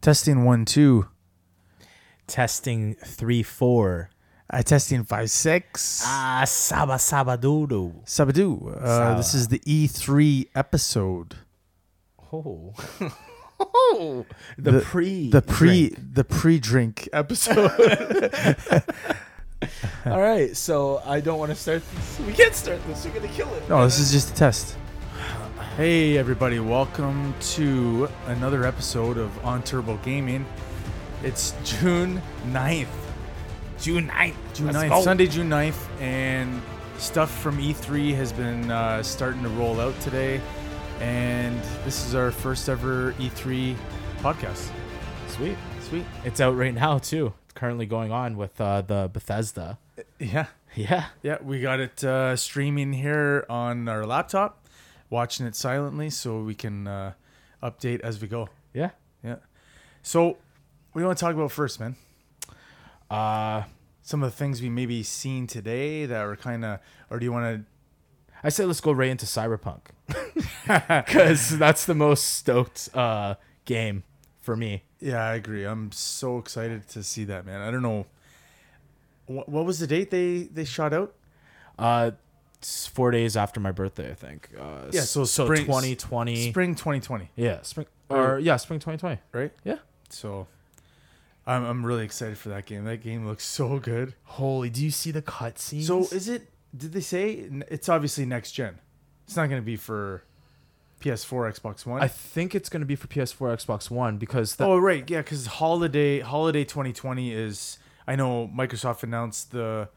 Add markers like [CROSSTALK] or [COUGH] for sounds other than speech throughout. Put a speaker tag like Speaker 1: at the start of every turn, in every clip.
Speaker 1: Testing one two.
Speaker 2: Testing three four.
Speaker 1: I testing five six.
Speaker 2: Ah, Saba Sabadoodoo.
Speaker 1: Sabadoo. Uh, this is the E three episode.
Speaker 2: Oh. [LAUGHS] oh. The,
Speaker 1: The-
Speaker 2: pre.
Speaker 1: The
Speaker 2: [LAUGHS]
Speaker 1: pre the pre drink episode.
Speaker 2: All right, so I don't want to start this. We can't start this. You're going to kill it.
Speaker 1: no, oh, this is just a test. Hey everybody, welcome to another episode of On Turbo Gaming. It's June 9th.
Speaker 2: June 9th.
Speaker 1: June
Speaker 2: Let's
Speaker 1: 9th,
Speaker 2: go.
Speaker 1: Sunday, June 9th, and stuff from E3 has been uh, starting to roll out today. And this is our first ever E3 podcast.
Speaker 2: Sweet. Sweet. It's out right now, too. It's currently going on with uh, the Bethesda.
Speaker 1: Yeah.
Speaker 2: Yeah.
Speaker 1: Yeah, we got it uh, streaming here on our laptop, watching it silently so we can uh, update as we go.
Speaker 2: Yeah.
Speaker 1: Yeah. So, what do you want to talk about first, man?
Speaker 2: Uh,
Speaker 1: Some of the things we maybe seen today that were kind of, or do you want to
Speaker 2: I said let's go right into [LAUGHS] Cyberpunk. Because that's the most stoked uh, game for me.
Speaker 1: Yeah, I agree. I'm so excited to see that, man. I don't know. What, what was the date they they shot out?
Speaker 2: Uh, it's four days after my birthday, I think. Uh,
Speaker 1: Yeah, so
Speaker 2: so
Speaker 1: spring-
Speaker 2: 2020.
Speaker 1: Spring 2020,
Speaker 2: yeah, spring or yeah, spring 2020.
Speaker 1: right?
Speaker 2: Yeah.
Speaker 1: So I'm I'm really excited for that game. That game looks so good.
Speaker 2: Holy, do you see the cutscenes?
Speaker 1: So is it did they say n- it's obviously next gen. It's not going to be for PS4, Xbox 1.
Speaker 2: I think it's gonna be for PS4, Xbox One because the,
Speaker 1: oh, right. Yeah, cuz holiday holiday 2020 is I know Microsoft announced the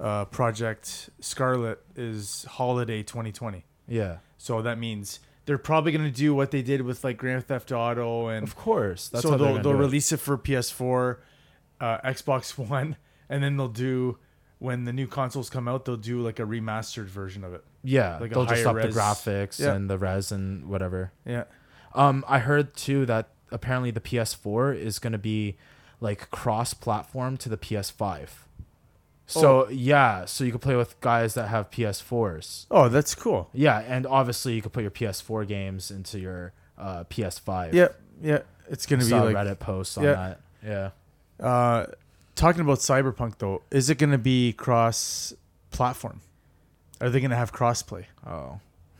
Speaker 1: uh, project Scarlet is holiday 2020.
Speaker 2: yeah,
Speaker 1: So that means they're probably going to do what they did with like Grand Theft Auto, and
Speaker 2: of course. That's
Speaker 1: so
Speaker 2: how they're
Speaker 1: they'll
Speaker 2: gonna
Speaker 1: they'll
Speaker 2: do it.
Speaker 1: release it. for PS4, uh, Xbox [LAUGHS] One, and then they'll do when the new consoles come out, they'll do like a remastered version of it.
Speaker 2: yeah,
Speaker 1: like a
Speaker 2: they'll just
Speaker 1: higher
Speaker 2: up
Speaker 1: res-
Speaker 2: the graphics
Speaker 1: Yeah.
Speaker 2: and the res and whatever.
Speaker 1: Yeah,
Speaker 2: Um, I heard too that apparently the PS4 is gonna be like cross-platform to the PS5. So yeah, so you can play with guys that have PS4s.
Speaker 1: Oh, that's cool.
Speaker 2: Yeah, and obviously you can put your PS4 games into your uh, PS5.
Speaker 1: Yeah, yeah. It's gonna be
Speaker 2: Saw
Speaker 1: like
Speaker 2: Reddit posts on
Speaker 1: Yeah.
Speaker 2: that. Yeah.
Speaker 1: uh, talking about Cyberpunk though. Is it gonna be cross platform? Are they gonna have crossplay?
Speaker 2: Oh.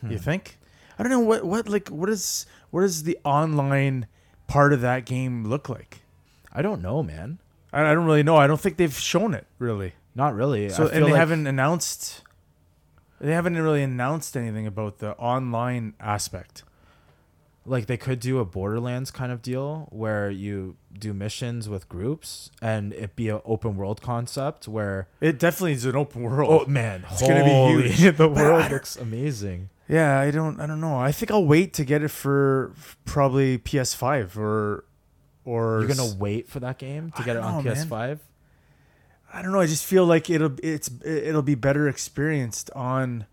Speaker 1: You think? I don't know what what like what is what does the online part of that game look like?
Speaker 2: I don't know, man.
Speaker 1: I I don't really know. I don't think they've shown it really.
Speaker 2: Not really.
Speaker 1: So
Speaker 2: I feel
Speaker 1: and they
Speaker 2: like-
Speaker 1: haven't announced. They haven't really announced anything about the online aspect.
Speaker 2: like they could do a Borderlands kind of deal where you do missions with groups and it be an open world concept where
Speaker 1: It definitely is an open
Speaker 2: oh
Speaker 1: world.
Speaker 2: man,
Speaker 1: it's gonna be
Speaker 2: [LAUGHS]
Speaker 1: huge. the
Speaker 2: world
Speaker 1: world.
Speaker 2: looks amazing.
Speaker 1: Yeah, I don't. I don't know. I think I'll wait to get it for f- probably PS5 or or
Speaker 2: You're gonna
Speaker 1: s-
Speaker 2: wait for that game to
Speaker 1: I
Speaker 2: get it
Speaker 1: don't
Speaker 2: on
Speaker 1: know, man.
Speaker 2: PS5.
Speaker 1: I don't know. I just feel like it'll it's it'll be better experienced on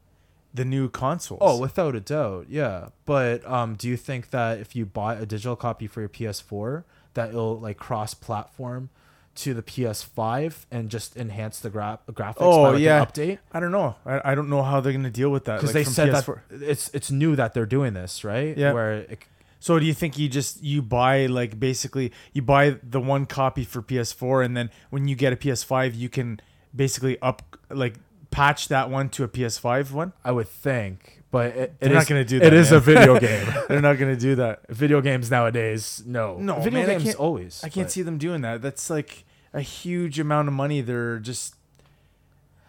Speaker 1: the new consoles.
Speaker 2: Oh, without a doubt, yeah. But um, do you think that if you buy a digital copy for your PS4, that it'll like cross-platform to the PS5 and just enhance the gra- graphics
Speaker 1: Oh,
Speaker 2: by like,
Speaker 1: yeah.
Speaker 2: an update?
Speaker 1: I don't know. I, I don't know how they're gonna deal with that.
Speaker 2: Because
Speaker 1: like,
Speaker 2: they
Speaker 1: from
Speaker 2: said
Speaker 1: PS4.
Speaker 2: that it's it's new that they're doing this, right?
Speaker 1: Yeah.
Speaker 2: Where it,
Speaker 1: So do you think you just you buy like basically you buy the one copy for PS4 and then when you get a PS5 you can basically up like patch that one to a PS5 one?
Speaker 2: I would think, but it, it
Speaker 1: They're not
Speaker 2: is-
Speaker 1: gonna do
Speaker 2: It
Speaker 1: that,
Speaker 2: is
Speaker 1: man. [LAUGHS]
Speaker 2: a video game.
Speaker 1: They're not gonna do that.
Speaker 2: video games nowadays, no,
Speaker 1: No,
Speaker 2: video
Speaker 1: man, I
Speaker 2: games
Speaker 1: can't-
Speaker 2: always.
Speaker 1: I can't
Speaker 2: but
Speaker 1: see them doing that. That's like a huge amount of money they're just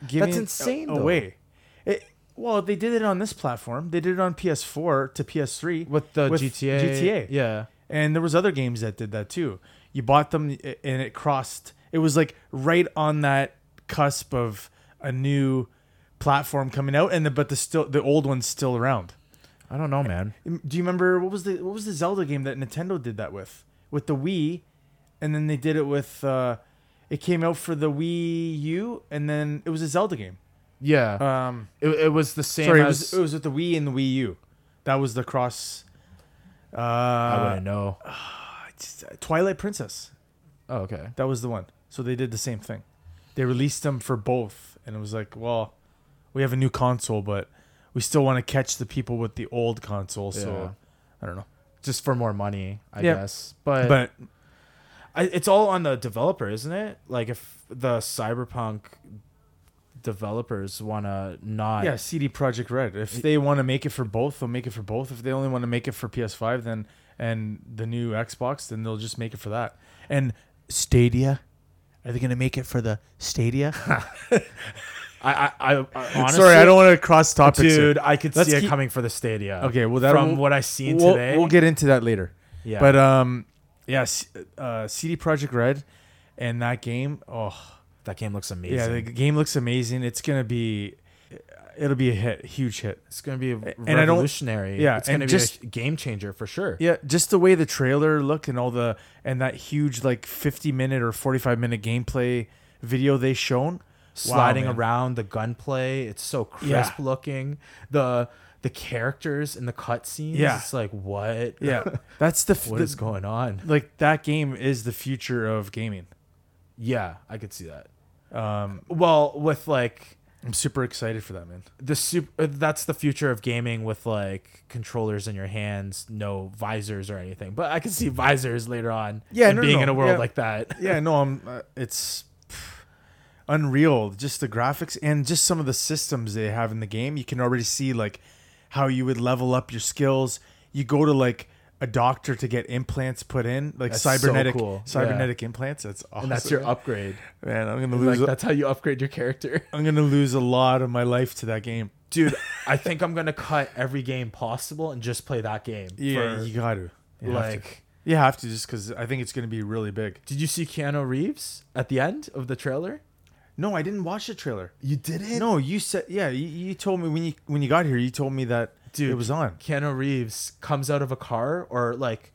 Speaker 1: giving
Speaker 2: That's insane,
Speaker 1: a-
Speaker 2: though.
Speaker 1: away. It, well, they did it on this platform. They did it on PS4 to PS3
Speaker 2: with the GTA.
Speaker 1: GTA.
Speaker 2: yeah,
Speaker 1: and there was other games that did that too you bought them i- and it crossed it was like right on that cusp of a new platform coming out and the, but the still the old one's still around
Speaker 2: I don't know, man.
Speaker 1: Mm, do you remember what was the what was the zelda game that nintendo did that with with the wii and then they did it with uh it came out for the wii u and then it was a zelda game
Speaker 2: Yeah,
Speaker 1: um
Speaker 2: it, it was the same
Speaker 1: sorry it
Speaker 2: as
Speaker 1: was, it was with the wii and the wii u that was the cross uh
Speaker 2: I wouldn't know.
Speaker 1: twilight princess
Speaker 2: Oh, okay.
Speaker 1: That was the one. So they did the same thing. They released them for both, and it was like, well, we have a new console, but we still want to catch the people with the old console. So
Speaker 2: Yeah.
Speaker 1: I don't know,
Speaker 2: Just for more money, I
Speaker 1: Yeah.
Speaker 2: guess. But,
Speaker 1: but
Speaker 2: I, it's all on the developer, isn't it? Like if the cyberpunk developers want to not
Speaker 1: Yeah, CD Project Red. If they want to make it for both, they'll make it for both. If they only want to make it for PS5, then and the new Xbox, then they'll just make it for that. And Stadia, are they going to make it for the [LAUGHS] Stadia?
Speaker 2: I, I, I, I honestly,
Speaker 1: Sorry, I don't want to cross topics, here.
Speaker 2: dude. I could
Speaker 1: Let's
Speaker 2: see it
Speaker 1: keep-
Speaker 2: coming for the Stadia.
Speaker 1: Okay, well, that
Speaker 2: from
Speaker 1: we'll-
Speaker 2: what I seen
Speaker 1: we'll,
Speaker 2: today,
Speaker 1: we'll get into that later.
Speaker 2: yeah,
Speaker 1: But um, yeah, C- uh, CD Project Red and that game. Oh,
Speaker 2: that game looks amazing.
Speaker 1: yeah, the game looks amazing. It's gonna be, it'll be a hit, huge hit.
Speaker 2: it's gonna be
Speaker 1: I don't-
Speaker 2: revolutionary.
Speaker 1: yeah,
Speaker 2: it's gonna
Speaker 1: and
Speaker 2: be
Speaker 1: just-
Speaker 2: a game changer for sure.
Speaker 1: Yeah, just the way the trailer looked and all the and that huge like 50 minute or 45 minute gameplay video they shown
Speaker 2: sliding
Speaker 1: man.
Speaker 2: around the gunplay it's so crisp looking the the characters in the cutscenes
Speaker 1: Yeah.
Speaker 2: it's like what
Speaker 1: [LAUGHS] Yeah, that's the,
Speaker 2: [LAUGHS] what is going on
Speaker 1: like that game is the future of gaming.
Speaker 2: yeah i could see that
Speaker 1: Um,
Speaker 2: well with like
Speaker 1: I'm super excited for that, man.
Speaker 2: the super that's the future of gaming with like controllers in your hands no visors or anything but i could see visors later on
Speaker 1: Yeah,
Speaker 2: and
Speaker 1: no, no,
Speaker 2: being
Speaker 1: no.
Speaker 2: in a world
Speaker 1: Yeah.
Speaker 2: like that
Speaker 1: [LAUGHS] Yeah, no, I'm. Uh, it's pff, unreal. Just the graphics and just some of the systems they have in the game. You can already see like how you would level up your skills. You go to like a doctor to get implants put in, like
Speaker 2: That's so
Speaker 1: cybernetic
Speaker 2: cool.
Speaker 1: cybernetic implants. That's awesome.
Speaker 2: and that's your upgrade
Speaker 1: man. I'm gonna
Speaker 2: like
Speaker 1: lose.
Speaker 2: that's how you upgrade
Speaker 1: [LAUGHS]
Speaker 2: your character
Speaker 1: I'm gonna lose a lot of my life to that game, [LAUGHS] dude.
Speaker 2: i think i'm gonna cut every game possible and just play that game
Speaker 1: yeah,
Speaker 2: for,
Speaker 1: you got to. You have
Speaker 2: like
Speaker 1: to. you have to just because I think it's gonna be really big.
Speaker 2: Did you see Keanu Reeves at the end of the trailer?
Speaker 1: No, I didn't watch the trailer.
Speaker 2: You didn't?
Speaker 1: No, you said yeah. You, you told me when you when you got here, you told me that
Speaker 2: Dude.
Speaker 1: it was on.
Speaker 2: Keanu Reeves comes out of a car or like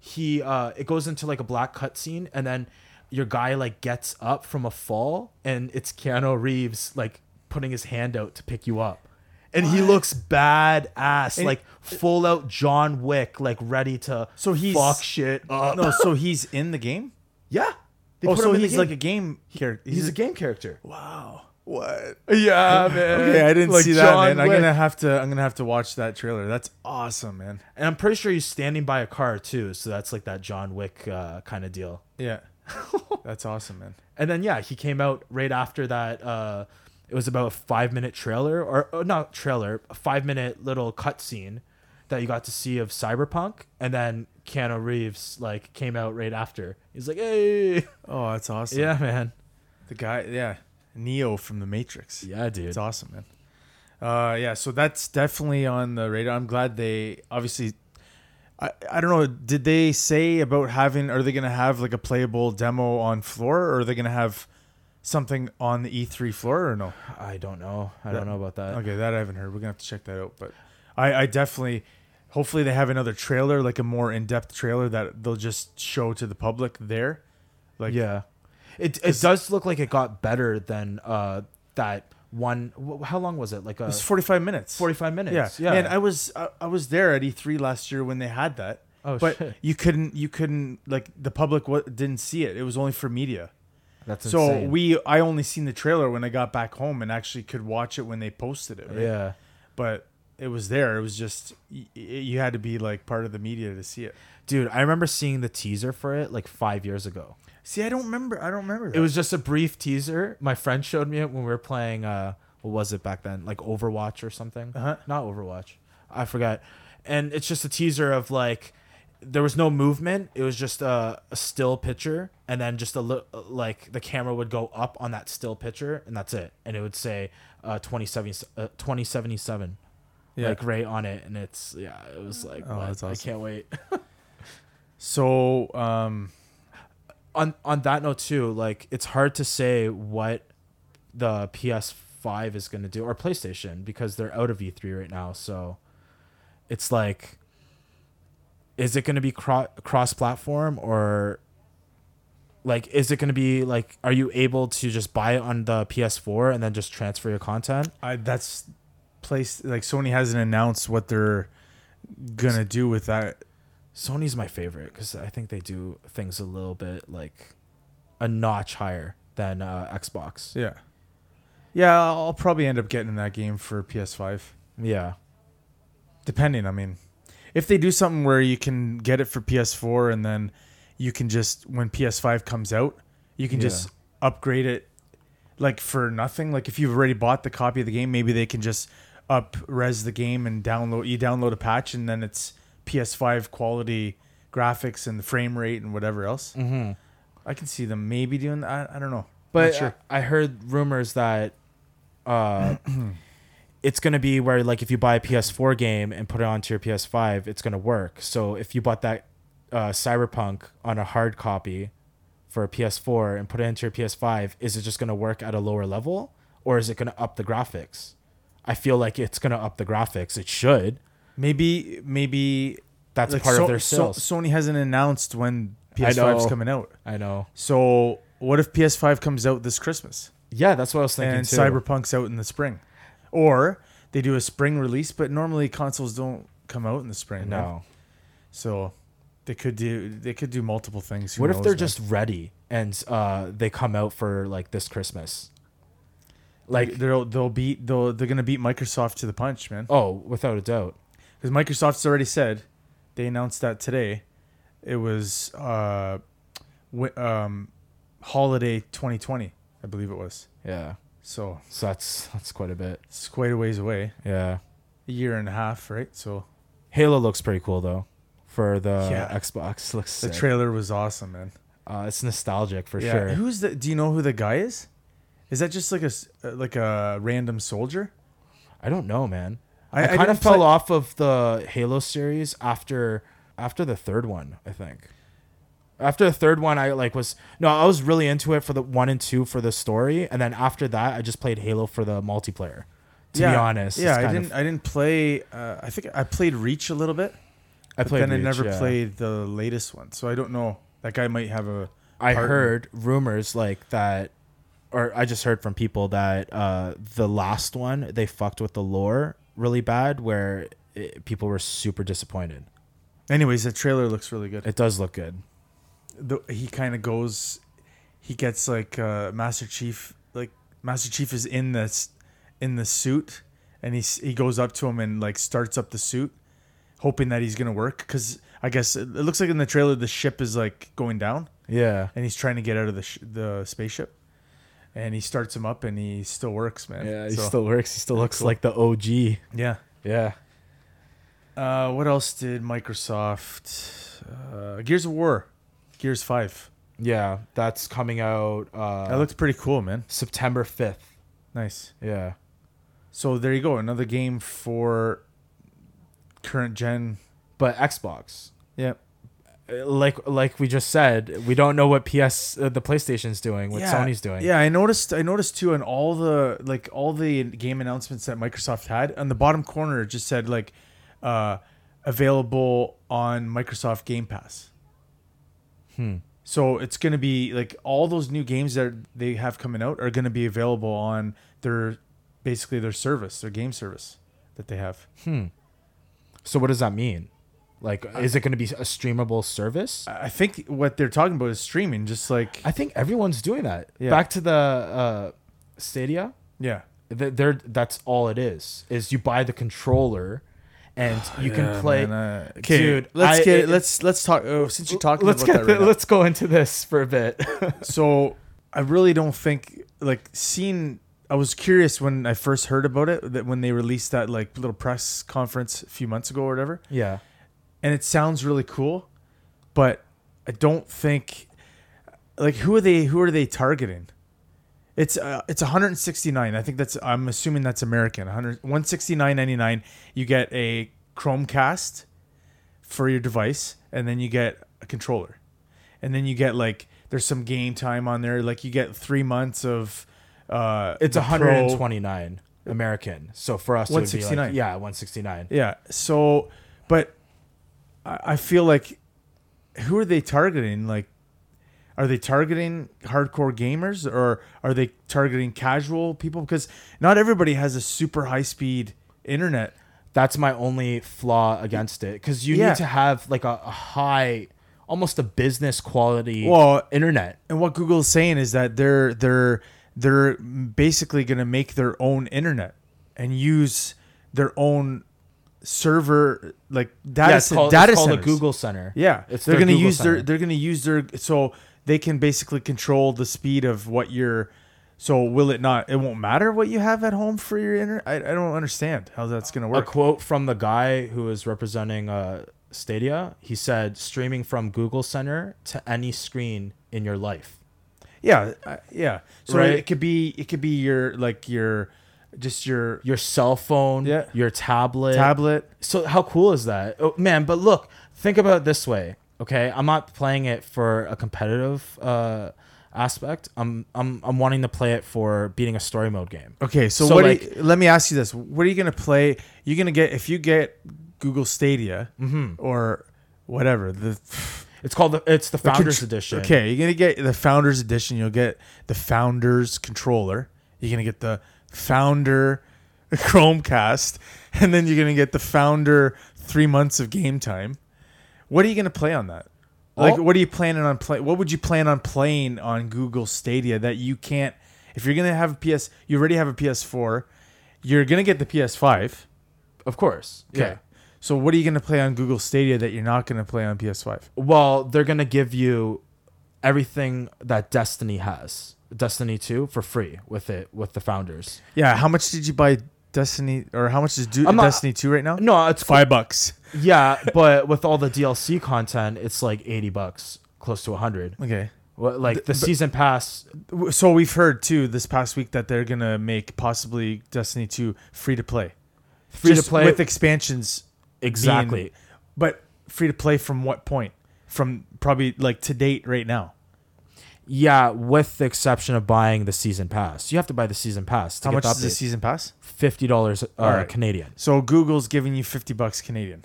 Speaker 2: he uh it goes into like a black cutscene and then your guy like gets up from a fall and it's Keanu Reeves like putting his hand out to pick you up. And he looks badass,
Speaker 1: And-
Speaker 2: like full out John Wick, like ready to
Speaker 1: So he's-
Speaker 2: fuck shit up.
Speaker 1: No, so he's in the [LAUGHS] game.
Speaker 2: Yeah. They
Speaker 1: Oh,
Speaker 2: put
Speaker 1: so
Speaker 2: him in the
Speaker 1: he's
Speaker 2: game.
Speaker 1: like a game character.
Speaker 2: he's a game character.
Speaker 1: wow. What?
Speaker 2: Yeah,
Speaker 1: [LAUGHS]
Speaker 2: man.
Speaker 1: Okay, I didn't
Speaker 2: Like
Speaker 1: see that,
Speaker 2: John
Speaker 1: man. I'm
Speaker 2: Wick.
Speaker 1: gonna have to. I'm gonna have to watch that trailer. That's awesome, man.
Speaker 2: And I'm pretty sure he's standing by a car too, so that's like that John Wick uh, kind of deal.
Speaker 1: Yeah, that's awesome, man.
Speaker 2: And then yeah, he came out right after that. Uh, it was about a five minute trailer or uh, not trailer, a five minute little cutscene that you got to see of Cyberpunk, and then Keanu Reeves like came out right after. He's
Speaker 1: [LAUGHS]
Speaker 2: like, hey,
Speaker 1: Oh, that's awesome.
Speaker 2: yeah, man,
Speaker 1: the guy. Yeah, Neo from the Matrix.
Speaker 2: yeah, dude.
Speaker 1: It's awesome, man. Uh, yeah, so that's definitely on the radar. I'm glad they obviously. I, I don't know. Did they say about having? Are they gonna have like a playable demo on floor, or are they gonna have something on the E3 floor, or no?
Speaker 2: I don't know. I don't know about that.
Speaker 1: Okay, that I haven't heard. We're gonna have to check that out. But I, I definitely, hopefully, they have another trailer, like a more in-depth trailer that they'll just show to the public there. Like,
Speaker 2: Yeah, it it does look like it got better than uh that one. wh- How long was it? Like a
Speaker 1: it's forty-five minutes.
Speaker 2: forty-five minutes.
Speaker 1: Yeah, And I was I, I was there at E3 last year when they had that.
Speaker 2: Oh,
Speaker 1: but [LAUGHS]
Speaker 2: shit.
Speaker 1: you couldn't you couldn't like the public wa didn't see it. It was only for media.
Speaker 2: That's
Speaker 1: so
Speaker 2: insane.
Speaker 1: we I only seen the trailer when I got back home and actually could watch it when they posted it. right?
Speaker 2: yeah.
Speaker 1: But it was there. It was just y- y- you had to be like part of the media to see it.
Speaker 2: Dude, I remember seeing the teaser for it like five years ago.
Speaker 1: See, I don't remember. I don't remember. That.
Speaker 2: It was just a brief teaser. My friend showed me it when we were playing uh what was it back then? Like Overwatch or something.
Speaker 1: Uh-huh.
Speaker 2: Not Overwatch. I forgot. And it's just a teaser of like there was no movement. It was just a, a still picture, and then just a li- like the camera would go up on that still picture, and that's it. And it would say uh, 2077, uh, 2077
Speaker 1: Yeah.
Speaker 2: like right on it. And it's yeah, it was like
Speaker 1: Oh,
Speaker 2: what?
Speaker 1: that's
Speaker 2: I
Speaker 1: awesome.
Speaker 2: can't wait.
Speaker 1: so um
Speaker 2: on on that note too, like it's hard to say what the PS5 is going to do or PlayStation because they're out of E3 right now. So it's like is it going to be cro- cross platform or like is it going to be like are you able to just buy it on the PS4 and then just transfer your content?
Speaker 1: I that's place like Sony hasn't announced what they're gonna do with that
Speaker 2: Sony's my favorite cuz I think they do things a little bit like a notch higher than uh, Xbox.
Speaker 1: Yeah. Yeah, I'll probably end up getting that game for PS5.
Speaker 2: Yeah.
Speaker 1: Depending, I mean, if they do something where you can get it for PS4 and then you can just when PS5 comes out, you can just upgrade it like for nothing. Like if you've already bought the copy of the game, maybe they can just up res the game and download you download a patch and then it's PS5 quality graphics and the frame rate and whatever else. Mm-hmm. I can see them maybe doing that. I, I don't know.
Speaker 2: But
Speaker 1: Not sure.
Speaker 2: I I heard rumors that uh, [CLEARS THROAT] it's going to be where, like, if you buy a PS4 game and put it onto your PS5, it's going to work. So if you bought that uh, Cyberpunk on a hard copy for a PS4 and put it into your PS5, is it just going to work at a lower level or is it going to up the graphics? I feel like it's going to up the graphics. It should.
Speaker 1: maybe maybe
Speaker 2: That's
Speaker 1: like,
Speaker 2: part
Speaker 1: So-
Speaker 2: of their
Speaker 1: So-
Speaker 2: sales.
Speaker 1: Sony hasn't announced when
Speaker 2: I
Speaker 1: PS5's
Speaker 2: know.
Speaker 1: coming out.
Speaker 2: I know.
Speaker 1: So what if PS5 comes out this Christmas
Speaker 2: Yeah, that's what I was thinking
Speaker 1: and
Speaker 2: too.
Speaker 1: Cyberpunk's out in the spring, or they do a spring release? But normally consoles don't come out in the spring. right?
Speaker 2: no.
Speaker 1: So they could do they could do multiple things. Who
Speaker 2: What if
Speaker 1: knows,
Speaker 2: they're
Speaker 1: man?
Speaker 2: just ready and uh, they come out for like this Christmas? Like,
Speaker 1: they'll they'll beat they'll they're gonna beat Microsoft to the punch, man.
Speaker 2: oh, without a doubt.
Speaker 1: Because Microsoft's already said they announced that today. It was uh, wi- um, holiday 2020, I believe it was.
Speaker 2: Yeah.
Speaker 1: So
Speaker 2: So that's that's quite a bit.
Speaker 1: it's quite a ways away,
Speaker 2: Yeah.
Speaker 1: a year and a half, right? So
Speaker 2: Halo looks pretty cool though, for the
Speaker 1: Yeah.
Speaker 2: Xbox. [LAUGHS] Looks
Speaker 1: the
Speaker 2: sick.
Speaker 1: trailer was awesome, man.
Speaker 2: uh, it's nostalgic for
Speaker 1: yeah.
Speaker 2: sure.
Speaker 1: Who's the? Do you know who the guy is? Is that just like a s- uh, like a random soldier?
Speaker 2: I don't know, man.
Speaker 1: I-
Speaker 2: I,
Speaker 1: I
Speaker 2: kind
Speaker 1: didn't
Speaker 2: of fell
Speaker 1: play-
Speaker 2: off of the Halo series after after the third one, I think. After the third one, I like was no, I was really into it for the one and two for the story, and then after that, I just played Halo for the multiplayer. To
Speaker 1: yeah.
Speaker 2: be honest, it's
Speaker 1: yeah, I
Speaker 2: kind of-
Speaker 1: didn't. I didn't play. Uh, I think I played Reach a little bit.
Speaker 2: I
Speaker 1: but
Speaker 2: played.
Speaker 1: Then I
Speaker 2: Reach,
Speaker 1: never
Speaker 2: yeah.
Speaker 1: played the latest one, so I don't know. That guy might have a.
Speaker 2: I
Speaker 1: partner.
Speaker 2: heard rumors like that, or I just heard from people that uh, the last one they fucked with the lore really bad, where it, people were super disappointed.
Speaker 1: Anyways, the trailer looks really good.
Speaker 2: It does look good.
Speaker 1: the, he kind of goes he gets like uh master chief like master chief is in this in the suit and he s- he goes up to him and like starts up the suit hoping that he's gonna work because i guess it, it looks like in the trailer the ship is like going down
Speaker 2: Yeah,
Speaker 1: and he's trying to get out of the sh- the spaceship and he starts him up and he still works man
Speaker 2: yeah. He
Speaker 1: So,
Speaker 2: still works. He still looks like the OG.
Speaker 1: yeah
Speaker 2: Yeah.
Speaker 1: uh what else did microsoft uh gears of war gears 5
Speaker 2: Yeah, that's coming out uh,
Speaker 1: that looks pretty cool man
Speaker 2: September fifth.
Speaker 1: nice
Speaker 2: Yeah,
Speaker 1: So there you go, another game for current gen.
Speaker 2: but Xbox.
Speaker 1: Yep.
Speaker 2: Uh, Like like we just said, we don't know what PS uh, the PlayStation's doing, what Sony's doing.
Speaker 1: Yeah, I noticed. I noticed too, on all the like all the game announcements that Microsoft had on the bottom corner, it just said like uh, available on Microsoft Game Pass.
Speaker 2: Hmm.
Speaker 1: So it's gonna be like all those new games that they have coming out are gonna be available on their basically their service, their game service that they have.
Speaker 2: So what does that mean? Like, is it going to be a streamable service?
Speaker 1: I I think what they're talking about is streaming, just like
Speaker 2: I think everyone's doing that.
Speaker 1: Yeah.
Speaker 2: Back to the uh, Stadia,
Speaker 1: yeah.
Speaker 2: th- they're, that's all it is. Is you buy the controller, [SIGHS] and you can play.
Speaker 1: okay,
Speaker 2: Dude,
Speaker 1: let's
Speaker 2: I-
Speaker 1: get
Speaker 2: it-
Speaker 1: let's let's talk. Oh, since you're talking
Speaker 2: let's
Speaker 1: about
Speaker 2: get
Speaker 1: that,
Speaker 2: the-
Speaker 1: right
Speaker 2: let's go into this for a bit.
Speaker 1: [LAUGHS] now. so I really don't think like seeing. I was curious when I first heard about it that when they released that like little press conference a few months ago or whatever,
Speaker 2: yeah,
Speaker 1: and it sounds really cool, but I don't think like who are they who are they targeting? It's uh, it's 169. I think that's I'm assuming that's American. 100 169.99. You get a Chromecast for your device, and then you get a controller, and then you get like there's some game time on there. Like you get three months of uh,
Speaker 2: it's
Speaker 1: the Pro-
Speaker 2: 129 American. So for us, it would be like-
Speaker 1: 169.
Speaker 2: yeah, 169.
Speaker 1: Yeah. So, but I, I feel like who are they targeting? Like, are they targeting hardcore gamers or are they targeting casual people? Because not everybody has a super high speed internet.
Speaker 2: That's my only flaw against it because you
Speaker 1: Yeah.
Speaker 2: need to have like a, a high, almost a business quality
Speaker 1: Well,
Speaker 2: internet.
Speaker 1: And what Google's saying is that they're they're they're basically going to make their own internet and use their own server like data
Speaker 2: yeah, it's
Speaker 1: cen-
Speaker 2: called,
Speaker 1: data
Speaker 2: it's called a
Speaker 1: centers.
Speaker 2: Google Center.
Speaker 1: Yeah,
Speaker 2: It's
Speaker 1: they're
Speaker 2: their
Speaker 1: gonna
Speaker 2: Google
Speaker 1: use their
Speaker 2: Center.
Speaker 1: they're gonna use their so they can basically control the speed of what your. So will it not? It won't matter what you have at home for your internet. I, I don't understand how that's gonna
Speaker 2: A
Speaker 1: work.
Speaker 2: quote from the guy who is representing uh, Stadia. He said, "Streaming from Google Center to any screen in your life."
Speaker 1: yeah, I, yeah. So
Speaker 2: Right.
Speaker 1: it could be it could be your like your just your
Speaker 2: Your cell phone,
Speaker 1: Yeah.
Speaker 2: your tablet,
Speaker 1: tablet.
Speaker 2: So how cool is that? Oh, man, but look, think about it this way. Okay, I'm not playing it for a competitive uh, aspect. I'm I'm I'm wanting to play it for beating a story mode game.
Speaker 1: Okay, so,
Speaker 2: So,
Speaker 1: what? do
Speaker 2: like-
Speaker 1: you, let me ask you this: What are you gonna play? You're gonna get if you get Google Stadia
Speaker 2: Mm-hmm.
Speaker 1: or whatever the
Speaker 2: It's called the it's the
Speaker 1: the
Speaker 2: Founders
Speaker 1: contr-
Speaker 2: Edition.
Speaker 1: Okay, you're gonna get the Founders Edition. You'll get the Founders controller. You're gonna get the Founder [LAUGHS] Chromecast, and then you're gonna get the Founder three months of game time. What are you gonna play on that? Like,
Speaker 2: Well-
Speaker 1: what are you planning on play? What would you plan on playing on Google Stadia that you can't? If you're gonna have a PS, you already have a PS4. You're gonna get the PS5.
Speaker 2: of course.
Speaker 1: Okay.
Speaker 2: Yeah.
Speaker 1: So what are you gonna play on Google Stadia that you're not gonna play on PS5?
Speaker 2: Well, they're gonna give you everything that Destiny has, Destiny Two, for free with it with the Founders.
Speaker 1: Yeah, how much did you buy Destiny or how much is Do-
Speaker 2: I'm not-
Speaker 1: Destiny 2 right now?
Speaker 2: No, [LAUGHS] it's
Speaker 1: Five bucks.
Speaker 2: yeah, but with all the DLC content, it's like eighty bucks, close to hundred.
Speaker 1: Okay.
Speaker 2: What like the season pass
Speaker 1: W- So we've heard too this past week that they're gonna make possibly Destiny 2 free to play.
Speaker 2: free
Speaker 1: Just
Speaker 2: to play
Speaker 1: with expansions.
Speaker 2: exactly.
Speaker 1: being- but free to play from what point? From probably like to date right now.
Speaker 2: Yeah, with the exception of buying the season pass. You have to buy the season pass to
Speaker 1: How
Speaker 2: get
Speaker 1: much
Speaker 2: the
Speaker 1: is the
Speaker 2: update.
Speaker 1: season pass?
Speaker 2: Fifty dollars uh,
Speaker 1: Alright.
Speaker 2: Canadian.
Speaker 1: So Google's giving you 50 bucks Canadian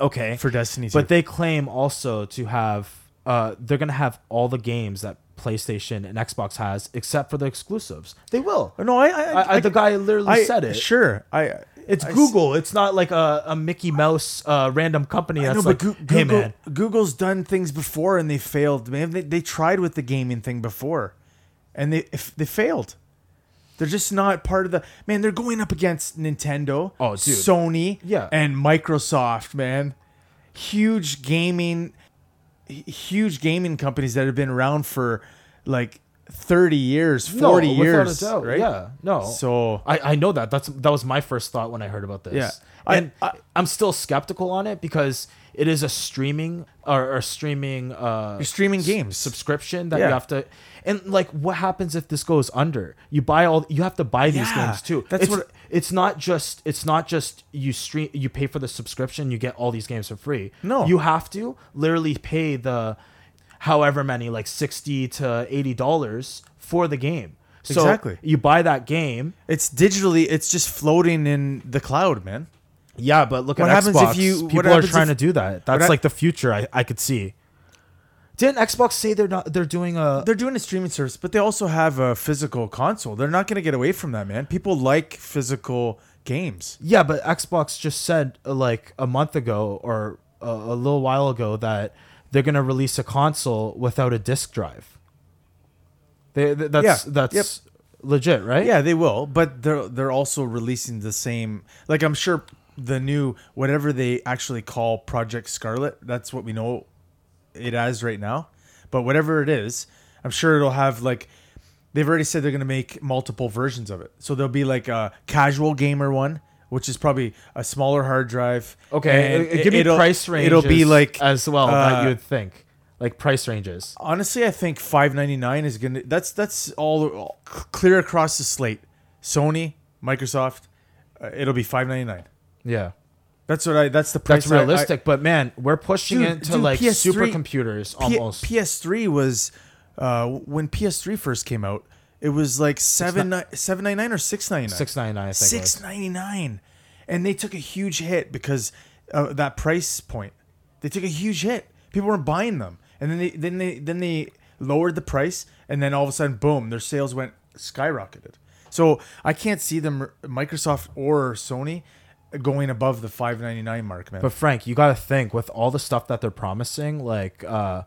Speaker 2: Okay,
Speaker 1: for Destiny 2.
Speaker 2: but they claim also to have. Uh, they're gonna have all the games that PlayStation and Xbox has, except for the exclusives. They will.
Speaker 1: no, I I,
Speaker 2: I, I, the guy literally
Speaker 1: I-
Speaker 2: said it.
Speaker 1: Sure. I
Speaker 2: It's
Speaker 1: I s-
Speaker 2: Google. It's not like a, a Mickey Mouse uh, random company. That's
Speaker 1: No, but
Speaker 2: like,
Speaker 1: Goo-
Speaker 2: hey
Speaker 1: Google,
Speaker 2: man,
Speaker 1: Google's done things before and they failed. Man, they, they tried with the gaming thing before, and they if they failed. They're just not part of the man. They're going up against Nintendo,
Speaker 2: Oh, dude.
Speaker 1: Sony,
Speaker 2: Yeah.
Speaker 1: and Microsoft. Man, huge gaming, h- huge gaming companies that have been around for like thirty years,
Speaker 2: No,
Speaker 1: forty
Speaker 2: without a
Speaker 1: years,
Speaker 2: doubt.
Speaker 1: right?
Speaker 2: Yeah, no.
Speaker 1: So
Speaker 2: I, I know that. That's that was my first thought when I heard about this.
Speaker 1: Yeah. I-
Speaker 2: and I, am still skeptical on it because it is a streaming or, or streaming uh
Speaker 1: You're streaming
Speaker 2: s-
Speaker 1: games.
Speaker 2: subscription that
Speaker 1: Yeah.
Speaker 2: you have to. And like, what happens if this goes under? You buy all. You have to buy these
Speaker 1: Yeah,
Speaker 2: games too.
Speaker 1: that's
Speaker 2: it's,
Speaker 1: what-
Speaker 2: It's not just. It's not just you stream. You pay for the subscription. You get all these games for free.
Speaker 1: No.
Speaker 2: you have to literally pay the, however many like sixty to eighty dollars for the game. So
Speaker 1: Exactly.
Speaker 2: you buy that game.
Speaker 1: it's digitally, it's just floating in the cloud, man.
Speaker 2: Yeah, but look
Speaker 1: What
Speaker 2: at
Speaker 1: happens
Speaker 2: Xbox.
Speaker 1: if you- what
Speaker 2: People are
Speaker 1: happens
Speaker 2: trying
Speaker 1: if-
Speaker 2: to do that. That's
Speaker 1: hap-
Speaker 2: like the future. I, I could see. Didn't Xbox say they're not? They're doing a.
Speaker 1: they're doing a streaming service, but they also have a physical console. They're not going to get away from that, man. People like physical games.
Speaker 2: Yeah, but Xbox just said uh, like a month ago or a, a little while ago that they're gonna release a console without a disc drive. They, th- that's
Speaker 1: Yeah,
Speaker 2: that's legit, right?
Speaker 1: Yeah, they will, but they're they're also releasing the same. Like I'm sure the new whatever they actually call Project Scarlet. That's what we know it as right now. But whatever it is, I'm sure it'll have like they've already said they're going to make multiple versions of it. So there'll be like a casual gamer one, which is probably a smaller hard drive.
Speaker 2: Okay,
Speaker 1: and
Speaker 2: uh, give me
Speaker 1: it'll-
Speaker 2: price ranges.
Speaker 1: It'll be like
Speaker 2: as well
Speaker 1: uh,
Speaker 2: that you would think, like price ranges.
Speaker 1: honestly, I think five ninety nine is gonna. That's that's all, all c- clear across the slate. Sony, Microsoft, uh, it'll be five ninety nine.
Speaker 2: Yeah.
Speaker 1: That's what I. That's the price.
Speaker 2: That's
Speaker 1: I- I-
Speaker 2: realistic, but man, we're pushing
Speaker 1: Dude,
Speaker 2: into
Speaker 1: dude,
Speaker 2: like
Speaker 1: PS3
Speaker 2: supercomputers
Speaker 1: P-
Speaker 2: almost.
Speaker 1: PS3 was uh, when PS3 first came out. It was like seven ni- seven ninety nine or six ninety nine.
Speaker 2: Six ninety nine, I think. it was.
Speaker 1: Six ninety nine, and they took a huge hit because of that price point. They took a huge hit. People weren't buying them, and then they then they then they lowered the price, and then all of a sudden, boom, their sales went skyrocketed. So I can't see them, Microsoft or Sony, going above the five ninety nine mark, man.
Speaker 2: But Frank, you gotta think with all the stuff that they're promising, like uh,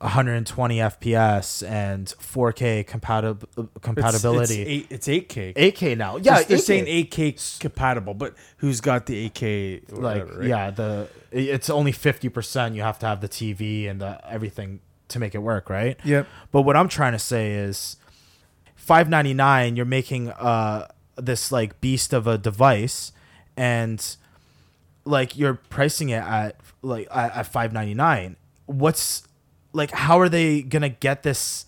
Speaker 2: uh, 120 FPS and 4K compatib- uh, compatibility.
Speaker 1: It's, it's eight, it's 8K.
Speaker 2: 8K now. Yeah,
Speaker 1: yeah, they're
Speaker 2: 8K.
Speaker 1: saying 8K compatible, but who's got the 8K? or
Speaker 2: like
Speaker 1: whatever, right?
Speaker 2: yeah, the i- it's only 50%. You have to have the TV and the everything to make it work, right?
Speaker 1: Yep.
Speaker 2: But what I'm trying to say is 599 you're making uh this like beast of a device and like you're pricing it at like at, at 599 what's like how are they gonna get this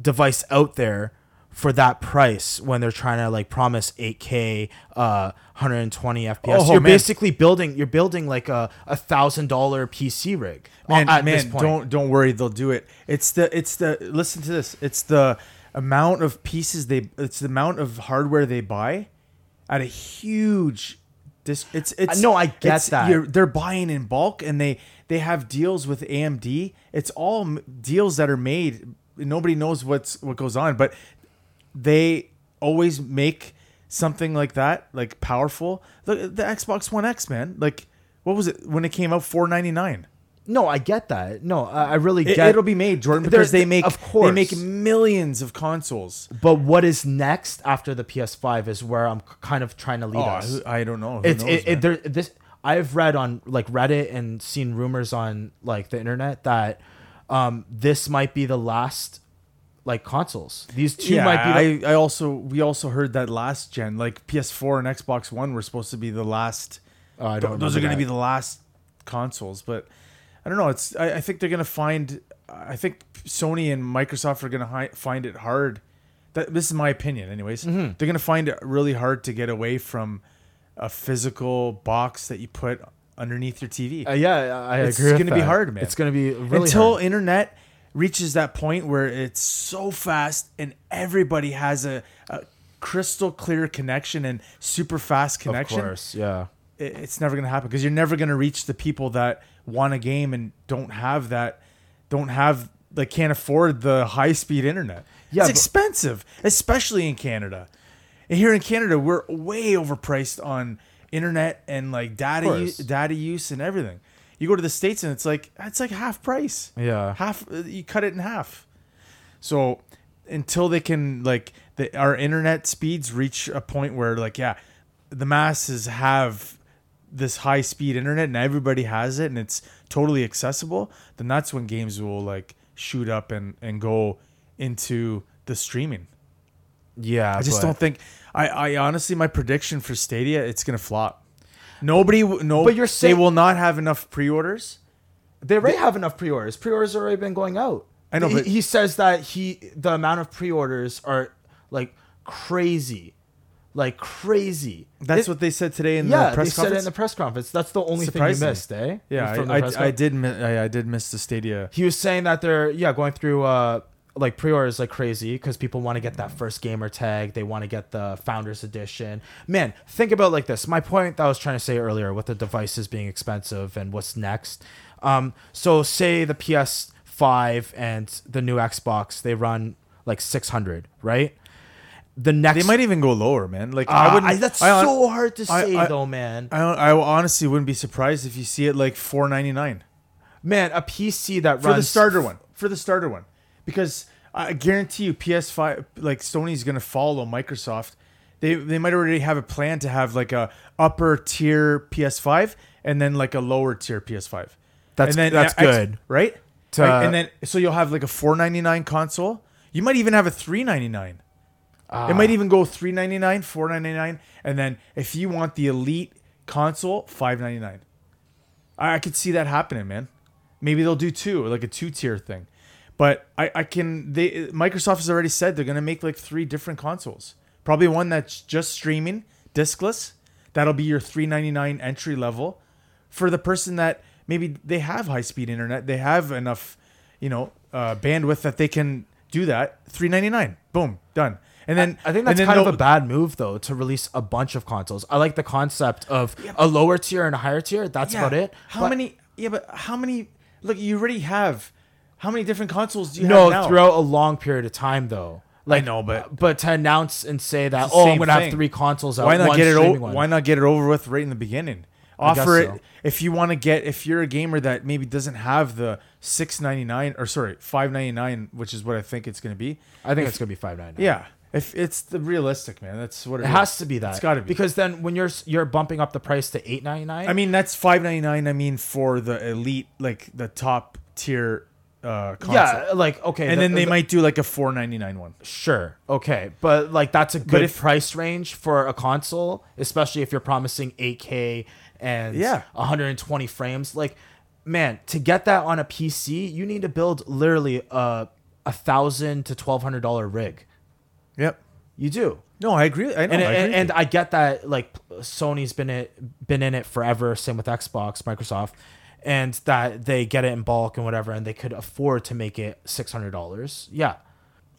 Speaker 2: device out there for that price when they're trying to like promise 8k uh 120 fps
Speaker 1: Oh,
Speaker 2: you're
Speaker 1: man.
Speaker 2: basically building you're building like a a thousand dollar pc rig
Speaker 1: Man,
Speaker 2: at
Speaker 1: man,
Speaker 2: this point.
Speaker 1: don't don't worry, they'll do it. It's the it's the listen to this. It's the amount of pieces they it's the amount of hardware they buy at a huge dis, it's it's
Speaker 2: no, I get
Speaker 1: it's-
Speaker 2: that.
Speaker 1: You're, they're buying in bulk and they they have deals with AMD. It's all m- deals that are made. Nobody knows what's what goes on, but they always make something like that, like powerful. Look, the Xbox One X, man. Like what was it when it came out 499?
Speaker 2: no i get that no i, I really
Speaker 1: It,
Speaker 2: get
Speaker 1: it'll be made, Jordan, because
Speaker 2: They're-
Speaker 1: they make
Speaker 2: of course.
Speaker 1: they make millions of consoles.
Speaker 2: But what is next after the PS5 is where I'm kind of trying to lead
Speaker 1: Oh,
Speaker 2: us.
Speaker 1: who- I don't know. Who
Speaker 2: It's
Speaker 1: knows,
Speaker 2: it, it, there, this. I've read on like Reddit and seen rumors on like the internet that um, this might be the last like consoles. These two
Speaker 1: yeah,
Speaker 2: might be. Like,
Speaker 1: I, I also we also heard that last gen, like PS4 and Xbox One, were supposed to be the last.
Speaker 2: Oh, I
Speaker 1: th-
Speaker 2: don't
Speaker 1: those
Speaker 2: remember
Speaker 1: are going
Speaker 2: that.
Speaker 1: to be the last consoles, but I don't know. It's I, I think they're going to find. I think Sony and Microsoft are going to hi- find it hard. That this is my opinion, anyways.
Speaker 2: Mm-hmm.
Speaker 1: They're going to find it really hard to get away from a physical box that you put underneath your TV.
Speaker 2: uh, yeah, I
Speaker 1: It's
Speaker 2: agree. with
Speaker 1: gonna be
Speaker 2: that.
Speaker 1: hard, man.
Speaker 2: It's gonna be really
Speaker 1: until
Speaker 2: hard.
Speaker 1: internet reaches that point where it's so fast and everybody has a, a crystal clear connection and super fast
Speaker 2: of
Speaker 1: connection
Speaker 2: course, yeah.
Speaker 1: i- it's never going to happen because you're never going to reach the people that want a game and don't have that don't have like can't afford the high speed internet
Speaker 2: Yeah,
Speaker 1: it's
Speaker 2: but-
Speaker 1: expensive especially in canada and here in canada we're way overpriced on internet and like data
Speaker 2: course.
Speaker 1: use, data use and everything you go to the states and it's like it's like half price
Speaker 2: Yeah.
Speaker 1: half uh, you cut it in half so until they can like the, our internet speeds reach a point where like yeah, the masses have this high speed internet and everybody has it and it's totally accessible, then that's when games will like shoot up and and go into the streaming.
Speaker 2: Yeah,
Speaker 1: I just
Speaker 2: but-
Speaker 1: don't think I I honestly my prediction for Stadia it's going to flop. Nobody w- no
Speaker 2: But you're saying-
Speaker 1: they will not have enough pre-orders.
Speaker 2: They already have enough pre-orders. Pre-orders already been going out.
Speaker 1: I know,
Speaker 2: He,
Speaker 1: but-
Speaker 2: he says that he the amount of pre-orders are like crazy, like crazy.
Speaker 1: That's
Speaker 2: It-
Speaker 1: what they said today in
Speaker 2: yeah.
Speaker 1: the
Speaker 2: they
Speaker 1: press
Speaker 2: said it
Speaker 1: conference.
Speaker 2: in the press conference. That's the only thing
Speaker 1: Surprising.
Speaker 2: you missed, eh?
Speaker 1: yeah,
Speaker 2: From the
Speaker 1: I,
Speaker 2: press
Speaker 1: I, I
Speaker 2: con-
Speaker 1: did mi- I, I did miss the Stadia
Speaker 2: He was saying that they're yeah going through uh like pre-orders like crazy because people want to get that first gamer tag. They want to get the founders edition. Man, think about it like this. My point that I was trying to say earlier with the devices being expensive and what's next. Um, so say the PS5 and the new Xbox they run like 600, right? The next
Speaker 1: They might even go lower, man. Like
Speaker 2: Ah,
Speaker 1: I wouldn't.
Speaker 2: I- that's
Speaker 1: I, hon-
Speaker 2: so hard to
Speaker 1: I-
Speaker 2: say
Speaker 1: I-
Speaker 2: though, man.
Speaker 1: I, I honestly wouldn't be surprised if you see it like four ninety nine
Speaker 2: man, a PC that
Speaker 1: for
Speaker 2: runs
Speaker 1: the starter one. For the starter one, because I guarantee you, PS five like Sony's gonna follow Microsoft. They they might already have a plan to have like a upper tier PS five and then like a lower tier PS five.
Speaker 2: That's-
Speaker 1: and then
Speaker 2: that's
Speaker 1: uh, X-
Speaker 2: good.
Speaker 1: right?
Speaker 2: To-
Speaker 1: right? And then so you'll have like a four ninety nine console. You might even have a three ninety nine. It
Speaker 2: Ah.
Speaker 1: might even go three ninety nine, four ninety nine, and then if you want the elite console, five ninety nine. I, I could see that happening, man. Maybe they'll do two, like a two tier thing. But I, I can they Microsoft has already said they're gonna make like three different consoles. Probably one that's just streaming, discless. That'll be your three ninety nine entry level for the person that maybe they have high speed internet, they have enough, you know, uh, bandwidth that they can do that. Three ninety nine, boom, done. And then
Speaker 2: I think
Speaker 1: and
Speaker 2: that's
Speaker 1: then
Speaker 2: kind of
Speaker 1: they'll-
Speaker 2: a bad move though to release a bunch of consoles. I like the concept of a lower tier and a higher tier. That's
Speaker 1: Yeah,
Speaker 2: about it.
Speaker 1: How
Speaker 2: But
Speaker 1: many? Yeah, but how many? Look, you already have. How many different consoles do you
Speaker 2: No,
Speaker 1: have now?
Speaker 2: throughout a long period of time though. Like
Speaker 1: know, but-
Speaker 2: but to announce and say that
Speaker 1: the
Speaker 2: oh I'm
Speaker 1: same
Speaker 2: gonna have
Speaker 1: thing.
Speaker 2: three consoles out.
Speaker 1: why not
Speaker 2: one
Speaker 1: get it?
Speaker 2: streaming
Speaker 1: O-
Speaker 2: one.
Speaker 1: why not get it over with right in the beginning?
Speaker 2: I guess
Speaker 1: offer it
Speaker 2: so.
Speaker 1: if you want to get if you're a gamer that maybe doesn't have the 699 or sorry 599 which is what i think it's going to be
Speaker 2: I think it's gonna be five nine nine.
Speaker 1: yeah if it's the realistic man that's what it,
Speaker 2: It
Speaker 1: is.
Speaker 2: has to be that.
Speaker 1: It's gotta be.
Speaker 2: because then when you're s- you're bumping up the price to eight ninety nine.
Speaker 1: i mean that's 599 i mean for the elite like the top tier uh console.
Speaker 2: yeah, like okay,
Speaker 1: and
Speaker 2: the-
Speaker 1: then they
Speaker 2: the-
Speaker 1: might do like a 499 one
Speaker 2: sure okay, but like that's a good
Speaker 1: if-
Speaker 2: price range for a console, especially if you're promising eight K and
Speaker 1: Yeah.
Speaker 2: 120 frames. Like, man, to get that on a PC, you need to build literally a a thousand to twelve hundred dollar rig.
Speaker 1: yep
Speaker 2: You do.
Speaker 1: no i agree i know
Speaker 2: and,
Speaker 1: Oh, I agree
Speaker 2: and, and I get that like Sony's been it been in it forever. Same with Xbox, Microsoft, and that they get it in bulk and whatever, and they could afford to make it six hundred dollars. Yeah,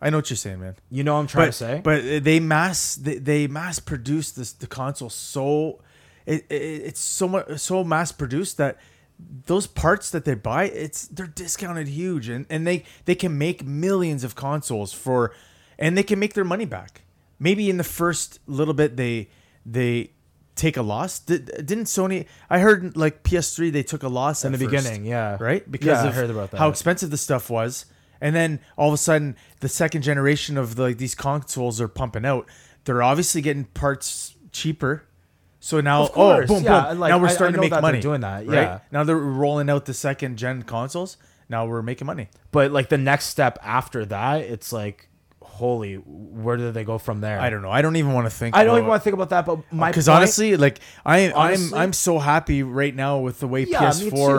Speaker 1: i know what you're saying man
Speaker 2: you know what I'm trying
Speaker 1: but,
Speaker 2: to say.
Speaker 1: But they mass they, they mass produce this the console so it, it it's so much so mass produced that those parts that they buy it's they're discounted huge and and they they can make millions of consoles for and they can make their money back. Maybe in the first little bit they they take a loss. Did, didn't Sony? I heard like PS3 they took a loss
Speaker 2: in the beginning, yeah,
Speaker 1: right? Because
Speaker 2: yeah,
Speaker 1: of
Speaker 2: I heard about that.
Speaker 1: how expensive the stuff was, and then all of a sudden, the second generation of the, like these consoles are pumping out. They're obviously getting parts cheaper, so now
Speaker 2: Of course,
Speaker 1: oh boom
Speaker 2: yeah,
Speaker 1: boom
Speaker 2: like,
Speaker 1: now we're
Speaker 2: I- I
Speaker 1: starting
Speaker 2: know
Speaker 1: to
Speaker 2: that
Speaker 1: make
Speaker 2: they're
Speaker 1: money
Speaker 2: doing that,
Speaker 1: right?
Speaker 2: yeah.
Speaker 1: now they're rolling out the second gen consoles. Now we're making money.
Speaker 2: but like the next step after that, it's like, holy, where do they go from there?
Speaker 1: I don't know. I don't even want to think.
Speaker 2: I don't even want to think about that. But my
Speaker 1: because
Speaker 2: point-
Speaker 1: honestly, like I
Speaker 2: Honestly-
Speaker 1: I'm I'm so happy right now with the way
Speaker 2: Yeah, me
Speaker 1: PS4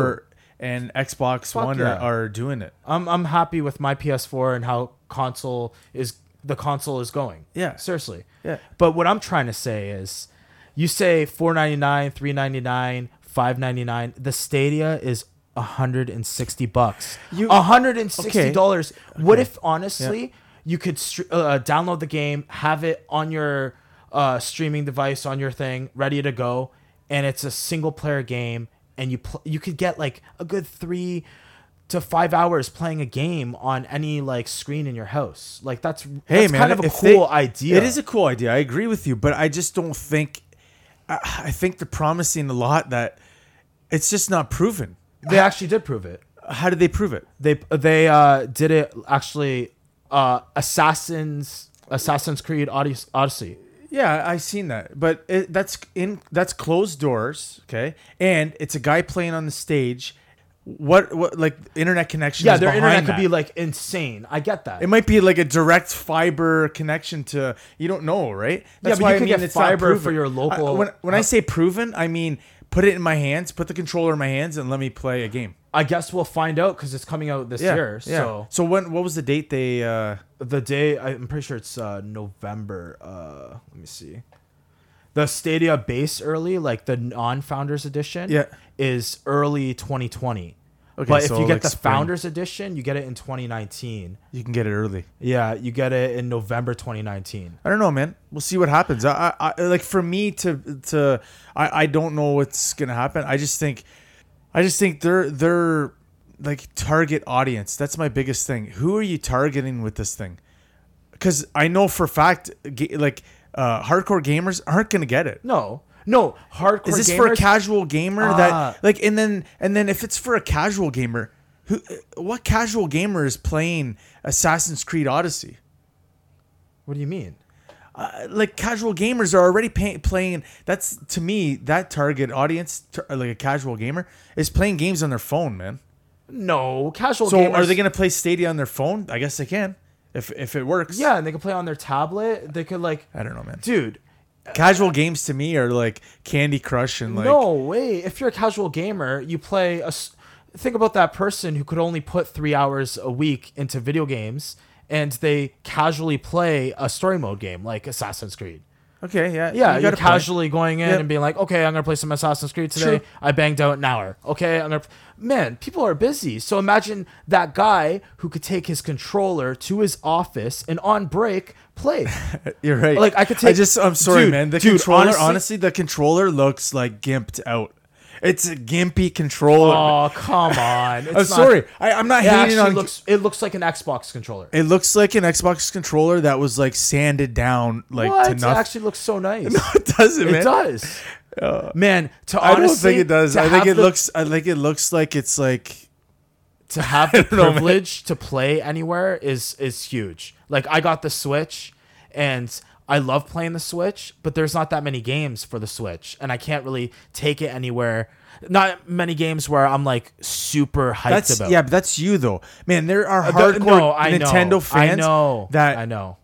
Speaker 1: and Xbox
Speaker 2: Fuck
Speaker 1: One
Speaker 2: yeah.
Speaker 1: are, are doing it.
Speaker 2: I'm I'm happy with my PS4 and how console is the console is going.
Speaker 1: Yeah.
Speaker 2: Seriously.
Speaker 1: Yeah.
Speaker 2: But what I'm trying to say is you say 4.99, 3.99, 5.99, the Stadia is 160 bucks.
Speaker 1: You-
Speaker 2: 160
Speaker 1: Okay.
Speaker 2: dollars. What if honestly you could str- uh, download the game, have it on your uh, streaming device on your thing, ready to go, and it's a single player game, and you pl- you could get like a good three to five hours playing a game on any like screen in your house. Like that's
Speaker 1: hey
Speaker 2: that's
Speaker 1: man
Speaker 2: kind of a
Speaker 1: if they-
Speaker 2: cool idea.
Speaker 1: it is a cool idea i agree with you but i just don't think i, I think they're promising a lot that it's just not proven
Speaker 2: they actually did prove it.
Speaker 1: how did they prove it
Speaker 2: they they uh did it actually uh assassins assassin's creed Odys- odyssey
Speaker 1: yeah i've seen that but it, that's in that's closed doors okay and it's a guy playing on the stage what what like internet connection
Speaker 2: yeah
Speaker 1: is
Speaker 2: their
Speaker 1: behind
Speaker 2: internet could
Speaker 1: that.
Speaker 2: be like insane i get that
Speaker 1: it might be like a direct fiber connection to you don't know right
Speaker 2: but you could get
Speaker 1: not
Speaker 2: fiber
Speaker 1: proven.
Speaker 2: for your
Speaker 1: I-
Speaker 2: local-
Speaker 1: when, when i say proven i mean put it in my hands put the controller in my hands and let me play a game
Speaker 2: i guess we'll find out because it's coming out this year so
Speaker 1: when what was the date they uh
Speaker 2: the day i'm pretty sure it's uh november uh let me see the stadia base early like the non-founders edition
Speaker 1: Yeah.
Speaker 2: is early 2020
Speaker 1: Okay,
Speaker 2: but
Speaker 1: so
Speaker 2: if you get
Speaker 1: like
Speaker 2: the
Speaker 1: spring.
Speaker 2: founders edition you get it in 2019
Speaker 1: you can get it early?
Speaker 2: yeah you get it in november 2019
Speaker 1: I don't know, man. We'll see what happens. I, I, I like for me to to I, I don't know what's gonna happen. I just think I just think they're they're like target audience. That's my biggest thing. Who are you targeting with this thing? Because I know for a fact, ga- like uh, hardcore gamers aren't gonna get it.
Speaker 2: No, no, hardcore.
Speaker 1: Is this
Speaker 2: gamers,
Speaker 1: for a casual gamer
Speaker 2: Ah.
Speaker 1: that like and then and then if it's for a casual gamer, who what casual gamer is playing Assassin's Creed Odyssey?
Speaker 2: What do you mean?
Speaker 1: Uh, like casual gamers are already pay- playing that's to me that target audience tar- like a casual gamer is playing games on their phone, man.
Speaker 2: No, casual.
Speaker 1: So
Speaker 2: gamers,
Speaker 1: are they going to play Stadia on their phone? I guess they can if if it works.
Speaker 2: Yeah, and they could play on their tablet. They could like,
Speaker 1: I don't know, man.
Speaker 2: dude.
Speaker 1: Casual games to me are like Candy Crush and like
Speaker 2: no way. If you're a casual gamer, you play a. s- Think about that person who could only put three hours a week into video games, and they casually play a story mode game like Assassin's Creed.
Speaker 1: Okay, yeah.
Speaker 2: Yeah, you
Speaker 1: got
Speaker 2: are
Speaker 1: a point.
Speaker 2: casually going in
Speaker 1: Yep.
Speaker 2: and being like, okay, I'm gonna play some Assassin's Creed today.
Speaker 1: Sure.
Speaker 2: I banged out an hour. Okay, I'm gonna. Man, people are busy. So imagine that guy who could take his controller to his office and on break
Speaker 1: [LAUGHS]
Speaker 2: play.
Speaker 1: [LAUGHS] You're right.
Speaker 2: Like, I could
Speaker 1: I
Speaker 2: take-
Speaker 1: just. I'm sorry,
Speaker 2: Dude,
Speaker 1: man. The
Speaker 2: dude,
Speaker 1: controller. Honestly,
Speaker 2: honestly-
Speaker 1: the controller looks like gimped out. It's a gimpy controller.
Speaker 2: oh come on! It's
Speaker 1: I'm
Speaker 2: not-
Speaker 1: sorry. I, I'm not
Speaker 2: It
Speaker 1: hating
Speaker 2: actually
Speaker 1: on.
Speaker 2: looks. It looks like an Xbox controller.
Speaker 1: it looks like an Xbox controller that was like sanded down like
Speaker 2: what?
Speaker 1: to
Speaker 2: It
Speaker 1: nothing.
Speaker 2: actually looks so nice.
Speaker 1: [LAUGHS] it doesn't.
Speaker 2: it
Speaker 1: man. Uh,
Speaker 2: does. Man, to
Speaker 1: I
Speaker 2: honestly,
Speaker 1: don't think it does.
Speaker 2: to
Speaker 1: I think
Speaker 2: have
Speaker 1: it
Speaker 2: the-
Speaker 1: looks. I think it looks like it's like [LAUGHS]
Speaker 2: to have the
Speaker 1: don't know, man.
Speaker 2: privilege to play anywhere is is huge. Like I got the Switch and I love playing the Switch, but there's not that many games for the Switch and I can't really take it anywhere. Not many games where I'm like super hyped
Speaker 1: that's
Speaker 2: about.
Speaker 1: yeah. But that's you though, man. There are
Speaker 2: The-
Speaker 1: hardcore
Speaker 2: no, I know,
Speaker 1: Nintendo fans
Speaker 2: I know
Speaker 1: that
Speaker 2: I know.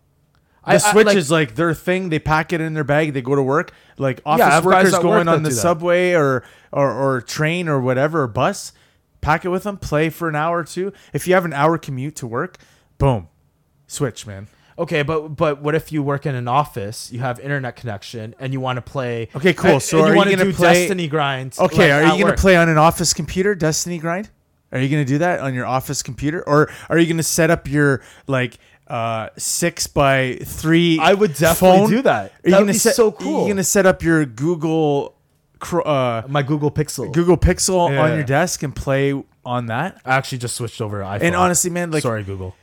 Speaker 1: the Switch is like their thing. They pack it in their bag. They go to work. Like office
Speaker 2: I have guys
Speaker 1: workers
Speaker 2: at
Speaker 1: going
Speaker 2: work
Speaker 1: on
Speaker 2: that
Speaker 1: the
Speaker 2: do that.
Speaker 1: subway or, or or train or whatever or bus. Pack it with them. Play for an hour or two. If you have an hour commute to work, boom, Switch, man.
Speaker 2: Okay, but but what if you work in an office, you have internet connection, and you want to play?
Speaker 1: Okay, cool.
Speaker 2: and-
Speaker 1: So
Speaker 2: and
Speaker 1: are you
Speaker 2: wanna
Speaker 1: gonna
Speaker 2: do
Speaker 1: play-
Speaker 2: Destiny grinds?
Speaker 1: Okay,
Speaker 2: like,
Speaker 1: are
Speaker 2: at
Speaker 1: you gonna
Speaker 2: work?
Speaker 1: play on an office computer, Destiny grind? Are you gonna do that on your office computer, or are you gonna set up your like uh six by three?
Speaker 2: I would definitely
Speaker 1: phone?
Speaker 2: do
Speaker 1: Are
Speaker 2: that.
Speaker 1: you
Speaker 2: That would
Speaker 1: gonna
Speaker 2: be
Speaker 1: set,
Speaker 2: so
Speaker 1: Are
Speaker 2: cool.
Speaker 1: you gonna set up your Google, Chr- uh,
Speaker 2: My Google Pixel.
Speaker 1: Google Pixel on
Speaker 2: Yeah.
Speaker 1: your desk and play on that?
Speaker 2: I actually just switched over to iPhone.
Speaker 1: And honestly, man, like,
Speaker 2: sorry, Google.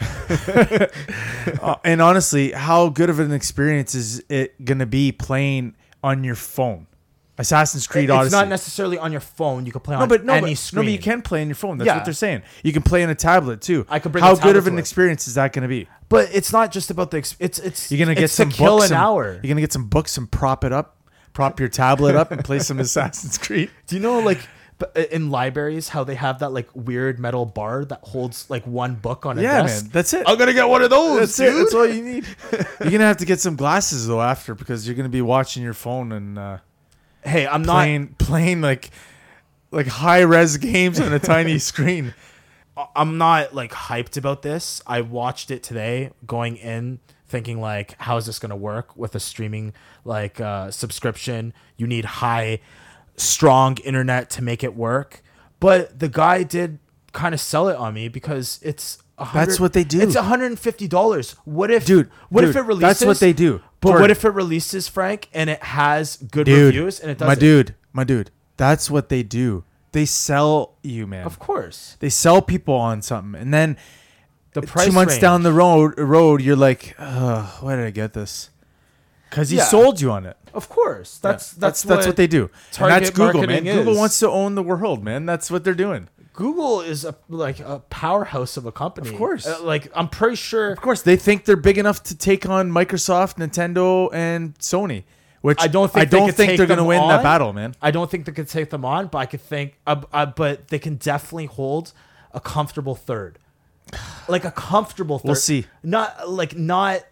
Speaker 1: uh, and honestly, how good of an experience is it gonna be playing on your phone? Assassin's Creed
Speaker 2: It's
Speaker 1: Odyssey.
Speaker 2: not necessarily on your phone. You can play on
Speaker 1: No, but no,
Speaker 2: any
Speaker 1: but,
Speaker 2: screen.
Speaker 1: no, but you can play on your phone. That's
Speaker 2: Yeah.
Speaker 1: what they're saying. You can play on a tablet too.
Speaker 2: I could bring
Speaker 1: How
Speaker 2: a
Speaker 1: good
Speaker 2: tablet
Speaker 1: of
Speaker 2: to
Speaker 1: an
Speaker 2: it.
Speaker 1: experience is that going to be?
Speaker 2: But it's not just about the. Exp- it's it's
Speaker 1: You're going to get
Speaker 2: it's
Speaker 1: some
Speaker 2: to kill
Speaker 1: books
Speaker 2: an
Speaker 1: and-
Speaker 2: hour.
Speaker 1: You're going to get some books and prop it up, prop your tablet up, and play
Speaker 2: [LAUGHS]
Speaker 1: some Assassin's Creed.
Speaker 2: Do you know like b- in libraries how they have that like weird metal bar that holds like one book on a
Speaker 1: Yeah,
Speaker 2: desk?
Speaker 1: man, that's it.
Speaker 2: I'm gonna get one of
Speaker 1: That's
Speaker 2: those. dude.
Speaker 1: it. That's all you need. You're going to have to get some glasses though after because you're going to be watching your phone and uh,
Speaker 2: Hey, I'm not.
Speaker 1: playing playing like like high res games on a
Speaker 2: [LAUGHS]
Speaker 1: tiny screen.
Speaker 2: I'm not like hyped about this. I watched it today going in thinking like how is this going to work with a streaming like uh subscription? You need high strong internet to make it work. But the guy did kind of sell it on me because it's a hundred-
Speaker 1: That's what they do.
Speaker 2: It's $150. What if
Speaker 1: Dude,
Speaker 2: what if
Speaker 1: dude,
Speaker 2: it releases
Speaker 1: that's what they do.
Speaker 2: But
Speaker 1: Pardon.
Speaker 2: what if it releases Frank and it has good reviews and it doesn't
Speaker 1: my dude, my dude, that's what they do. They sell you, man.
Speaker 2: Of course.
Speaker 1: They sell people on something, and then
Speaker 2: The price
Speaker 1: two months
Speaker 2: range.
Speaker 1: down the road, road you're like, Ugh, "Why did I get this?" Because he
Speaker 2: Yeah.
Speaker 1: sold you on it.
Speaker 2: Of course. That's
Speaker 1: That's that's what they do. And
Speaker 2: target
Speaker 1: that's Google, man.
Speaker 2: marketing
Speaker 1: Google
Speaker 2: is.
Speaker 1: wants to own the world, man. That's what they're doing.
Speaker 2: Google is a like a powerhouse of a company.
Speaker 1: Of course.
Speaker 2: Uh, like I'm pretty sure
Speaker 1: Of course, they think they're big enough to take on Microsoft, Nintendo, and Sony. Which
Speaker 2: I don't think
Speaker 1: I
Speaker 2: they
Speaker 1: don't
Speaker 2: could
Speaker 1: think
Speaker 2: take
Speaker 1: they're going to
Speaker 2: them
Speaker 1: win that
Speaker 2: on.
Speaker 1: battle, man.
Speaker 2: I don't think they could take them on, but I could think uh, uh, but they can definitely hold a comfortable third. Like a comfortable third.
Speaker 1: We'll see.
Speaker 2: Not like not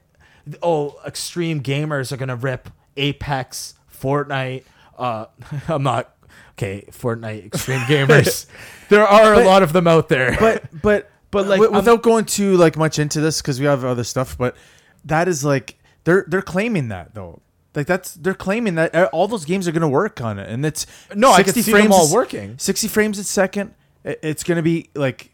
Speaker 2: oh, extreme gamers are going to rip Apex, Fortnite, uh [LAUGHS] I'm not Okay,
Speaker 1: [LAUGHS]
Speaker 2: Fortnite extreme gamers. there are a lot of them out there.
Speaker 1: but but
Speaker 2: But, like,
Speaker 1: wi-
Speaker 2: I'm-
Speaker 1: without going too like much into this because we have other stuff but that is like they're they're claiming that though like that's they're claiming that uh, all those games are going to work on it and it's
Speaker 2: No, I could see them all working.
Speaker 1: 60 frames a second I- it's going to be like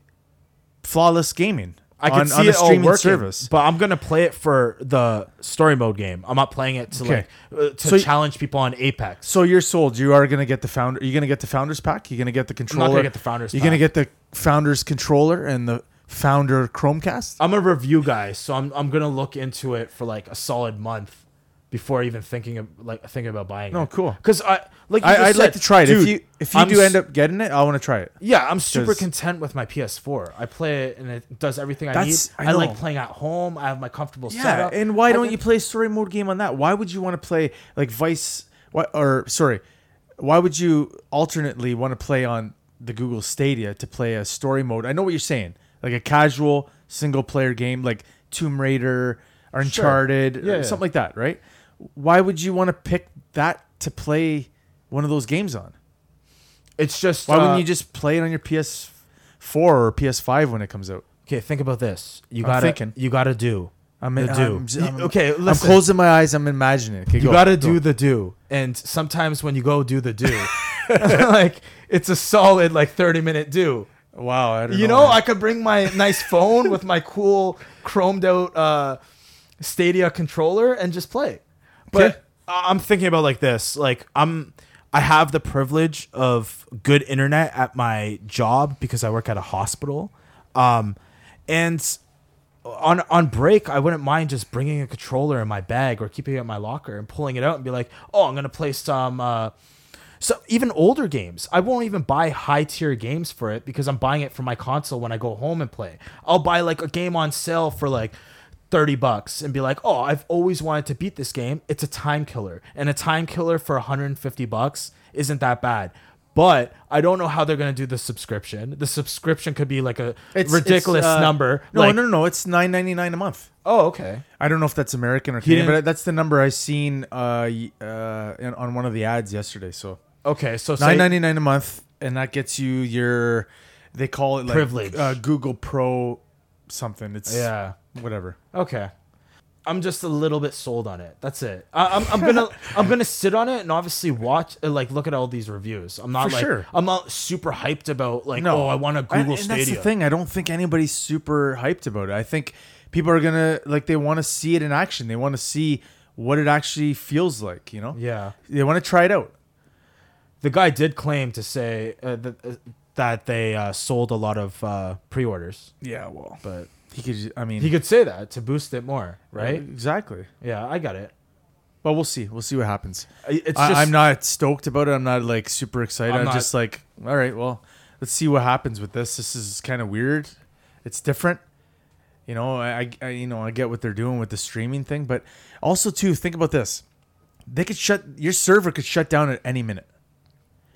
Speaker 1: flawless gaming
Speaker 2: I can
Speaker 1: on,
Speaker 2: see
Speaker 1: on a
Speaker 2: it all
Speaker 1: streaming
Speaker 2: working,
Speaker 1: service
Speaker 2: but I'm gonna play it for the story mode game. I'm not playing it to
Speaker 1: Okay.
Speaker 2: like uh, to
Speaker 1: So-
Speaker 2: challenge people on Apex.
Speaker 1: so you're sold you are going to get the founder you're going to get the founders pack you're going to get the
Speaker 2: not
Speaker 1: controller
Speaker 2: gonna get the founders
Speaker 1: you're going to
Speaker 2: pack.
Speaker 1: get the founders controller and the founder chromecast
Speaker 2: I'm a review guy, so I'm I'm gonna look into it for like a solid month before even thinking of like thinking about buying.
Speaker 1: No,
Speaker 2: it.
Speaker 1: cool.
Speaker 2: Because I like you
Speaker 1: I,
Speaker 2: just
Speaker 1: I'd like
Speaker 2: said,
Speaker 1: to try it. if
Speaker 2: dude,
Speaker 1: you if you
Speaker 2: I'm
Speaker 1: do
Speaker 2: s-
Speaker 1: end up getting it, I want to try it.
Speaker 2: yeah, I'm super
Speaker 1: 'Cause-
Speaker 2: content with my PS4. I play it and it does everything I need.
Speaker 1: That's- I
Speaker 2: I, like
Speaker 1: know.
Speaker 2: playing at home. I have my comfortable
Speaker 1: Yeah,
Speaker 2: setup.
Speaker 1: and why
Speaker 2: I
Speaker 1: don't
Speaker 2: can-
Speaker 1: you play story mode game on that? Why would you want to play like Vice? Why, or sorry, why would you alternately want to play on the Google Stadia to play a story mode? I know what you're saying, like a casual single player game like Tomb Raider or Uncharted,
Speaker 2: Yeah,
Speaker 1: or
Speaker 2: yeah.
Speaker 1: something like that, right? Why would you want to pick that to play one of those games on?
Speaker 2: It's just
Speaker 1: Why
Speaker 2: uh,
Speaker 1: wouldn't you just play it on your PS4 or PS5 when it comes out?
Speaker 2: Okay, think about this. You
Speaker 1: I'm
Speaker 2: gotta
Speaker 1: thinking.
Speaker 2: you gotta do.
Speaker 1: I'm
Speaker 2: the
Speaker 1: in-
Speaker 2: do.
Speaker 1: I'm- I'm-
Speaker 2: You- okay,
Speaker 1: I'm
Speaker 2: listen.
Speaker 1: closing my eyes. I'm imagining. Okay,
Speaker 2: You gotta do the do, and sometimes when you go do the do, [LAUGHS] like it's a solid like thirty minute do.
Speaker 1: Wow, I don't
Speaker 2: You know, I could bring my nice phone with my cool chromed out uh, Stadia controller and just play. But
Speaker 1: Okay.
Speaker 2: I- I'm thinking about like this. Like I'm, I have the privilege of good internet at my job because I work at a hospital, um, and on on break, I wouldn't mind just bringing a controller in my bag or keeping it in my locker and pulling it out and be like, oh, I'm gonna play some. Uh, so even older games, I won't even buy high tier games for it because I'm buying it for my console when I go home and play. I'll buy like a game on sale for like 30 bucks and be like, "Oh, I've always wanted to beat this game. It's a time killer." And a time killer for 150 bucks isn't that bad. But I don't know how they're going to do the subscription. The subscription could be like a ridiculous
Speaker 1: uh,
Speaker 2: number.
Speaker 1: No,
Speaker 2: like-
Speaker 1: no, no, no. It's nine ninety nine a month.
Speaker 2: Oh, okay.
Speaker 1: I don't know if that's American or Canadian,
Speaker 2: didn't-
Speaker 1: but that's the number I seen uh, y- uh, in, on one of the ads yesterday. So
Speaker 2: Okay, so say,
Speaker 1: nine ninety nine a month, and that gets you your they call it like
Speaker 2: Privilege.
Speaker 1: uh, Google Pro something. It's
Speaker 2: yeah.
Speaker 1: whatever.
Speaker 2: Okay. I'm just a little bit sold on it. That's it. I, I'm, I'm
Speaker 1: [LAUGHS]
Speaker 2: gonna I'm gonna sit on it and obviously watch uh, like look at all these reviews. I'm not
Speaker 1: For
Speaker 2: like
Speaker 1: sure.
Speaker 2: I'm not super hyped about like
Speaker 1: No,
Speaker 2: oh I want a Google
Speaker 1: and, and
Speaker 2: Stadia.
Speaker 1: That's the thing. I don't think anybody's super hyped about it. I think people are gonna like they want to see it in action. They want to see what it actually feels like. You know,
Speaker 2: Yeah.
Speaker 1: they want to try it out.
Speaker 2: The guy did claim to say uh, that uh, that they uh, sold a lot of uh, pre-orders,
Speaker 1: Yeah, well,
Speaker 2: but
Speaker 1: he could. ju- I mean,
Speaker 2: he could say that to boost it more, right?
Speaker 1: Uh, Exactly.
Speaker 2: Yeah, I got it.
Speaker 1: Well, we'll see. We'll see what happens.
Speaker 2: I- It's just
Speaker 1: I, I'm not stoked about it. I'm not like super excited.
Speaker 2: I'm
Speaker 1: I'm,
Speaker 2: not-
Speaker 1: just like, all right, well, let's see what happens with this. This is kind of weird. It's different. You know, I, I- I, you know, I get what they're doing with the streaming thing, but also too, think about this. They could shut your server could shut down at any minute.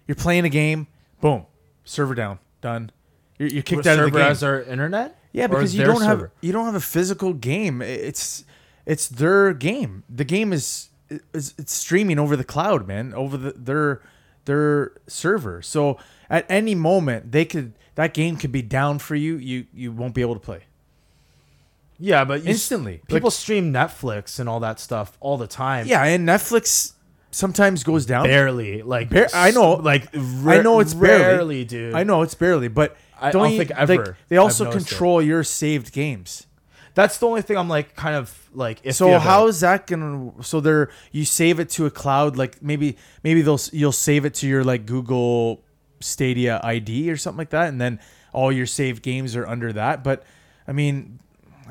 Speaker 1: You're playing a game, boom, server down, done. You're, you're kicked out of the
Speaker 2: server
Speaker 1: game.
Speaker 2: as our internet.
Speaker 1: Yeah,
Speaker 2: Or
Speaker 1: because you
Speaker 2: their
Speaker 1: don't
Speaker 2: server?
Speaker 1: have you don't have a physical game. I- It's it's their game. The game is is it's streaming over the cloud, man, over the, their their server. So at any moment they could that game could be down for you. You you won't be able to play.
Speaker 2: Yeah, but you s-
Speaker 1: Instantly.
Speaker 2: people stream Netflix and all that stuff all the time.
Speaker 1: Yeah, and Netflix sometimes goes down.
Speaker 2: barely. Like
Speaker 1: Bar- I know.
Speaker 2: s- like
Speaker 1: I know it's
Speaker 2: rarely,
Speaker 1: barely.
Speaker 2: dude.
Speaker 1: I know it's barely, but
Speaker 2: I
Speaker 1: don't
Speaker 2: don't
Speaker 1: you-
Speaker 2: think
Speaker 1: like,
Speaker 2: ever
Speaker 1: they
Speaker 2: I've
Speaker 1: also
Speaker 2: noticed it.
Speaker 1: control your saved games.
Speaker 2: That's the only thing I'm like kind of like. Iffy
Speaker 1: So
Speaker 2: about.
Speaker 1: how is that gonna? So there, you save it to a cloud. Like maybe, maybe they'll you'll save it to your like Google Stadia ID or something like that, and then all your saved games are under that. But I mean,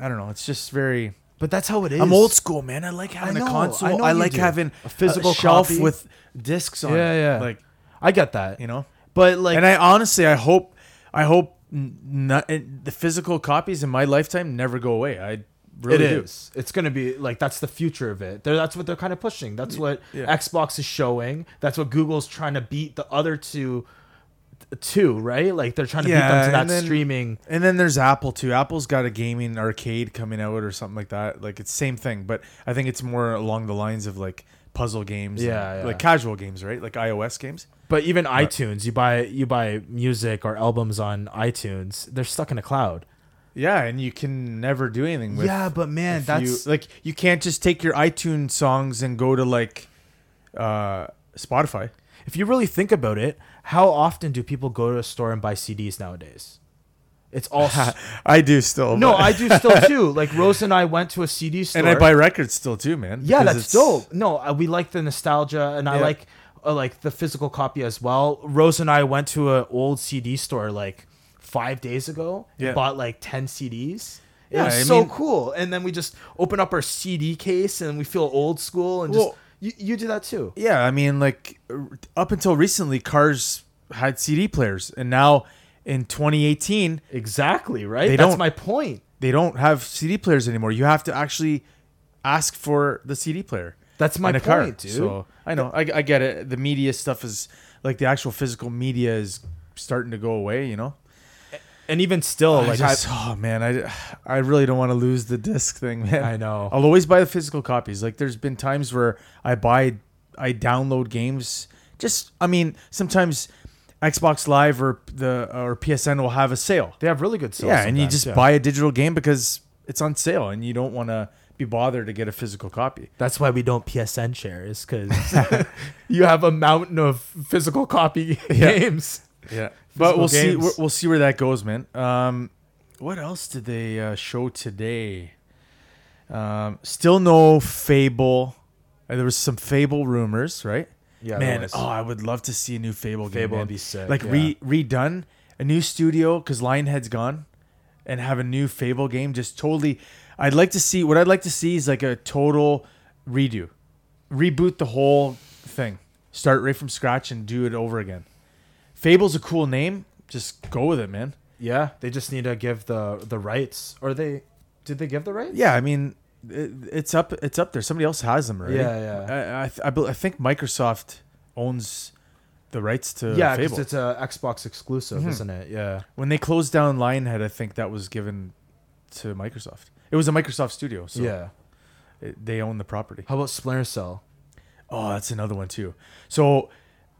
Speaker 1: I don't know. It's just very.
Speaker 2: But that's how it is.
Speaker 1: I'm old school, man. I like having
Speaker 2: know,
Speaker 1: a
Speaker 2: I
Speaker 1: console.
Speaker 2: know
Speaker 1: I,
Speaker 2: you
Speaker 1: like
Speaker 2: do.
Speaker 1: having
Speaker 2: A physical
Speaker 1: shelf
Speaker 2: copy.
Speaker 1: with discs on.
Speaker 2: Yeah,
Speaker 1: it.
Speaker 2: yeah.
Speaker 1: Like
Speaker 2: I get that.
Speaker 1: you know.
Speaker 2: but like
Speaker 1: And I honestly, I hope, I hope n- not, and the physical copies in my lifetime never go away. I
Speaker 2: it
Speaker 1: really do.
Speaker 2: is. It's gonna be like that's the future of it. They're, that's what they're kind of pushing. That's what
Speaker 1: yeah.
Speaker 2: Xbox is showing. That's what Google's trying to beat the other two. Two right, like they're trying to beat
Speaker 1: Yeah,
Speaker 2: them to that
Speaker 1: and then-
Speaker 2: streaming.
Speaker 1: And then there's Apple too. Apple's got a gaming arcade coming out or something like that. Like it's same thing, but I think it's more along the lines of like puzzle games, and,
Speaker 2: Yeah, yeah.
Speaker 1: like casual games, right? Like iOS games.
Speaker 2: But even iTunes, you buy you buy music or albums on iTunes, they're stuck in a cloud.
Speaker 1: Yeah, and you can never do anything with.
Speaker 2: yeah, but man,
Speaker 1: if you-
Speaker 2: that's
Speaker 1: like you can't just take your iTunes songs and go to like uh Spotify.
Speaker 2: if you really think about it, how often do people go to a store and buy CDs nowadays? It's
Speaker 1: [LAUGHS]
Speaker 2: all s-
Speaker 1: I do still.
Speaker 2: no,
Speaker 1: but-
Speaker 2: I do still too. Like Rose and I went to a CD
Speaker 1: [LAUGHS]
Speaker 2: store,
Speaker 1: and I buy records still too, man.
Speaker 2: Yeah,
Speaker 1: because it's-
Speaker 2: that's dope. No, uh, we like the nostalgia, and I
Speaker 1: Yeah.
Speaker 2: like uh, like the physical copy as well. Rose and I went to an old CD store like five days ago. and
Speaker 1: Yeah.
Speaker 2: bought like ten CDs. It
Speaker 1: Yeah,
Speaker 2: was
Speaker 1: I
Speaker 2: so
Speaker 1: mean-
Speaker 2: cool, and then we just open up our CD case and we feel old school, and
Speaker 1: Well-
Speaker 2: just you, you do that too.
Speaker 1: Yeah, I mean, like r- up until recently, cars had CD players, and now in 2018,
Speaker 2: Exactly right.
Speaker 1: They
Speaker 2: That's
Speaker 1: don't-
Speaker 2: my point.
Speaker 1: they don't have CD players anymore. You have to actually ask for the CD player.
Speaker 2: That's my
Speaker 1: in a
Speaker 2: point,
Speaker 1: car.
Speaker 2: dude.
Speaker 1: So I know, I, I get it. The media stuff is like the actual physical media is starting to go away. You know,
Speaker 2: and even still,
Speaker 1: I
Speaker 2: like
Speaker 1: just- oh man, I I really don't want to lose the disc thing, man.
Speaker 2: I know.
Speaker 1: I'll always buy the physical copies. Like there's been times where I buy I download games just I mean, sometimes Xbox Live or the or PSN will have a sale.
Speaker 2: they have really good sales.
Speaker 1: yeah, and you
Speaker 2: sometimes,
Speaker 1: just
Speaker 2: yeah.
Speaker 1: buy a digital game because it's on sale and you don't want to be bothered to get a physical copy.
Speaker 2: That's why we don't PSN shares because [LAUGHS] you have a mountain of physical [LAUGHS] copy games.
Speaker 1: Yeah. But we'll see
Speaker 2: Physical
Speaker 1: we'll
Speaker 2: games.
Speaker 1: we'll see where that goes, man. Um what else did they uh, show today? Um still no Fable. Uh, There was some Fable rumors, right?
Speaker 2: Yeah, there
Speaker 1: man.
Speaker 2: was.
Speaker 1: Oh, I would love to see a new Fable, game.
Speaker 2: Fable would
Speaker 1: man.
Speaker 2: be sick,
Speaker 1: Like re redone, a new studio because Lionhead's gone, and have a new Fable game. Just totally. I'd like to see what I'd like to see is like a total redo, reboot the whole thing, start right from scratch and do it over again. Fable's a cool name. Just go with it, man.
Speaker 2: Yeah, they just need to give the the rights. Or they did they give the rights?
Speaker 1: Yeah, I mean, it, it's up. It's up there. Somebody else has them already.
Speaker 2: Yeah,
Speaker 1: I I, th- I, bel- I think Microsoft owns the rights to
Speaker 2: yeah, because
Speaker 1: Fable.
Speaker 2: it's a Xbox exclusive, isn't it? Yeah.
Speaker 1: when they closed down Lionhead, I think that was given to Microsoft. It was a Microsoft studio, so
Speaker 2: yeah.
Speaker 1: it- they own the property.
Speaker 2: How about Splinter Cell?
Speaker 1: Oh, that's another one too. So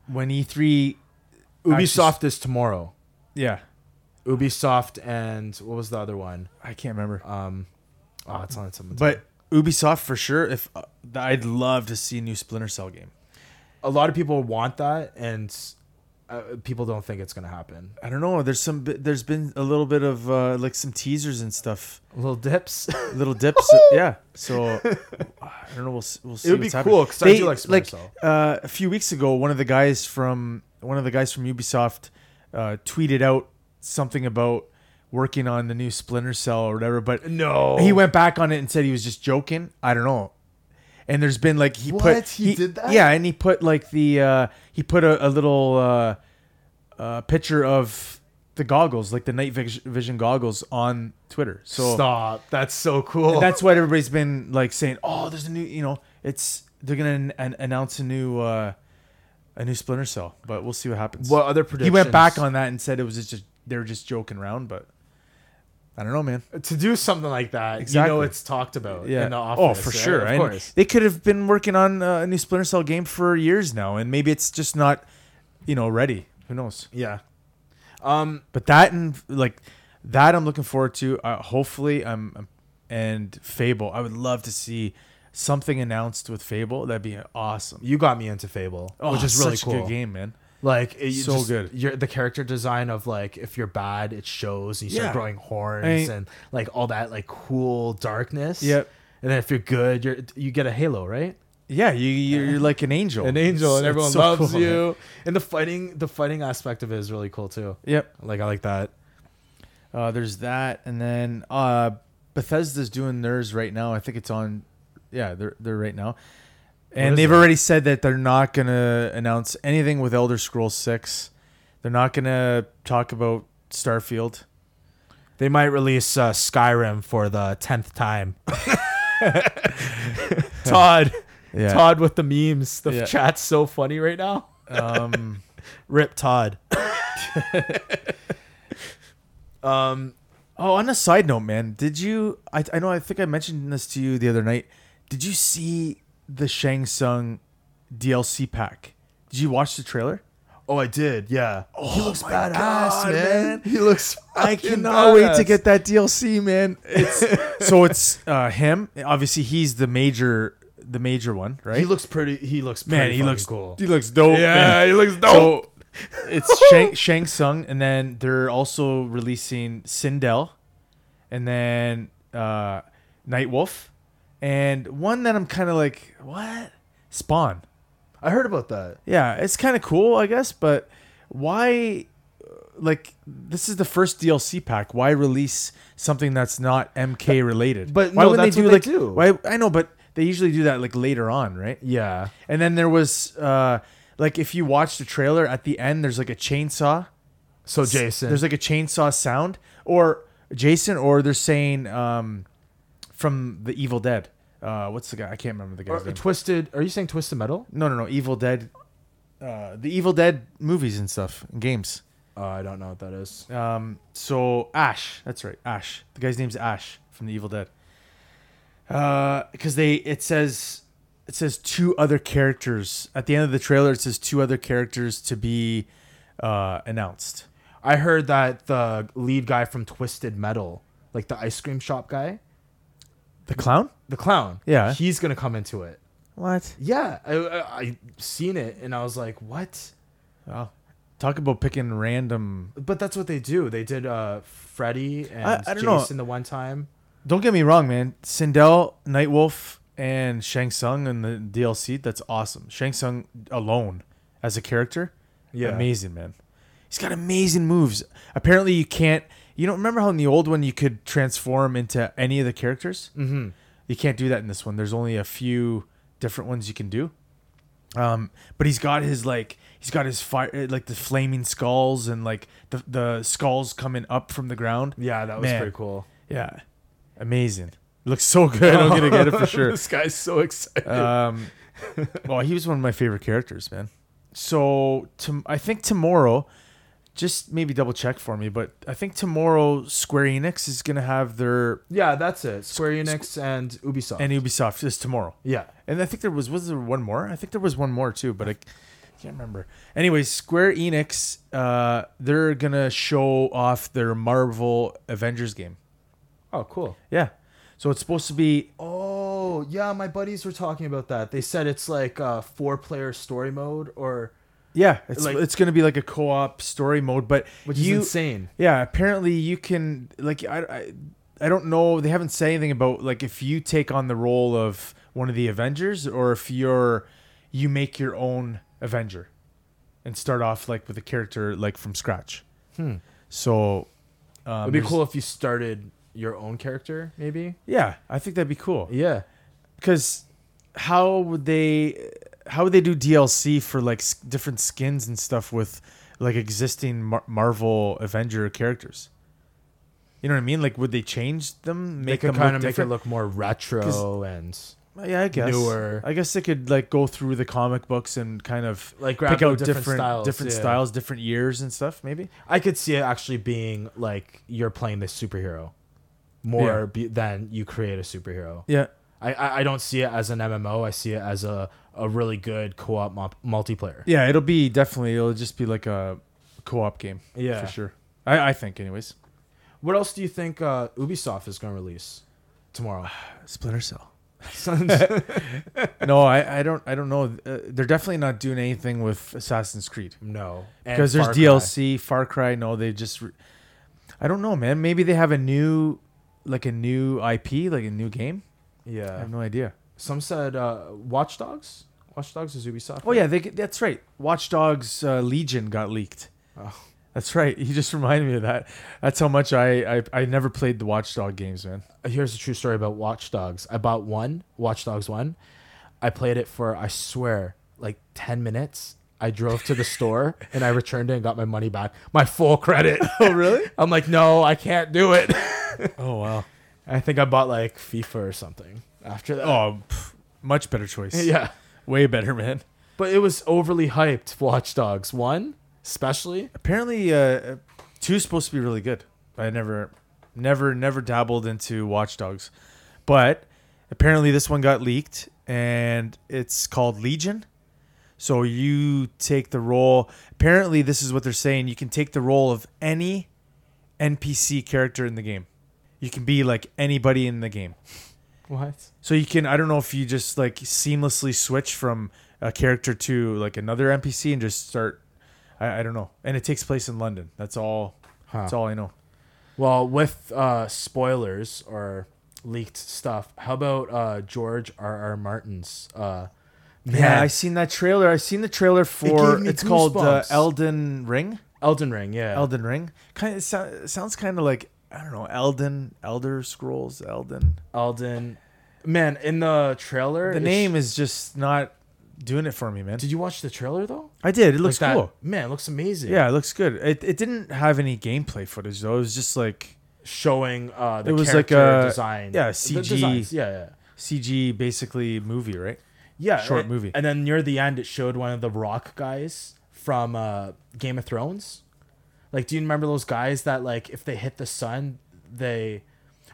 Speaker 1: when E E3,
Speaker 2: Ubisoft is tomorrow.
Speaker 1: yeah,
Speaker 2: Ubisoft and what was the other one?
Speaker 1: I can't remember,
Speaker 2: Um, oh, it's on someone's.
Speaker 1: but Ubisoft for sure. If uh, I'd love to see a new Splinter Cell game.
Speaker 2: a lot of people want that, and uh, people don't think it's gonna happen.
Speaker 1: I don't know. There's some. bit- There's been a little bit of uh, like some teasers and stuff,
Speaker 2: Little dips. [LAUGHS]
Speaker 1: little dips. yeah. So I don't know. We'll s- we'll see.
Speaker 2: would be
Speaker 1: what's happening.
Speaker 2: cool, 'cause I
Speaker 1: They-
Speaker 2: do like Splinter Cell.
Speaker 1: Uh, a few weeks ago, one of the guys from one of the guys from Ubisoft uh, tweeted out something about working on the new Splinter Cell or whatever. But
Speaker 2: no,
Speaker 1: he went back on it and said he was just joking. I don't know. And there's been like he put
Speaker 2: What? He did that?
Speaker 1: Yeah, and he put like the uh he put a, a little uh uh picture of the goggles, like the night vis- vision goggles on Twitter. So
Speaker 2: Stop. That's so cool.
Speaker 1: that's what everybody's been like saying, "Oh, there's a new, you know, it's they're going to an- announce a new uh a new Splinter Cell." But we'll see what happens.
Speaker 2: what other
Speaker 1: he
Speaker 2: predictions?
Speaker 1: went back on that and said it was just they were just joking around, but I don't know, man.
Speaker 2: to do something like that.
Speaker 1: Exactly.
Speaker 2: You know, it's talked about.
Speaker 1: yeah.
Speaker 2: In the office,
Speaker 1: oh, for
Speaker 2: right?
Speaker 1: sure.
Speaker 2: Of
Speaker 1: I-
Speaker 2: course.
Speaker 1: They could have been working on uh, a new Splinter Cell game for years now, and maybe it's just not, you know, ready. Who knows?
Speaker 2: Yeah. Um.
Speaker 1: But that and like that, I'm looking forward to. Uh, hopefully, I'm, I'm- and Fable. I would love to see something announced with Fable. That'd be awesome.
Speaker 2: You got me into Fable,
Speaker 1: Oh,
Speaker 2: which is really
Speaker 1: such
Speaker 2: cool.
Speaker 1: a good game, man.
Speaker 2: Like it, you
Speaker 1: So
Speaker 2: just-
Speaker 1: good.
Speaker 2: Your the character design of like if you're bad, it shows. And you start
Speaker 1: Yeah.
Speaker 2: growing horns
Speaker 1: I mean-
Speaker 2: and like all that like cool darkness.
Speaker 1: Yep.
Speaker 2: And then if you're good, you're you get a halo, right?
Speaker 1: Yeah, you you're, you're like an angel,
Speaker 2: An angel,
Speaker 1: It's-
Speaker 2: and
Speaker 1: it's
Speaker 2: everyone
Speaker 1: so
Speaker 2: loves
Speaker 1: cool, man.
Speaker 2: you. And the fighting, the fighting aspect of it is really cool too.
Speaker 1: Yep.
Speaker 2: Like I like that.
Speaker 1: Uh, there's that, and then uh, Bethesda's doing theirs right now. I think it's on. Yeah, they're they're right now,
Speaker 2: is
Speaker 1: and they've
Speaker 2: that?
Speaker 1: already said that they're not gonna announce anything with Elder Scrolls Six. They're not gonna talk about Starfield.
Speaker 2: They might release uh, Skyrim for the tenth time. [LAUGHS] Todd,
Speaker 1: Yeah.
Speaker 2: Todd with the memes. The
Speaker 1: Yeah.
Speaker 2: chat's so funny right now.
Speaker 1: Um,
Speaker 2: Rip Todd. um,
Speaker 1: [LAUGHS] oh, on a side note, man, did you? I I know I think I mentioned this to you the other night. Did you see the Shang Tsung DLC pack? Did you watch the trailer?
Speaker 2: oh, I did. Yeah. he looks badass,
Speaker 1: God, man.
Speaker 2: He looks.
Speaker 1: I
Speaker 2: fucking
Speaker 1: cannot wait to
Speaker 2: badass.
Speaker 1: get that DLC, man.
Speaker 2: [LAUGHS]
Speaker 1: It's so it's uh, him. Obviously, he's the major, the major one, right?
Speaker 2: He looks pretty. He looks.
Speaker 1: man,
Speaker 2: pretty
Speaker 1: he
Speaker 2: fucking
Speaker 1: looks
Speaker 2: cool.
Speaker 1: He looks dope.
Speaker 2: he looks
Speaker 1: man. So [LAUGHS] it's Shang, Shang Tsung, and then they're also releasing Sindel, and then uh, Nightwolf, and one that I'm kind of like, what? Spawn.
Speaker 2: I heard about that.
Speaker 1: Yeah, it's kind of cool, I guess, but why uh, like this is the first DLC pack. Why release something that's not MK related?
Speaker 2: But
Speaker 1: why
Speaker 2: no,
Speaker 1: would
Speaker 2: that's what they
Speaker 1: like
Speaker 2: do.
Speaker 1: why I know, but they usually do that like later on, right?
Speaker 2: Yeah.
Speaker 1: And then there was uh like if you watch the trailer at the end there's like a chainsaw
Speaker 2: So Oh, Jason,
Speaker 1: there's like a chainsaw sound or Jason or they're saying um from the Evil Dead. Uh what's the guy? I can't remember the
Speaker 2: Or
Speaker 1: guy's name.
Speaker 2: twisted. Are you saying twisted metal?
Speaker 1: No, no, no. Evil Dead, uh, the Evil Dead movies and stuff, and games.
Speaker 2: Oh, I don't know what that is.
Speaker 1: Um, so Ash, that's right, Ash. The guy's name's Ash from the Evil Dead. Because they, it says, it says two other characters at the end of the trailer. It says two other characters to be uh, announced.
Speaker 2: I heard that the lead guy from Twisted Metal, like the ice cream shop guy,
Speaker 1: The clown?
Speaker 2: the clown.
Speaker 1: Yeah.
Speaker 2: He's gonna come into it.
Speaker 1: What?
Speaker 2: Yeah, I, I, I seen it and I was like, what?
Speaker 1: Oh, talk about picking random.
Speaker 2: But that's what they do. They did uh Freddy and
Speaker 1: I- I don't know.
Speaker 2: Jason the one time.
Speaker 1: Don't get me wrong, man. Sindel, Nightwolf, and Shang Tsung in the DLC. That's awesome. Shang Tsung alone as a character.
Speaker 2: Yeah.
Speaker 1: Amazing, man. He's got amazing moves. Apparently, you can't You don't remember how in the old one you could transform into any of the characters?
Speaker 2: Mm-hmm.
Speaker 1: You can't do that in this one. There's only a few different ones you can do. Um, but he's got his like he's got his fire eh, like the flaming skulls and like the the skulls coming up from the ground.
Speaker 2: Yeah, that was
Speaker 1: Man.
Speaker 2: pretty
Speaker 1: [LAUGHS]
Speaker 2: cool.
Speaker 1: Yeah, amazing. Looks so good. I'm gonna get it
Speaker 2: [LAUGHS]
Speaker 1: for sure.
Speaker 2: this guy's so excited.
Speaker 1: Um, well, he was one of my favorite characters, man. So to, I think tomorrow, just maybe double check for me, but I think tomorrow Square Enix is gonna have their
Speaker 2: yeah, that's it. Square Enix and Ubisoft.
Speaker 1: and Ubisoft is tomorrow,
Speaker 2: yeah,
Speaker 1: and I think there was was there one more? I think there was one more too, but I, can't remember. Anyways, Square Enix, uh, they're gonna show off their Marvel Avengers game.
Speaker 2: Oh, cool.
Speaker 1: Yeah, so it's supposed to be
Speaker 2: Oh, yeah, my buddies were talking about that. They said it's like uh, four player story mode or
Speaker 1: yeah, it's
Speaker 2: Like-
Speaker 1: it's gonna be like a co op story mode, but
Speaker 2: which
Speaker 1: you-
Speaker 2: is insane.
Speaker 1: Yeah, apparently you can like I, I I don't know they haven't said anything about like if you take on the role of one of the Avengers or if you're you make your own Avenger and start off like with a character like from scratch.
Speaker 2: Hmm.
Speaker 1: So um,
Speaker 2: It'd be
Speaker 1: there's-
Speaker 2: cool if you started your own character, maybe.
Speaker 1: Yeah, I think that'd be cool
Speaker 2: Yeah.
Speaker 1: because how would they how would they do DLC for like s- different skins and stuff with like existing Mar- Marvel Avenger characters? You know what I mean? Like, would they change them?
Speaker 2: Make
Speaker 1: Make
Speaker 2: they
Speaker 1: them
Speaker 2: could kind of
Speaker 1: look
Speaker 2: make it
Speaker 1: different?
Speaker 2: look more retro and
Speaker 1: yeah, I guess.
Speaker 2: newer.
Speaker 1: I guess they could like go through the comic books and kind of
Speaker 2: like
Speaker 1: pick out different different
Speaker 2: styles.
Speaker 1: styles,
Speaker 2: yeah.
Speaker 1: different years and stuff. Maybe.
Speaker 2: I could see it actually being like you're playing this superhero more be, than you create a superhero.
Speaker 1: Yeah.
Speaker 2: I, I I don't see it as an MMO. I see it as a, a really good co-op mul- multiplayer.
Speaker 1: Yeah, it'll be definitely. It'll just be like a co-op game.
Speaker 2: Yeah.
Speaker 1: for sure. I, I think, anyways.
Speaker 2: What else do you think uh, Ubisoft is going to release
Speaker 1: [LAUGHS]
Speaker 2: tomorrow? [LAUGHS]
Speaker 1: Splinter Cell. no, I, I don't I don't know. Uh, they're definitely not doing anything with Assassin's Creed
Speaker 2: no, And
Speaker 1: because there's
Speaker 2: Far Cry.
Speaker 1: DLC, Far Cry. No, they just re- I don't know, man. Maybe they have a new like a new IP, like a new game. I
Speaker 2: Yeah,
Speaker 1: have no idea.
Speaker 2: some said uh, Watch Dogs. Watch Dogs is Ubisoft.
Speaker 1: Oh yeah, they, that's right. Watch Dogs uh, Legion got leaked.
Speaker 2: Oh.
Speaker 1: That's right. You just [LAUGHS] reminded me of that. That's how much I I, I never played the Watchdog games, man.
Speaker 2: here's a true story about Watch Dogs. I bought one, Watch Dogs 1. I played it for, I swear, like 10 minutes. I drove [LAUGHS] to the store and I returned it and got my money back, my full [LAUGHS] credit.
Speaker 1: Oh really?
Speaker 2: I'm like, no, I can't do it.
Speaker 1: oh wow.
Speaker 2: [LAUGHS] I think I bought like FIFA or something after that.
Speaker 1: Oh, pff, much better [LAUGHS] choice.
Speaker 2: yeah.
Speaker 1: way better, man.
Speaker 2: But it was overly hyped, Watch Dogs 1, especially.
Speaker 1: Apparently, uh, two's supposed to be really good. I never, never, never dabbled into Watch Dogs, but apparently this one got leaked, and it's called Legion. So you take the role. Apparently, this is what they're saying. You can take the role of any NPC character in the game. You can be like anybody in the game.
Speaker 2: What?
Speaker 1: So you can. I don't know if you just like seamlessly switch from a character to like another NPC and just start. I, I don't know. And it takes place in London. That's all.
Speaker 2: Huh.
Speaker 1: That's all I know.
Speaker 2: Well, with uh, spoilers or leaked stuff, how about uh, George R. R. Martin's? Uh,
Speaker 1: Yeah, I seen that trailer. I seen the trailer for.
Speaker 2: gave me
Speaker 1: it's called uh,
Speaker 2: goosebumps.
Speaker 1: Elden Ring.
Speaker 2: Elden Ring, yeah.
Speaker 1: Elden Ring. Kind of so, sounds kind of like I don't know. Elden, Elder Scrolls, Elden.
Speaker 2: Elden. Man, in the trailer,
Speaker 1: The
Speaker 2: it's-
Speaker 1: name is just not doing it for me, man.
Speaker 2: Did you watch the trailer though?
Speaker 1: I did. It looks
Speaker 2: Like that-
Speaker 1: cool.
Speaker 2: Man, it looks amazing.
Speaker 1: Yeah, it looks good. It, it didn't have any gameplay footage though. It was just like
Speaker 2: showing uh, the
Speaker 1: It was like
Speaker 2: character
Speaker 1: a-
Speaker 2: design.
Speaker 1: yeah,
Speaker 2: The
Speaker 1: CG.
Speaker 2: designs, Yeah, yeah.
Speaker 1: CG basically movie, right?
Speaker 2: Yeah,
Speaker 1: Short
Speaker 2: and-
Speaker 1: movie.
Speaker 2: And then near the end, it showed one of the Rock guys from uh, Game of Thrones. Like, do you remember those guys that like if they hit the sun, they,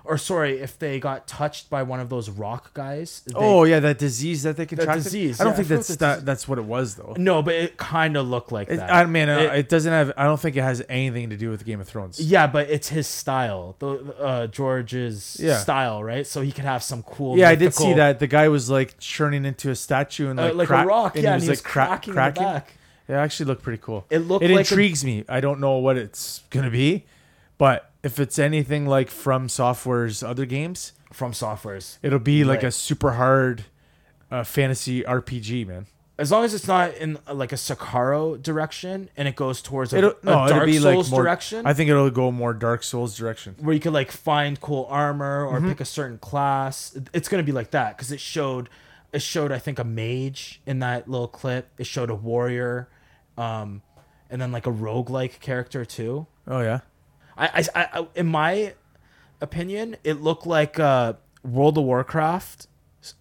Speaker 2: or sorry, if they got touched by one of those Rock guys? They,
Speaker 1: oh yeah, that disease that they contracted.
Speaker 2: disease,
Speaker 1: I don't
Speaker 2: yeah, I
Speaker 1: think
Speaker 2: forgot
Speaker 1: that's
Speaker 2: that
Speaker 1: that,
Speaker 2: disease-
Speaker 1: that's what it was though.
Speaker 2: No, but it kind of looked like
Speaker 1: It,
Speaker 2: that.
Speaker 1: I mean, it,
Speaker 2: It-
Speaker 1: it doesn't have. I don't think it has anything to do with Game of Thrones.
Speaker 2: Yeah, but it's his style, the uh, George's
Speaker 1: Yeah.
Speaker 2: style, right? So he could have some cool.
Speaker 1: yeah, I did see
Speaker 2: mythical-
Speaker 1: that the guy was like churning into a statue and
Speaker 2: uh,
Speaker 1: like,
Speaker 2: like
Speaker 1: crack-
Speaker 2: a rock.
Speaker 1: and
Speaker 2: yeah,
Speaker 1: he was
Speaker 2: and he
Speaker 1: like
Speaker 2: was
Speaker 1: cra-
Speaker 2: cracking,
Speaker 1: cracking.
Speaker 2: The back.
Speaker 1: It actually looked pretty cool.
Speaker 2: It looked
Speaker 1: It
Speaker 2: like a-
Speaker 1: intrigues me. I don't know what it's gonna be, but if it's anything like from Software's other games,
Speaker 2: from softwares.
Speaker 1: it'll be like
Speaker 2: Right.
Speaker 1: a super hard uh, fantasy RPG, man.
Speaker 2: as long as it's not in uh, like a Sakaro direction and it goes towards a,
Speaker 1: It'll,
Speaker 2: a
Speaker 1: no, it'll
Speaker 2: Dark
Speaker 1: be
Speaker 2: Souls
Speaker 1: like more,
Speaker 2: direction,
Speaker 1: I think it'll go more Dark Souls direction.
Speaker 2: where you could like find cool armor
Speaker 1: Mm-hmm.
Speaker 2: or pick a certain class. It- It's gonna be like that because it showed, it showed I think a mage in that little clip. It showed a warrior, um, and then like a roguelike character too.
Speaker 1: Oh yeah.
Speaker 2: I, I, I I- in my opinion, it looked like uh, World of Warcraft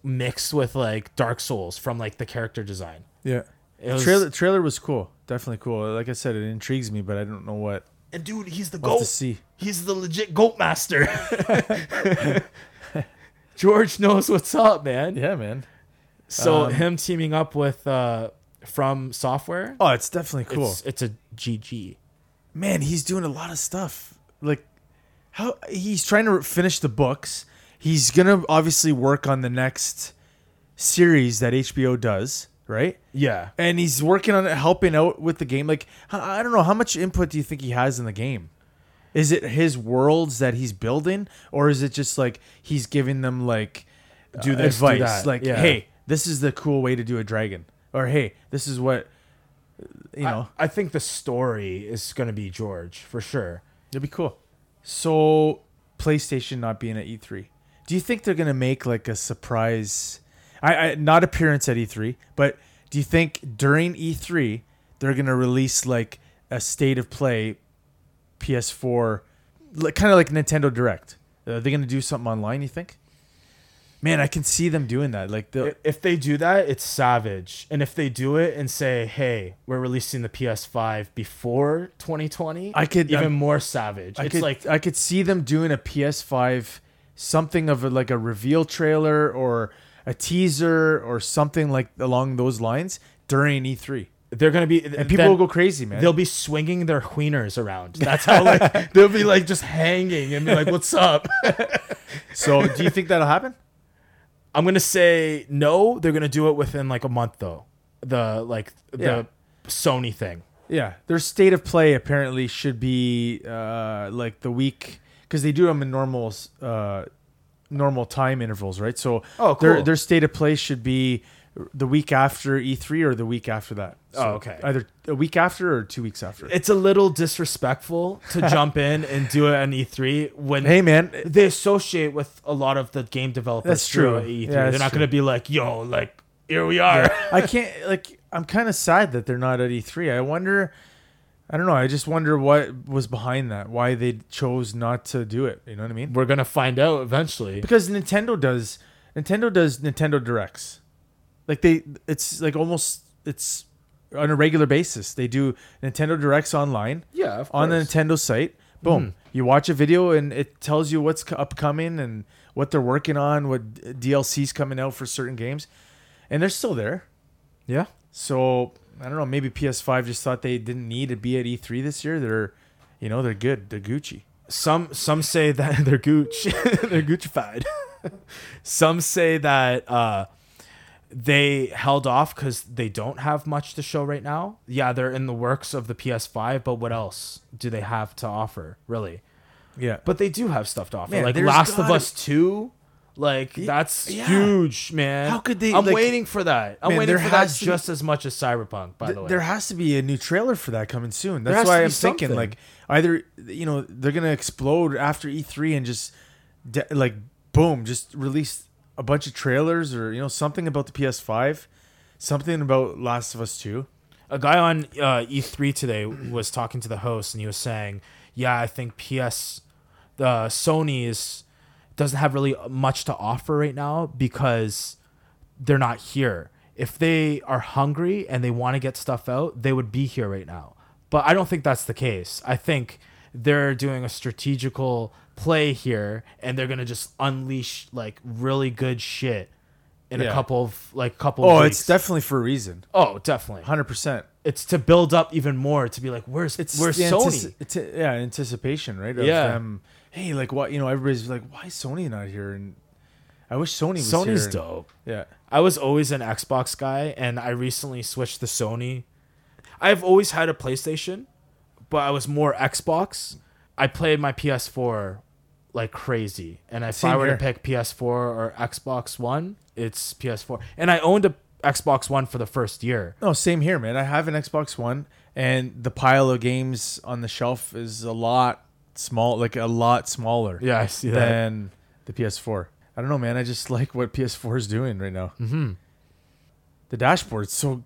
Speaker 2: mixed with like Dark Souls from like the character design.
Speaker 1: Yeah.
Speaker 2: It was,
Speaker 1: trailer trailer was cool. Definitely cool. Like I said, it intrigues me, but I don't know what
Speaker 2: and dude, he's the
Speaker 1: what
Speaker 2: goat.
Speaker 1: to see.
Speaker 2: He's the legit goat
Speaker 1: [LAUGHS]
Speaker 2: master. George knows what's up, man.
Speaker 1: Yeah, man.
Speaker 2: So
Speaker 1: Um,
Speaker 2: him teaming up with uh, from software,
Speaker 1: Oh, it's definitely cool.
Speaker 2: it's, it's a GG.
Speaker 1: man, he's doing a lot of stuff. Like how he's trying to finish the books. He's gonna obviously work on the next series that HBO does, right?
Speaker 2: Yeah,
Speaker 1: And he's working on it, helping out with the game. Like I I don't know how much input do you think he has in the game? Is it his worlds that he's building, or is it just like he's giving them like
Speaker 2: Do
Speaker 1: uh,
Speaker 2: this, do
Speaker 1: advice,
Speaker 2: that.
Speaker 1: like
Speaker 2: Yeah.
Speaker 1: hey, this is the cool way to do a dragon, or hey, this is what you know.
Speaker 2: I, I think the story is gonna be George for sure.
Speaker 1: It'd be cool. So PlayStation not being at E3, do you think they're gonna make like a surprise? I, I not appearance at E3, but do you think during E3 they're gonna release like a state of play PS4, like, kind of like Nintendo Direct? Are they gonna do something online? You think? Man, I can see them doing that. Like the
Speaker 2: I- If they do that, it's savage. And if they do it and say, "Hey, we're releasing the PS5 before 2020,"
Speaker 1: I could-
Speaker 2: even
Speaker 1: I'm-
Speaker 2: more savage.
Speaker 1: I
Speaker 2: it's
Speaker 1: could
Speaker 2: like
Speaker 1: I could see them doing a PS5 something of a, like a reveal trailer or a teaser or something like along those lines during E3,
Speaker 2: they're gonna be
Speaker 1: and people will go crazy, man.
Speaker 2: They'll be swinging their weiners
Speaker 1: [LAUGHS]
Speaker 2: around. That's how like they'll be like just hanging and be like, "What's
Speaker 1: [LAUGHS]
Speaker 2: up?"
Speaker 1: So, do you think that'll
Speaker 2: [LAUGHS]
Speaker 1: happen?
Speaker 2: I'm gonna say no. They're gonna do it within like a month though. The like
Speaker 1: Yeah.
Speaker 2: the Sony thing.
Speaker 1: Yeah, their state of play apparently should be uh, like the week because they do them in normal uh, normal time intervals, right? So,
Speaker 2: Oh,
Speaker 1: their
Speaker 2: cool.
Speaker 1: their state of play should be the week after E3 or the week after that. So
Speaker 2: Oh, okay.
Speaker 1: Either a week after or two weeks after.
Speaker 2: It's a little disrespectful
Speaker 1: [LAUGHS]
Speaker 2: to jump in and do it on E3 when
Speaker 1: Hey, man,
Speaker 2: they associate with a lot of the game developers.
Speaker 1: That's
Speaker 2: through
Speaker 1: true.
Speaker 2: at E3.
Speaker 1: Yeah,
Speaker 2: They're
Speaker 1: that's
Speaker 2: not
Speaker 1: true.
Speaker 2: gonna be like, "Yo, like here we are."
Speaker 1: I can't like I'm kind of sad that they're not at E3. I wonder I don't know, I just wonder what was behind that. Why they chose not to do it, you know what I mean?
Speaker 2: [LAUGHS] We're gonna find out eventually.
Speaker 1: Because Nintendo does Nintendo does Nintendo Directs. Like they it's like almost it's on a regular basis. They do Nintendo Directs online
Speaker 2: Yeah, of
Speaker 1: on the Nintendo site. Boom. You watch a video and it tells you what's c- upcoming and what they're working on, what DLC's coming out for certain games. And they're still there.
Speaker 2: yeah.
Speaker 1: So I don't know. Maybe PS5 just thought they didn't need to be at E3 this year. They're, you know, they're good. They're Gucci.
Speaker 2: some some say that [LAUGHS] they're gooch they're goochified [LAUGHS] some say that uh they held off because they don't have much to show right now yeah they're in the works of the ps5 but what else do they have to offer really
Speaker 1: Yeah, but
Speaker 2: but they do have stuff to offer
Speaker 1: Man,
Speaker 2: like
Speaker 1: there's
Speaker 2: last of
Speaker 1: gotta-
Speaker 2: us 2 like that's
Speaker 1: yeah.
Speaker 2: huge man
Speaker 1: How could they,
Speaker 2: i'm
Speaker 1: like-
Speaker 2: waiting for that i'm
Speaker 1: Man,
Speaker 2: waiting
Speaker 1: there
Speaker 2: for that
Speaker 1: has to be-
Speaker 2: just as much as cyberpunk by the way
Speaker 1: there has to be a new trailer for that coming soon. That's
Speaker 2: has to
Speaker 1: why
Speaker 2: be
Speaker 1: I'm thinking
Speaker 2: something.
Speaker 1: like either you know they're gonna explode after E3 and just de- like boom, just release a bunch of trailers or you know something about the PS5, something about Last of Us 2.
Speaker 2: a guy on uh, E3 today was talking to the host and he was saying, "Yeah, I think PS, the Sony is doesn't have really much to offer right now because they're not here. If they are hungry and they want to get stuff out, they would be here right now. But I don't think that's the case. I think they're doing a strategical play here and they're going to just unleash like really good shit in a
Speaker 1: Yeah.
Speaker 2: couple of like couple
Speaker 1: Oh,
Speaker 2: of
Speaker 1: it's
Speaker 2: weeks.
Speaker 1: definitely for a reason.
Speaker 2: oh, definitely
Speaker 1: Hundred percent.
Speaker 2: it's to build up even more to be like where's
Speaker 1: it's
Speaker 2: where's
Speaker 1: the
Speaker 2: Sony?
Speaker 1: antici- it's a- yeah, anticipation, right? Of
Speaker 2: Yeah.
Speaker 1: them, hey, like what you know, everybody's like, why is Sony not here? And I wish Sony was here.
Speaker 2: Sony's
Speaker 1: and-
Speaker 2: dope.
Speaker 1: Yeah.
Speaker 2: I was always an Xbox guy, and I recently switched to Sony. I've always had a PlayStation, but I was more Xbox. I played my PS4 like crazy, and if
Speaker 1: Same
Speaker 2: I were
Speaker 1: here.
Speaker 2: to pick PS4 or Xbox One, it's PS4. And I owned a Xbox One for the first year.
Speaker 1: No, same here, man. I have an Xbox One, and the pile of games on the shelf is a lot small, like a lot smaller
Speaker 2: Yeah, I see that.
Speaker 1: than the PS4. I don't know, man. I just [LAUGHS] like what PS4 is doing right now.
Speaker 2: Mhm.
Speaker 1: The dashboard's so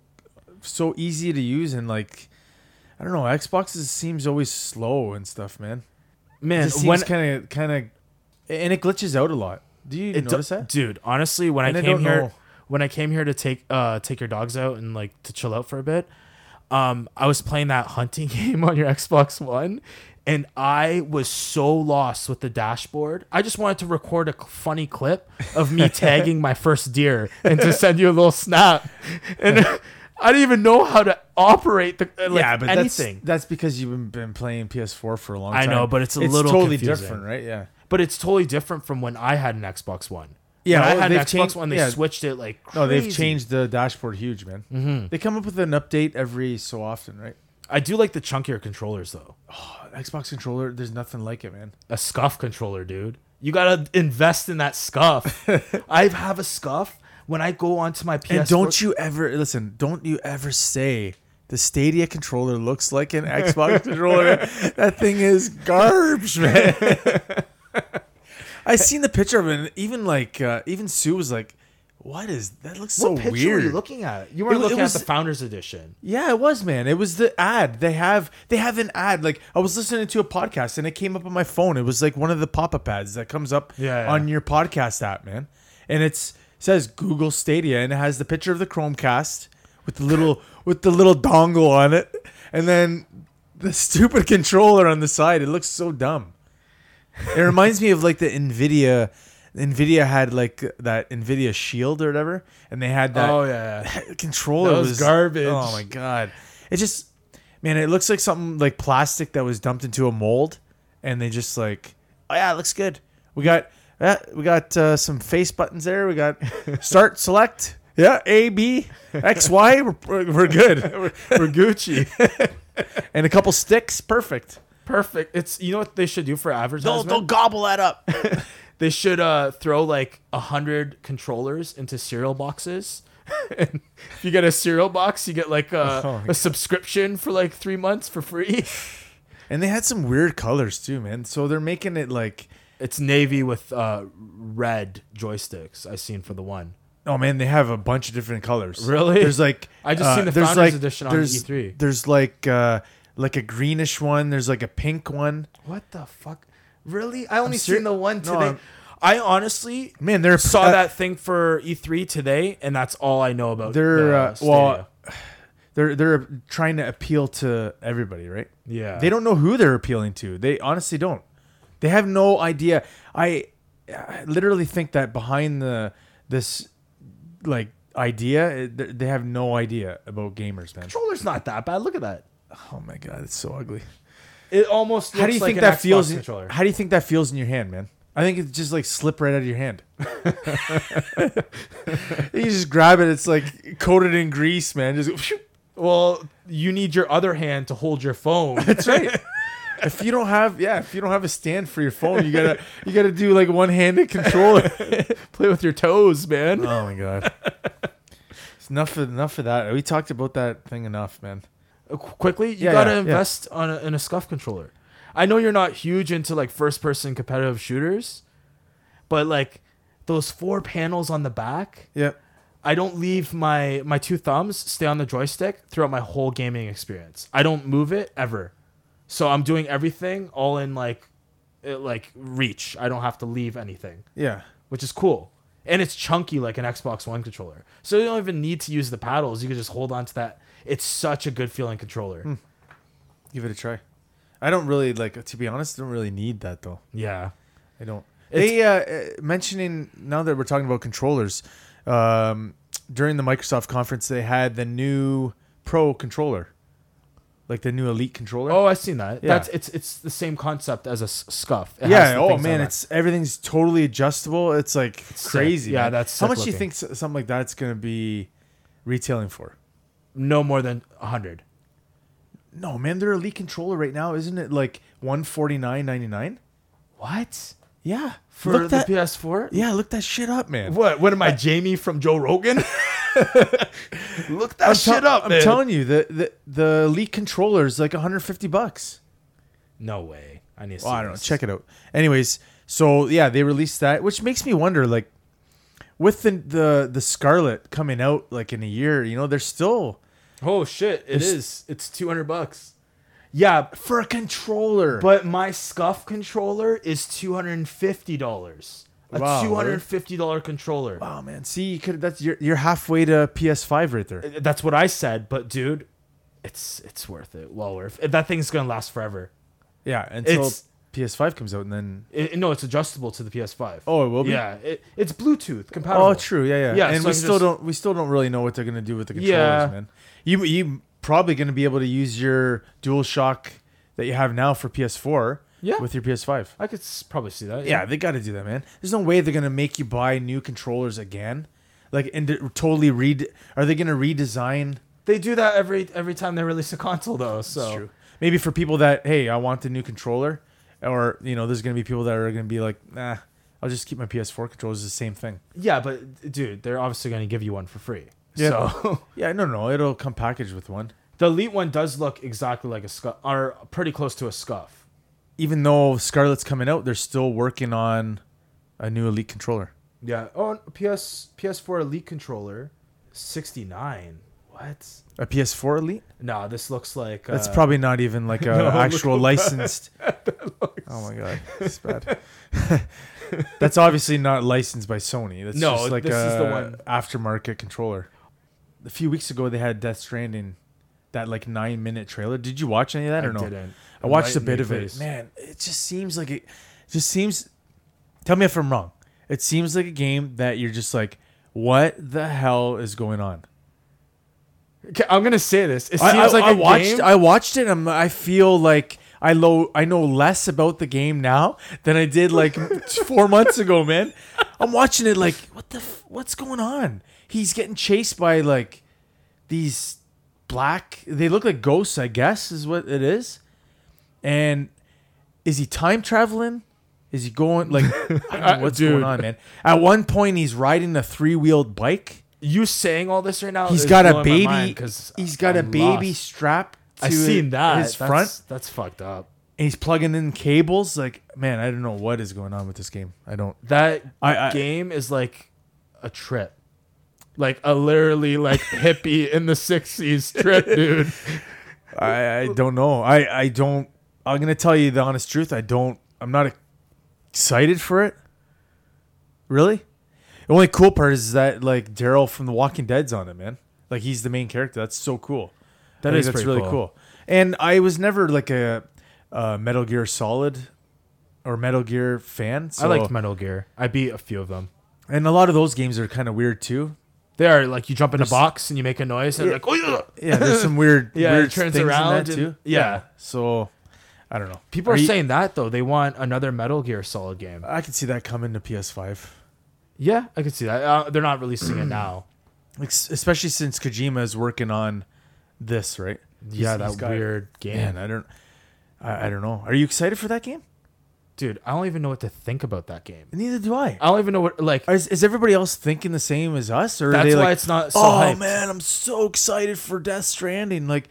Speaker 1: so easy to use, and like I don't know, Xbox is, seems always slow and stuff, man. It
Speaker 2: Man,
Speaker 1: just
Speaker 2: when
Speaker 1: seems kind of kind of, and it glitches out a lot. Do you
Speaker 2: it do-
Speaker 1: notice that?
Speaker 2: dude, honestly, when
Speaker 1: And
Speaker 2: I
Speaker 1: I
Speaker 2: came
Speaker 1: don't
Speaker 2: here,
Speaker 1: know.
Speaker 2: when I came here to take uh take your dogs out and like to chill out for a bit, um, I was playing that hunting [LAUGHS] game on your Xbox One, and I was so lost with the dashboard. I just wanted to record a cl- funny clip
Speaker 1: [LAUGHS]
Speaker 2: of me tagging my first deer and to send you a little snap, [LAUGHS] and I didn't even know how to operate the uh, like anything.
Speaker 1: That's, that's because you've been, been playing PS4 for a long
Speaker 2: I
Speaker 1: time.
Speaker 2: know, but it's a little
Speaker 1: totally
Speaker 2: confusing.
Speaker 1: different, right? Yeah.
Speaker 2: But it's totally different from when I had an Xbox One.
Speaker 1: Yeah,
Speaker 2: when
Speaker 1: well,
Speaker 2: I had an
Speaker 1: they've
Speaker 2: Xbox
Speaker 1: changed-
Speaker 2: One. They
Speaker 1: yeah.
Speaker 2: switched it like crazy.
Speaker 1: No, they've changed the dashboard huge, man.
Speaker 2: Mm-hmm.
Speaker 1: They come up with an update every so often, right?
Speaker 2: I do like the chunkier controllers though.
Speaker 1: Oh, Xbox controller, there's nothing like it, man.
Speaker 2: A scuff controller, dude. You gotta invest in
Speaker 1: [LAUGHS]
Speaker 2: that scuff. I have a scuff. When I go onto my PS,
Speaker 1: And don't you ever listen? Don't you ever say the Stadia controller looks like an Xbox controller? That thing is garbage, man. [LAUGHS] I seen the picture of it, and even like uh, even Sue was like, "What is that? Looks so
Speaker 2: what picture
Speaker 1: weird."
Speaker 2: were you looking at? You were
Speaker 1: It wa- it
Speaker 2: looking
Speaker 1: was-
Speaker 2: at the Founders Edition.
Speaker 1: Yeah, it was, man. It was the ad. They have they have an ad. Like I was listening to a podcast and it came up on my phone. It was like one of the pop-up ads that comes up
Speaker 2: Yeah, yeah.
Speaker 1: on your podcast app, man. And it's it says Google Stadia and it has the picture of the Chromecast with the
Speaker 2: [LAUGHS]
Speaker 1: little with the little dongle on it and then the stupid [LAUGHS] controller on the side. It looks so dumb. It reminds me of like the Nvidia Nvidia had like that Nvidia Shield or whatever, and they had that
Speaker 2: Oh, yeah, yeah.
Speaker 1: [LAUGHS] controller
Speaker 2: That was garbage.
Speaker 1: Oh my god! It just, man, it looks like something like plastic that was dumped into a mold, and they just like, oh yeah, it looks good. We got, uh, we got uh, some face buttons there. We
Speaker 2: [LAUGHS]
Speaker 1: got start, select, yeah, A, B, X, Y. We're, we're we're good,
Speaker 2: [LAUGHS] we're Gucci.
Speaker 1: [LAUGHS] and a couple sticks, perfect.
Speaker 2: Perfect. It's you know what they should do for
Speaker 1: They'll,
Speaker 2: advertisement.
Speaker 1: they'll gobble that up.
Speaker 2: They should uh, throw like a hundred controllers into cereal boxes. [LAUGHS] and if you get a cereal box, you get like a,
Speaker 1: Oh my
Speaker 2: a subscription for like three months for free. [LAUGHS]
Speaker 1: and they had some weird colors too, man. So they're making it like,
Speaker 2: It's navy with uh, red joysticks. I seen for the one.
Speaker 1: oh man, they have a bunch of different colors.
Speaker 2: Really?
Speaker 1: There's like uh,
Speaker 2: I just seen the
Speaker 1: there's
Speaker 2: Founders Edition on E
Speaker 1: there's,
Speaker 2: E3.
Speaker 1: There's like uh, like a greenish one. There's like a pink one.
Speaker 2: What the fuck? Really? I only
Speaker 1: ser-
Speaker 2: seen the one
Speaker 1: No,
Speaker 2: today.
Speaker 1: I'm-
Speaker 2: I honestly
Speaker 1: Man, they're
Speaker 2: saw
Speaker 1: uh,
Speaker 2: that thing for E3 today, and that's all I know about.
Speaker 1: They're
Speaker 2: the
Speaker 1: uh,
Speaker 2: Stadia.
Speaker 1: well, they're they're trying to appeal to everybody, right?
Speaker 2: yeah.
Speaker 1: They don't know who they're appealing to. They honestly don't. They have no idea. I, I literally think that behind the this like idea, it- they- they have no idea about gamers, man.
Speaker 2: controller's not that bad. Look at that.
Speaker 1: Oh my god, it's so ugly.
Speaker 2: It almost.
Speaker 1: How do
Speaker 2: looks
Speaker 1: you
Speaker 2: like
Speaker 1: think
Speaker 2: an
Speaker 1: that
Speaker 2: Xbox
Speaker 1: feels? in-
Speaker 2: Controller.
Speaker 1: how do you think that feels in your hand, man? I think it just like slip right out of your hand. [LAUGHS] you just grab it. It's like coated in grease, man. Just [LAUGHS]
Speaker 2: Well, you need your other hand to hold your phone.
Speaker 1: [LAUGHS]
Speaker 2: Uh,
Speaker 1: that's right. If you don't have yeah, if you don't have a stand for your phone, you [LAUGHS] gotta you gotta do like one handed controller. [LAUGHS]
Speaker 2: Play with your toes, man.
Speaker 1: oh my god. It's [LAUGHS] enough of enough of that. We talked about that thing enough, man.
Speaker 2: Uh, qu- quickly, you
Speaker 1: Yeah,
Speaker 2: gotta
Speaker 1: yeah, yeah.
Speaker 2: invest on a, in a scuff controller. I know you're not huge into like first person competitive shooters, but like those four panels on the back,
Speaker 1: Yep.
Speaker 2: I don't leave my my two thumbs stay on the joystick throughout my whole gaming experience. I don't move it ever. So I'm doing everything all in like uh, like reach. I don't have to leave anything.
Speaker 1: Yeah.
Speaker 2: which is cool. And it's chunky like an Xbox One controller. So you don't even need to use the paddles. You can just hold on to that. It's such a good feeling controller.
Speaker 1: Hmm. Give it a try. I don't really like to be honest, I don't really need that though.
Speaker 2: Yeah.
Speaker 1: I don't.
Speaker 2: It's-
Speaker 1: they uh, uh, mentioning now that we're talking about controllers, um, during the Microsoft conference they had the new Pro controller, like the new Elite controller.
Speaker 2: Oh, I've seen that.
Speaker 1: Yeah.
Speaker 2: That's it's it's the same concept as a s- scuff. It has
Speaker 1: yeah.
Speaker 2: the
Speaker 1: Oh
Speaker 2: things on
Speaker 1: man,
Speaker 2: that.
Speaker 1: it's everything's totally adjustable. It's like
Speaker 2: sick.
Speaker 1: crazy.
Speaker 2: Yeah,
Speaker 1: man.
Speaker 2: that's
Speaker 1: how
Speaker 2: sick
Speaker 1: much do you
Speaker 2: looking.
Speaker 1: think s- something like that's gonna be retailing for?
Speaker 2: no more than hundred.
Speaker 1: No, man, their Elite controller right now isn't it like one forty nine ninety nine?
Speaker 2: What
Speaker 1: Yeah,
Speaker 2: for
Speaker 1: look
Speaker 2: the
Speaker 1: that.
Speaker 2: PS4?
Speaker 1: yeah, look that shit up, man.
Speaker 2: Uh, [LAUGHS] What? What am I, Jamie from Joe Rogan?
Speaker 3: Look that
Speaker 1: I'm
Speaker 3: shit
Speaker 1: tell-
Speaker 3: up,
Speaker 1: I'm
Speaker 3: man.
Speaker 1: telling you, the, the the Elite controller is like 150 bucks.
Speaker 2: No way. I need to
Speaker 1: Well,
Speaker 2: see
Speaker 1: I don't know.
Speaker 2: this.
Speaker 1: Check it out. Anyways, so yeah, they released that, which makes me wonder, like, with the the, the Scarlet coming out like in a year, you know, they're still
Speaker 2: Oh shit, it is. It's 200 bucks. Yeah,
Speaker 1: for a controller.
Speaker 2: but my scuff controller is $250. A
Speaker 1: Wow,
Speaker 2: $250 controller.
Speaker 1: wow, Oh, man, see, you could that's you're, you're halfway to PS5 right there.
Speaker 2: Uh, That's what I said, but dude, it's it's worth it. Well worth. That thing's going to last forever.
Speaker 1: Yeah, until
Speaker 2: It's-
Speaker 1: PS5 comes out, and then
Speaker 2: It, no, it's adjustable to the PS5.
Speaker 1: oh, it will be.
Speaker 2: Yeah, it, it's Bluetooth compatible.
Speaker 1: Oh, true. Yeah, yeah.
Speaker 2: Yeah,
Speaker 1: and we
Speaker 2: so I can
Speaker 1: still
Speaker 2: just-
Speaker 1: don't we still don't really know what they're gonna do with the controllers,
Speaker 2: Yeah.
Speaker 1: man. You you probably gonna be able to use your DualShock that you have now for PS4.
Speaker 2: Yeah.
Speaker 1: With your PS5.
Speaker 2: I could s- probably see that.
Speaker 1: Yeah, they got to do that, man. There's no way they're gonna make you buy new controllers again. Like and de- totally read. Are they gonna redesign?
Speaker 2: They do that every every time they release a console though, so
Speaker 1: It's true. Maybe for people that hey, I want the new controller, or you know, there's gonna be people that are gonna be like, nah, I'll just keep my PS4 controllers. It's the same thing.
Speaker 2: Yeah, but dude, they're obviously going to give you one for free.
Speaker 1: Yeah.
Speaker 2: So [LAUGHS]
Speaker 1: Yeah, no, no, it'll come packaged with one.
Speaker 2: the elite one does look exactly like a scuff, or pretty close to a scuff.
Speaker 1: even though Scarlet's coming out, they're still working on a new Elite controller.
Speaker 2: Yeah. Oh, and PS PS4 Elite controller, sixty nine. What?
Speaker 1: A PS4 Elite?
Speaker 2: No, this looks like
Speaker 1: That's
Speaker 2: uh,
Speaker 1: probably not even
Speaker 2: [LAUGHS]
Speaker 1: like a
Speaker 2: No,
Speaker 1: actual
Speaker 2: look- [LAUGHS]
Speaker 1: licensed. Oh my god, that's bad. that's obviously not licensed by Sony. That's
Speaker 2: No,
Speaker 1: just like
Speaker 2: this
Speaker 1: a
Speaker 2: is the one-
Speaker 1: aftermarket controller. A few weeks ago, they had Death Stranding, that like nine minute trailer. Did you watch any of that
Speaker 2: I
Speaker 1: or no?
Speaker 2: didn't.
Speaker 1: I watched a
Speaker 2: Enlighten
Speaker 1: bit
Speaker 2: me,
Speaker 1: of
Speaker 2: please.
Speaker 1: it. Man, it just seems like it just seems tell me if I'm wrong. It seems like a game that you're just like, what the hell is going on?
Speaker 2: Okay, I'm gonna say this. It seems
Speaker 1: I, I,
Speaker 2: like
Speaker 1: I
Speaker 2: a
Speaker 1: watched
Speaker 2: game.
Speaker 1: I watched it and I'm, I feel like I lo- I know less about the game now than I did like
Speaker 2: [LAUGHS]
Speaker 1: four months ago, man. I'm watching it like what the f- what's going on? He's getting chased by like these black they look like ghosts, I guess is what it is. And is he time traveling? Is he going like I
Speaker 2: [LAUGHS]
Speaker 1: don't know what's
Speaker 2: Dude.
Speaker 1: going on, man? At one point he's riding a three-wheeled bike.
Speaker 2: you saying all this right now?
Speaker 1: He's
Speaker 2: is
Speaker 1: got a
Speaker 2: blowing my
Speaker 1: baby.
Speaker 2: mind 'cause
Speaker 1: He's got a
Speaker 2: I'm
Speaker 1: baby
Speaker 2: lost.
Speaker 1: strapped to
Speaker 2: I seen that.
Speaker 1: his
Speaker 2: That's-
Speaker 1: front,
Speaker 2: That's fucked up.
Speaker 1: and he's plugging in cables. Like, man, I don't know what is going on with this game. I don't.
Speaker 2: That
Speaker 1: I- I-
Speaker 2: game is like a trip. Like a literally [LAUGHS] like hippie in the sixties trip, [LAUGHS] dude.
Speaker 1: I, I don't know. I, I don't. I'm gonna tell you the honest truth. I don't. I'm not excited for it. Really. The only cool part is that like Daryl from The Walking Dead's on it, man. Like he's the main character. That's so cool. That
Speaker 2: is
Speaker 1: that's
Speaker 2: pretty
Speaker 1: really
Speaker 2: cool.
Speaker 1: cool. And I was never like a, uh Metal Gear Solid or Metal Gear fan. So,
Speaker 2: I liked Metal Gear. I beat a few of them.
Speaker 1: and a lot of those games are kind of weird too.
Speaker 2: They are like you jump in a box and you make a noise and
Speaker 1: Yeah.
Speaker 2: like oh yeah.
Speaker 1: Yeah, there's some weird
Speaker 2: Yeah,
Speaker 1: weird
Speaker 2: it turns
Speaker 1: things in
Speaker 2: around
Speaker 1: that
Speaker 2: and-
Speaker 1: too.
Speaker 2: yeah.
Speaker 1: So I don't know.
Speaker 2: [LAUGHS] People are,
Speaker 1: you-
Speaker 2: saying that though. They want another Metal Gear Solid game.
Speaker 1: I could see that coming to PS5.
Speaker 2: Yeah, I could see that. Uh, they're not releasing it now.
Speaker 1: Like, s- especially since Kojima is working on this, right?
Speaker 2: [CLEARS THROAT] Yeah,
Speaker 1: He's-
Speaker 2: that
Speaker 1: he's got-
Speaker 2: weird game.
Speaker 1: Man, I don't I, I don't know. Are you excited for that game?
Speaker 2: Dude, I don't even know what to think about that game.
Speaker 1: Neither do I.
Speaker 2: I don't even know what like
Speaker 1: Is, is everybody else thinking the same as us? Or are
Speaker 2: that's
Speaker 1: they
Speaker 2: why
Speaker 1: like,
Speaker 2: it's not so
Speaker 1: oh
Speaker 2: hyped.
Speaker 1: man, I'm so excited for Death Stranding. Like,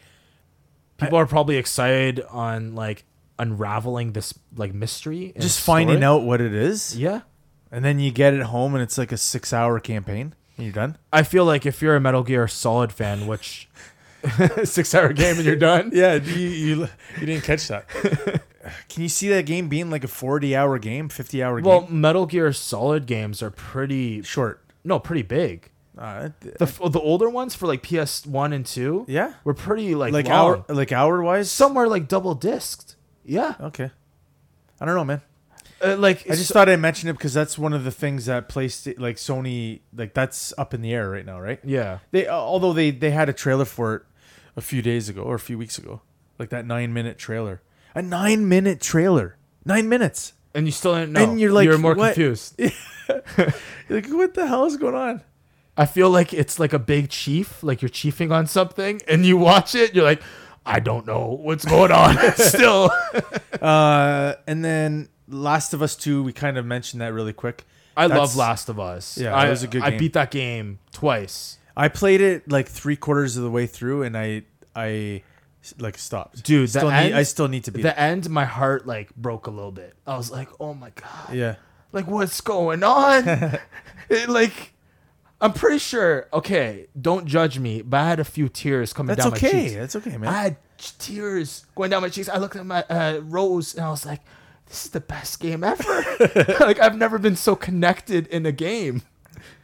Speaker 2: people are probably excited on like unraveling this like mystery and
Speaker 1: just finding
Speaker 2: story.
Speaker 1: out what it is,
Speaker 2: yeah
Speaker 1: and then you get it home, and it's like a six-hour campaign, and you're done.
Speaker 2: i feel like if you're a metal gear solid fan which [LAUGHS] six hour game and you're done
Speaker 1: [LAUGHS] Yeah, you, you you didn't catch that. [LAUGHS] Can you see that game being like a forty-hour game, fifty-hour game?
Speaker 2: well metal gear solid games are pretty
Speaker 1: short.
Speaker 2: no pretty big
Speaker 1: Uh, th-
Speaker 2: the, f- the older ones for like ps1 and 2
Speaker 1: yeah,
Speaker 2: were pretty like
Speaker 1: like
Speaker 2: like
Speaker 1: hour, like hour-wise.
Speaker 2: somewhere like double disced yeah
Speaker 1: okay, I don't know, man.
Speaker 2: Uh, like
Speaker 1: Oh. I just thought I'd mention it because that's one of the things that placed it, like Sony, like that's up in the air right now, right?
Speaker 2: yeah
Speaker 1: They uh, although they they had a trailer for it a few days ago or a few weeks ago, like that nine-minute trailer, a nine-minute trailer, nine [LAUGHS] minutes.
Speaker 2: and you still didn't know
Speaker 1: And you're like,
Speaker 2: you're more
Speaker 1: what?
Speaker 2: confused
Speaker 1: You're like, what the hell is going on?
Speaker 2: I feel like it's like a big chief, like you're chiefing on something, and you watch it, you're like, I don't know what's going on [LAUGHS] still.
Speaker 1: Uh, and then Last of Us Two, we kind of mentioned that really quick.
Speaker 2: I
Speaker 1: That's-
Speaker 2: love Last of Us.
Speaker 1: Yeah,
Speaker 2: I,
Speaker 1: it was a good
Speaker 2: I
Speaker 1: game.
Speaker 2: beat that game twice.
Speaker 1: I played it like three quarters of the way through, and I I like stopped.
Speaker 2: Dude, the
Speaker 1: still need,
Speaker 2: end-
Speaker 1: I still need to beat
Speaker 2: The end, my heart like broke a little bit. I was like, oh my god,
Speaker 1: it. Yeah,
Speaker 2: like what's
Speaker 1: [LAUGHS]
Speaker 2: going on? It, like, I'm pretty sure. Okay, don't judge me, but I had a few tears coming
Speaker 1: that's
Speaker 2: down my
Speaker 1: okay.
Speaker 2: cheeks.
Speaker 1: That's okay, man.
Speaker 2: I had tears going down my cheeks. I looked at my uh, Rose and I was like, this is the best game
Speaker 1: [LAUGHS]
Speaker 2: ever. like I've never been so connected in a game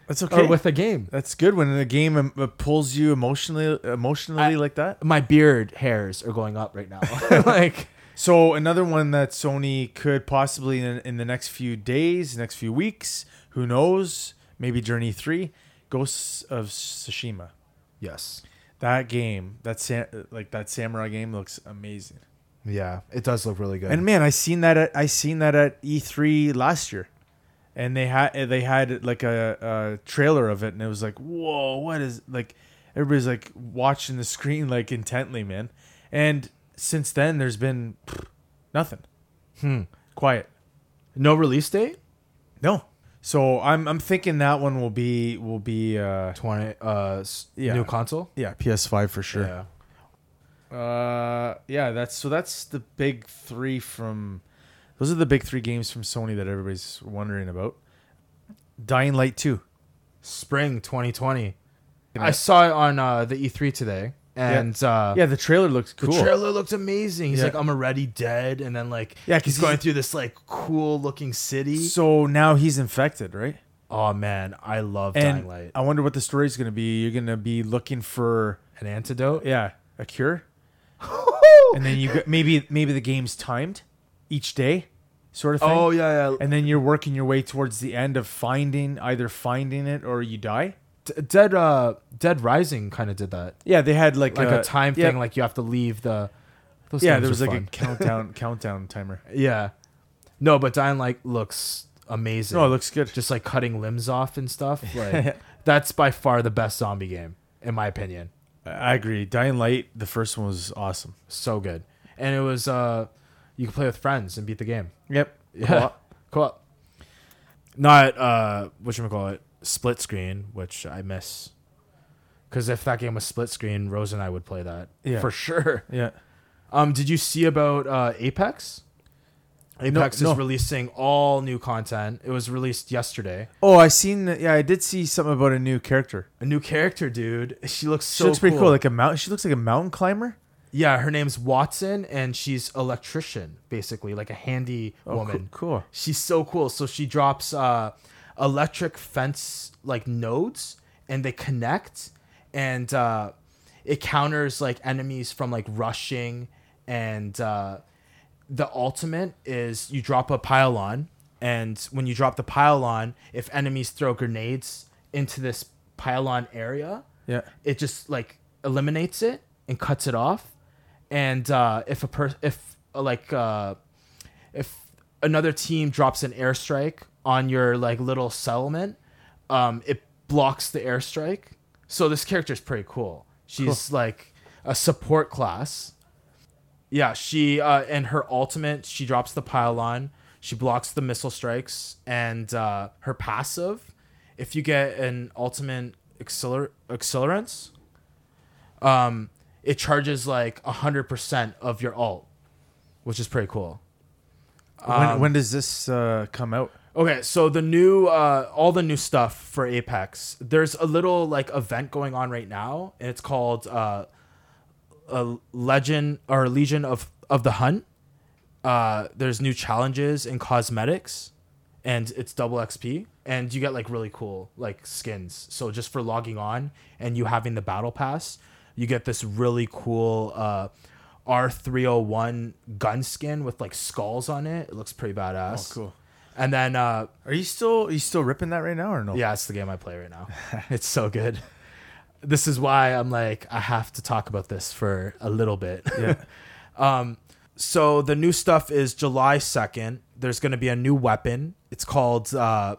Speaker 1: that's
Speaker 2: or
Speaker 1: okay.
Speaker 2: with a game.
Speaker 1: that's good when a game em- uh, pulls you emotionally emotionally
Speaker 2: I-
Speaker 1: like that.
Speaker 2: My beard hairs are going up right now. [LAUGHS] like
Speaker 1: So another one that Sony could possibly in, in the next few days, next few weeks, who knows? Maybe Journey Three, Ghosts of Tsushima.
Speaker 2: yes.
Speaker 1: That game, that sa- like that samurai game looks amazing.
Speaker 2: Yeah, it does look really good.
Speaker 1: And man, I seen that at I seen that at E3 last year, and they had they had like a, a trailer of it, and it was like, whoa, what is like? Everybody's like watching the screen like intently, man. And since then, there's been pfft, nothing. Quiet.
Speaker 2: no release date?
Speaker 1: No. So I'm I'm thinking that one will be will be uh
Speaker 2: 20 uh s-
Speaker 1: Yeah.
Speaker 2: new console?
Speaker 1: yeah PS5 for sure.
Speaker 2: Yeah.
Speaker 1: Uh, yeah, that's so that's the big three from those are the big three games from Sony that everybody's wondering about. Dying Light 2.
Speaker 2: Spring 2020.
Speaker 1: Yeah.
Speaker 2: I saw it on uh, the E3 today and uh
Speaker 1: Yeah, the trailer looks
Speaker 2: The
Speaker 1: cool.
Speaker 2: trailer looked amazing. He's
Speaker 1: Yeah.
Speaker 2: like, I'm already dead, and then like,
Speaker 1: Yeah, 'cause
Speaker 2: he's going
Speaker 1: he's-
Speaker 2: through this like cool looking city.
Speaker 1: so now he's infected, right?
Speaker 2: Oh man, I love
Speaker 1: And oh.
Speaker 2: Dying Light.
Speaker 1: I wonder what the story's going to be. You're going to be looking for [LAUGHS]
Speaker 2: An antidote.
Speaker 1: yeah, a cure. And then you go, maybe maybe the game's timed each day sort of thing.
Speaker 2: oh yeah, yeah.
Speaker 1: And then you're working your way towards the end of finding either finding it or you die.
Speaker 2: D- Dead uh, Dead Rising kind of did that,
Speaker 1: Yeah, they had like
Speaker 2: like a time
Speaker 1: Uh, yeah,
Speaker 2: thing. Like you have to leave the. Those
Speaker 1: yeah,
Speaker 2: games
Speaker 1: there
Speaker 2: are
Speaker 1: was like [LAUGHS]
Speaker 2: fun.
Speaker 1: a countdown countdown timer.
Speaker 2: yeah, no, but Dying Light looks amazing.
Speaker 1: No, it looks good.
Speaker 2: just like cutting limbs off and
Speaker 1: [LAUGHS]
Speaker 2: stuff. Like that's by far the best zombie game in my opinion.
Speaker 1: I agree. Dying Light, the first one was awesome.
Speaker 2: So good, and it was uh, you could play with friends and beat the game.
Speaker 1: Yep.
Speaker 2: Yeah. Cool. Not uh what you call it split screen, which I miss. Cuz if that game was split screen, Rose and I would play that
Speaker 1: Yeah.
Speaker 2: for sure.
Speaker 1: Yeah.
Speaker 2: Um did you see about uh Apex? Apex
Speaker 1: no.
Speaker 2: is releasing all new content. It was released yesterday.
Speaker 1: Oh, I seen. Yeah, I did see something about a new character.
Speaker 2: A new character, dude. She looks
Speaker 1: She
Speaker 2: so
Speaker 1: looks pretty
Speaker 2: cool.
Speaker 1: cool. Like a mountain. She looks like a mountain climber.
Speaker 2: yeah, her name's Watson and she's electrician basically, like a handy
Speaker 1: Oh,
Speaker 2: woman.
Speaker 1: Cool. cool.
Speaker 2: She's so cool. So she drops uh, electric fence like nodes, and they connect, and uh, it counters like enemies from like rushing. And uh, the ultimate is you drop a pylon, and when you drop the pylon, if enemies throw grenades into this pylon area,
Speaker 1: Yeah.
Speaker 2: it just like eliminates it and cuts it off and uh if a per if uh, like uh if another team drops an airstrike on your like little settlement um it blocks the airstrike so this character's pretty cool she's like a support class yeah she uh and her ultimate she drops the pylon she blocks the missile strikes and uh her passive if you get an ultimate acceler- accelerants um, it charges like 100% of your alt, which is pretty cool.
Speaker 1: when, when does this uh, come out?
Speaker 2: Okay, so the new, uh, all the new stuff for Apex, there's a little like event going on right now, and it's called uh, a Legend or Legion of, of the Hunt. Uh, there's new challenges and cosmetics, and it's double XP, and you get like really cool like skins. So just for logging on and you having the battle pass, you get this really cool uh, R301 gun skin with like skulls on it. It looks pretty badass.
Speaker 1: cool.
Speaker 2: And then, uh,
Speaker 1: Are you still are you still ripping that right now or no?
Speaker 2: yeah, it's the game I play right now. [LAUGHS] it's so good. This is why I'm like, I have to talk about this for a little bit.
Speaker 1: Yeah.
Speaker 2: [LAUGHS] um, so the new stuff is July 2nd. There's going to be a new weapon. It's called uh,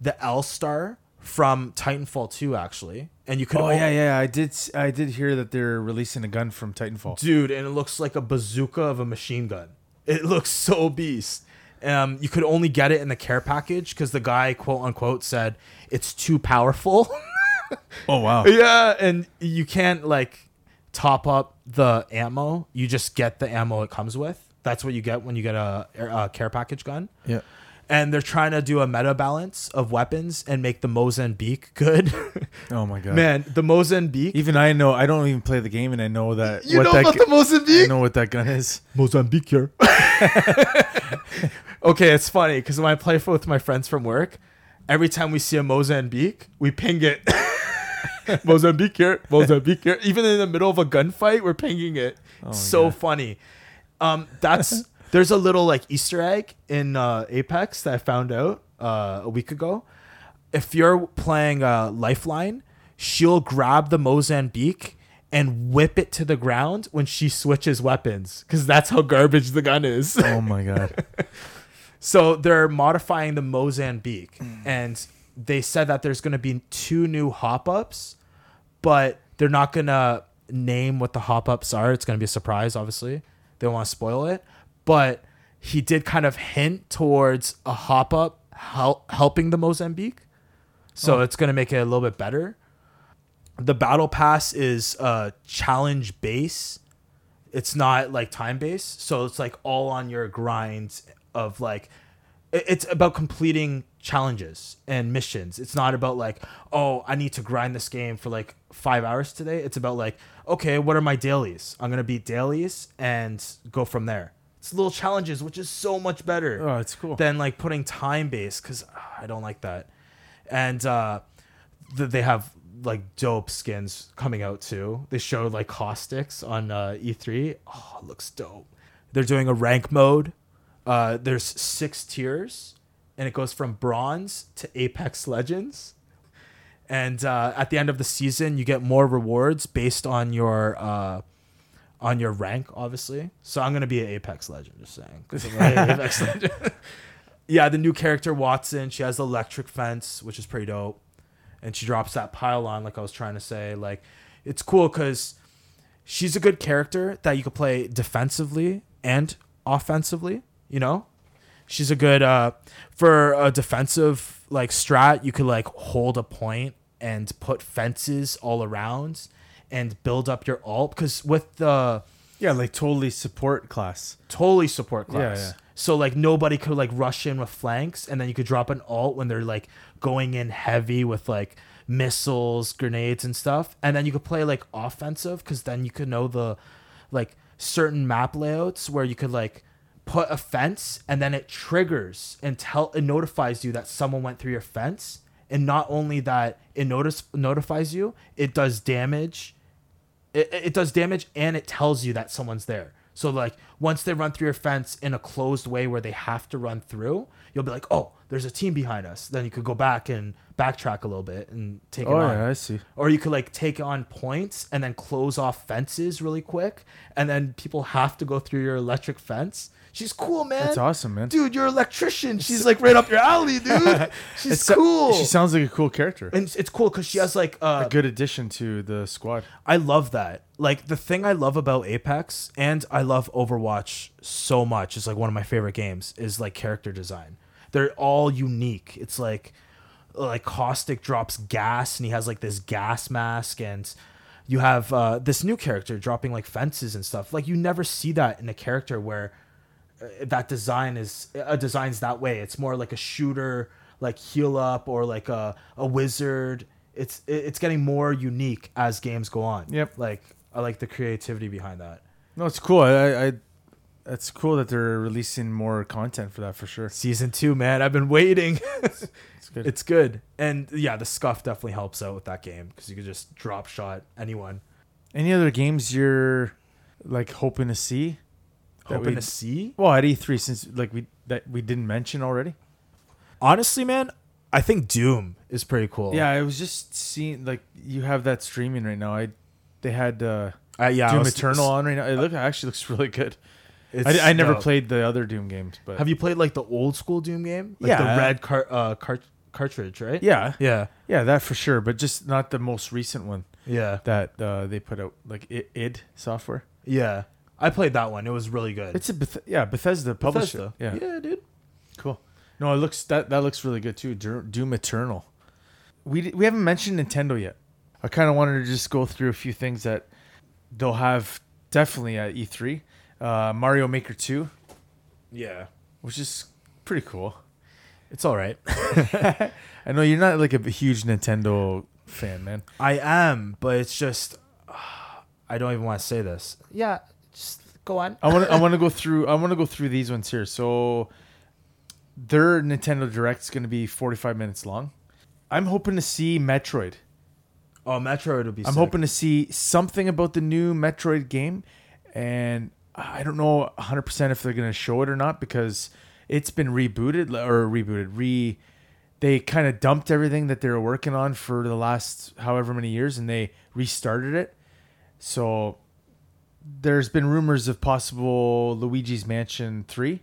Speaker 2: the L Star from Titanfall 2, actually. And you can
Speaker 1: Oh
Speaker 2: o-
Speaker 1: yeah, yeah. I did. s- I did hear that they're releasing a gun from Titanfall.
Speaker 2: dude, and it looks like a bazooka of a machine gun. It [LAUGHS] looks so beast. Um, you could only get it in the care package because the guy, quote unquote, said it's too powerful.
Speaker 1: [LAUGHS]
Speaker 2: [LAUGHS]
Speaker 1: Oh wow.
Speaker 2: yeah, and you can't like top up the ammo. You just get the ammo it comes with. That's what you get when you get a, a care package gun.
Speaker 1: Yeah.
Speaker 2: And they're trying to do a meta balance of weapons and make the Mozambique good. [LAUGHS]
Speaker 1: Oh my god.
Speaker 2: Man, the Mozambique.
Speaker 1: Even I know I don't even play the game, and I know that
Speaker 2: You
Speaker 1: what
Speaker 2: know
Speaker 1: that
Speaker 2: about
Speaker 1: gu-
Speaker 2: the Mozambique?
Speaker 1: I know what that gun is.
Speaker 2: Mozambique here. [LAUGHS] okay, it's funny because when I play with my friends from work, every time we see a Mozambique, we ping it. [LAUGHS] Mozambique here, Mozambique here. Even in the middle of a gunfight, we're pinging it. so funny. Um, that's there's a little like Easter egg in uh, Apex that I found out uh, a week ago. If you're playing uh, Lifeline, she'll grab the Mozambique and whip it to the ground when she switches weapons because that's how garbage the gun is.
Speaker 1: [LAUGHS] Oh my god.
Speaker 2: So they're modifying the Mozambique, and they said that there's going to be two new hop ups, but they're not going to name what the hop ups are. It's going to be a surprise, obviously. They don't want to spoil it, but he did kind of hint towards a hop up hel- helping the Mozambique.
Speaker 1: Oh.
Speaker 2: So it's going to make it a little bit better. The battle pass is uh, challenge base it's not like time based so it's like all on your grind of like it- it's about completing challenges and missions it's not about like oh i need to grind this game for like five hours today it's about like okay what are my dailies i'm gonna beat dailies and go from there it's little challenges which is so much better
Speaker 1: Oh, it's cool.
Speaker 2: than like putting time based because i don't like that and uh th- they have like dope skins coming out too. They showed like caustics on uh, E3. Oh, it looks dope. They're doing a rank mode. Uh, there's six tiers, and it goes from bronze to Apex Legends. And uh, at the end of the season, you get more rewards based on your uh, on your rank, obviously. So I'm gonna be an Apex Legend, just saying. 'cause I'm an Apex Legend. yeah, the new character Watson. She has the electric fence, which is pretty dope and she drops that pylon like i was trying to say like it's cool because she's a good character that you could play defensively and offensively you know she's a good uh for a defensive like strat you could like hold a point and put fences all around and build up your alt because with the
Speaker 1: Yeah, like totally support class.
Speaker 2: totally support class.
Speaker 1: Yeah, yeah.
Speaker 2: So like nobody could like rush in with flanks, and then you could drop an alt when they're like going in heavy with like missiles, grenades, and stuff. And then you could play like offensive because then you could know the like certain map layouts where you could like put a fence and then it triggers and tell it notifies you that someone went through your fence. And not only that, it notice notifies you, it does damage it, it does damage and it tells you that someone's there. So like once they run through your fence in a closed way where they have to run through, you'll be like, oh, there's a team behind us. Then you could go back and backtrack a little bit and take it
Speaker 1: Oh
Speaker 2: on
Speaker 1: yeah, I see.
Speaker 2: or you could like take on points and then close off fences really quick and then people have to go through your electric fence she's cool man
Speaker 1: That's awesome, man.
Speaker 2: dude you're an electrician she's like right up your
Speaker 1: [LAUGHS]
Speaker 2: alley dude she's
Speaker 1: So-
Speaker 2: cool
Speaker 1: She sounds like a cool character.
Speaker 2: and it's- it's cool because she has like uh,
Speaker 1: Good addition to the squad.
Speaker 2: I love that. Like the thing I love about Apex and I love Overwatch so much. It's like one of my favorite games is like character design. They're all unique. It's like like Caustic drops gas and he has like this gas mask and you have uh, this new character dropping like fences and stuff. Like you never see that in a character where uh, that design is a design's that way. It's more like a shooter, like heal up or like a, a wizard. It's it- it's getting more unique as games go on.
Speaker 1: Yep.
Speaker 2: Like I like the creativity behind that.
Speaker 1: No, it's cool. I, I, I it's cool that they're releasing more content for that for sure.
Speaker 2: Season two, man, I've been waiting. [LAUGHS]
Speaker 1: It's good.
Speaker 2: it's good, and yeah, the scuff definitely helps out with that game because you can just drop shot anyone.
Speaker 1: Any other games you're like hoping to see? That
Speaker 2: Hoping to
Speaker 1: we'd-
Speaker 2: see.
Speaker 1: Well, at E3, since like we that we didn't mention already.
Speaker 2: Honestly, man, I think Doom is pretty cool.
Speaker 1: Yeah, I was just seeing like you have that streaming right now. I they had uh,
Speaker 2: uh, yeah. I
Speaker 1: Doom
Speaker 2: was-
Speaker 1: Eternal on right now. It look it actually looks really good.
Speaker 2: it's-
Speaker 1: I, I never
Speaker 2: no.
Speaker 1: played the other Doom games, but
Speaker 2: Have you played like the old school Doom game? Like
Speaker 1: Yeah.
Speaker 2: The red car- uh, cart- cartridge, right?
Speaker 1: yeah,
Speaker 2: Yeah.
Speaker 1: yeah, that for sure. But just not the most recent one
Speaker 2: Yeah.
Speaker 1: that uh, they put out, like I- id software.
Speaker 2: Yeah. I played that one. It was really good.
Speaker 1: It's a Beth- yeah Bethesda publisher.
Speaker 2: Bethesda.
Speaker 1: Yeah,
Speaker 2: dude.
Speaker 1: cool. No, it looks that that looks really good too. Dur- Doom Eternal. we d- we haven't mentioned Nintendo yet. I kind of wanted to just go through a few things that they'll have definitely at E3. Uh, Mario Maker 2,
Speaker 2: Yeah.
Speaker 1: which is pretty cool.
Speaker 2: It's all right.
Speaker 1: [LAUGHS] I know you're not like a b- huge Nintendo fan, man.
Speaker 2: I am, but it's just [SIGHS] I don't even want to say this. Yeah, just go on.
Speaker 1: I want to I want to go through I want to go through these ones here. So their Nintendo Direct is going to be 45 minutes long. I'm hoping to see Metroid.
Speaker 2: Oh, Metroid would be.
Speaker 1: I'm
Speaker 2: sick.
Speaker 1: hoping to see something about the new Metroid game, and I don't know 100 percent if they're gonna show it or not because it's been rebooted or rebooted re. They kind of dumped everything that they were working on for the last however many years, and they restarted it. So there's been rumors of possible Luigi's Mansion three.